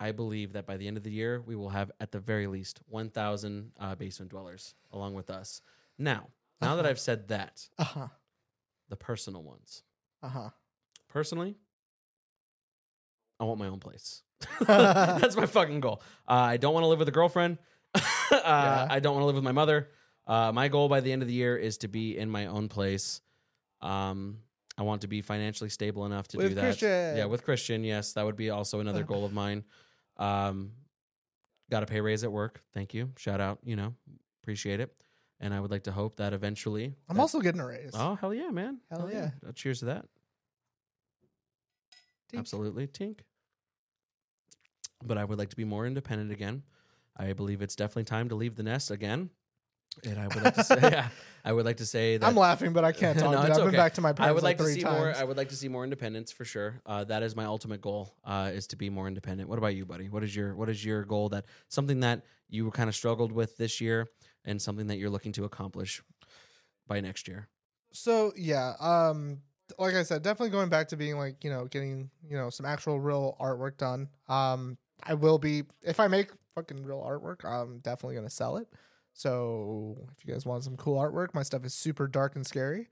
Speaker 4: I believe that by the end of the year, we will have at the very least 1,000 uh, basement dwellers along with us. Now, now that I've said that,
Speaker 5: Uh huh.
Speaker 4: the personal ones.
Speaker 5: Uh huh.
Speaker 4: Personally, I want my own place.
Speaker 5: Uh-huh.
Speaker 4: That's my fucking goal. Uh, I don't want to live with a girlfriend. uh, I don't want to live with my mother. Uh, my goal by the end of the year is to be in my own place. Um, I want to be financially stable enough to do
Speaker 5: With
Speaker 4: that.
Speaker 5: Christian.
Speaker 4: Yeah, with Christian. Yes, that would be also another goal of mine. Um, got a pay raise at work. Thank you. Shout out. You know, appreciate it. And I would like to hope that eventually.
Speaker 5: I'm
Speaker 4: that-
Speaker 5: also getting a raise.
Speaker 4: Oh hell yeah, man!
Speaker 5: Hell yeah.
Speaker 4: Uh, Cheers to that.
Speaker 5: Tink.
Speaker 4: Absolutely, tink. But I would like to be more independent again. I I believe it's definitely time to leave the nest again. And I would like to say, yeah, I would like to say that
Speaker 5: I'm laughing, but I can't talk.
Speaker 4: No,
Speaker 5: dude.
Speaker 4: it's
Speaker 5: I've
Speaker 4: okay.
Speaker 5: been back to my parents
Speaker 4: I would like
Speaker 5: like
Speaker 4: to
Speaker 5: three
Speaker 4: see
Speaker 5: times.
Speaker 4: more. I would like to see more independence for sure. Uh, that is my ultimate goal. Uh, is to be more independent. What about you, buddy? What is your What is your goal? That something that you kind of struggled with this year, and something that you're looking to accomplish by next year.
Speaker 5: so yeah um like i said definitely going back to being like you know getting you know some actual real artwork done um i will be if i make fucking real artwork i'm definitely gonna sell it so if you guys want some cool artwork my stuff is super dark and scary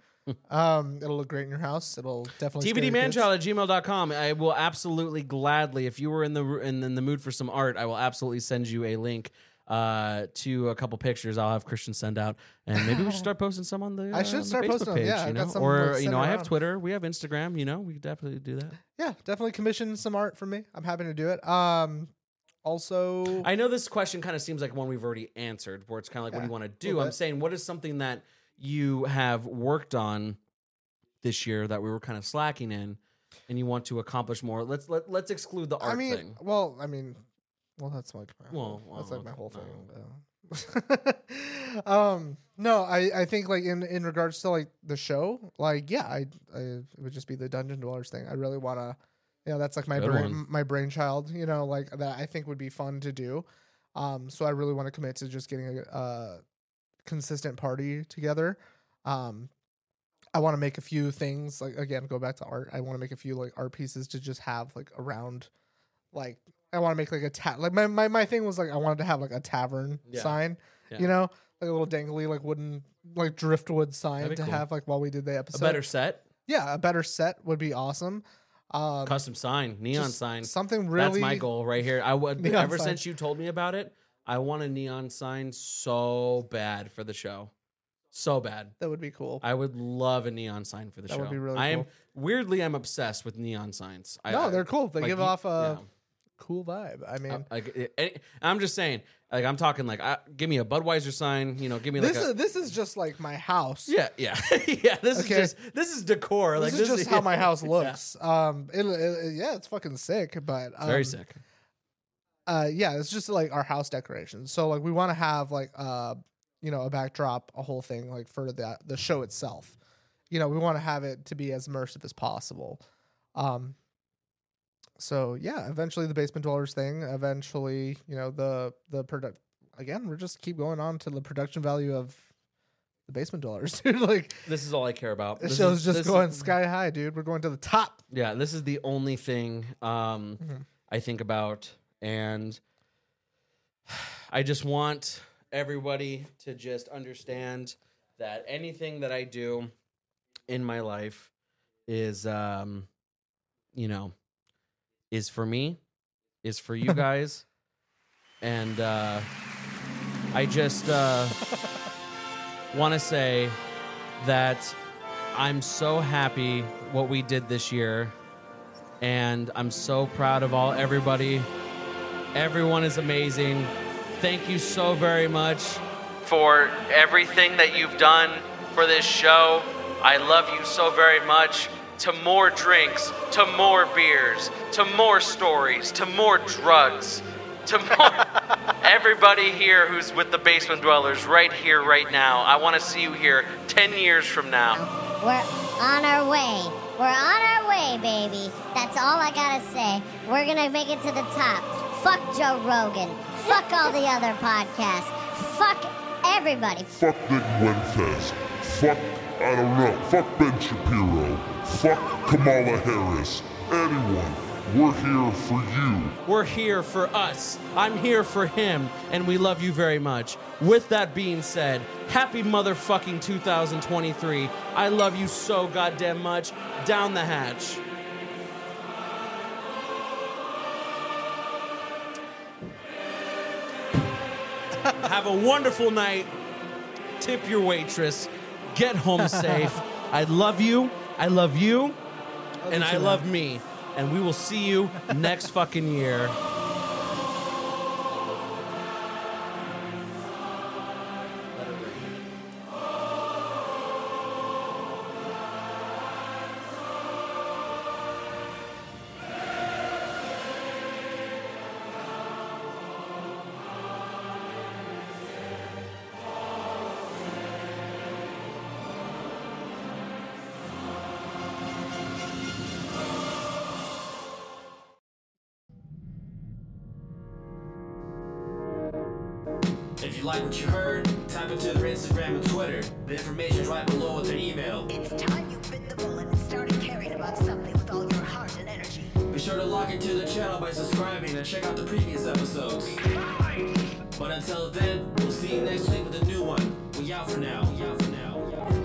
Speaker 5: um it'll look great in your house it'll definitely scare your kids.
Speaker 4: TBDmanchild at gmail.com. I will absolutely gladly, if you were in the in, in the mood for some art, I will absolutely send you a link uh, to a couple pictures. I'll have Christian send out, and maybe we should start posting some on the.
Speaker 5: I
Speaker 4: uh,
Speaker 5: should
Speaker 4: on the
Speaker 5: start
Speaker 4: Facebook
Speaker 5: posting them.
Speaker 4: page,
Speaker 5: Yeah,
Speaker 4: you
Speaker 5: I've got
Speaker 4: know?
Speaker 5: some, like,
Speaker 4: or you
Speaker 5: sent
Speaker 4: know, I have
Speaker 5: around.
Speaker 4: Twitter. We have Instagram. You know, we could definitely do that.
Speaker 5: yeah definitely commission some art from me i'm happy to do it um also
Speaker 4: I know this question kind of seems like one we've already answered, where it's kind of like, what do you
Speaker 5: Yeah,
Speaker 4: want to do?
Speaker 5: little
Speaker 4: I'm
Speaker 5: bit.
Speaker 4: saying, what is something that you have worked on this year that we were kind of slacking in, and you want to accomplish more? Let's let let's exclude the art
Speaker 5: I mean,
Speaker 4: thing.
Speaker 5: well, I mean, well, that's like my
Speaker 4: Well,
Speaker 5: whole, that's
Speaker 4: well,
Speaker 5: like my
Speaker 4: okay,
Speaker 5: whole
Speaker 4: no.
Speaker 5: thing. though. um, no, I I think like in in regards to like the show, like yeah, I I it would just be the dungeon dwellers thing. I really want to, you know, that's like my
Speaker 4: Good
Speaker 5: brain,
Speaker 4: one.
Speaker 5: my brainchild, you know, like that I think would be fun to do. Um, so I really want to commit to just getting a, a consistent party together. Um, I want to make a few things like again go back to art. I want to make a few like art pieces to just have like around, like I want to make like a ta- like my, my my thing was like I wanted to have like a tavern
Speaker 4: Yeah.
Speaker 5: sign,
Speaker 4: Yeah.
Speaker 5: you know, like a little dangly like wooden like driftwood sign
Speaker 4: That'd
Speaker 5: to
Speaker 4: be cool.
Speaker 5: have like while we did the
Speaker 4: a
Speaker 5: episode.
Speaker 4: better set,
Speaker 5: yeah, a better set would be awesome. Um,
Speaker 4: custom sign, neon
Speaker 5: just
Speaker 4: sign.
Speaker 5: something really
Speaker 4: That's my goal right here. I would
Speaker 5: Neon
Speaker 4: ever
Speaker 5: sign.
Speaker 4: since you told me about it, I want a neon sign so bad for the show, so bad.
Speaker 5: that would be cool.
Speaker 4: I would love a neon sign for the
Speaker 5: That
Speaker 4: show.
Speaker 5: would be really
Speaker 4: I am
Speaker 5: cool.
Speaker 4: weirdly I'm obsessed with neon signs. I,
Speaker 5: no,
Speaker 4: I-
Speaker 5: they're cool. They
Speaker 4: like,
Speaker 5: give
Speaker 4: you-
Speaker 5: off uh, a
Speaker 4: yeah.
Speaker 5: cool vibe. I mean,
Speaker 4: Uh, like, it- it- I'm just saying, like I'm talking like I, give me a Budweiser sign, you know, give me like
Speaker 5: this
Speaker 4: a
Speaker 5: is this is just like my house.
Speaker 4: yeah, yeah, yeah. This
Speaker 5: Okay.
Speaker 4: is just this is decor. like
Speaker 5: This is just how my house
Speaker 4: yeah.
Speaker 5: looks. Um, it, it- yeah, it's fucking sick, but um,
Speaker 4: Very sick.
Speaker 5: uh yeah it's just like our house decorations so like we want to have like uh you know a backdrop a whole thing like for the the show itself you know we want to have it to be as immersive as possible um so yeah eventually the basement dwellers thing eventually you know the the product again we're just keep going on to the production value of the basement dwellers dude like
Speaker 4: This is all I care about.
Speaker 5: this
Speaker 4: This
Speaker 5: show's
Speaker 4: is-
Speaker 5: just
Speaker 4: this is-
Speaker 5: going sky high dude we're going to the top
Speaker 4: Yeah, this is the only thing um,
Speaker 5: Mhm.
Speaker 4: I think about, and I just want everybody to just understand that anything that I do in my life is, um, you know, is for me, is for you guys, and uh, I just uh, want to say that I'm so happy what we did this year, and I'm so proud of all everybody. Everyone is amazing. Thank you so very much for everything that you've done for this show. I love you so very much. To more drinks, to more beers, to more stories, to more drugs, to more. Everybody here who's with the basement dwellers right here, right now. I want to see you here 10 years from now.
Speaker 7: We're on our way. We're on our way, baby. That's all I gotta say. We're gonna make it to the top. Fuck Joe Rogan. Fuck all the other podcasts. Fuck everybody.
Speaker 8: Fuck Nick Fuentes. Fuck, I don't know. Fuck Ben Shapiro. Fuck Kamala Harris. Anyone. We're here for you.
Speaker 4: We're here for us. I'm here for him, and we love you very much. With that being said, happy motherfucking 2023. I love you so goddamn much. Down the hatch. Have a wonderful night. Tip your waitress. Get home safe. I love you. I love you. and I love me. And we will see you next fucking year.
Speaker 1: If you like what you heard, type into their Instagram and Twitter. The information's right below with their email.
Speaker 9: It's time you bit the bullet and started caring about something with all your heart and energy.
Speaker 1: Be sure to log into the channel by subscribing and check out the previous episodes. But until then, we'll see you next week with a new one. We out for now. We out for now. We out for now.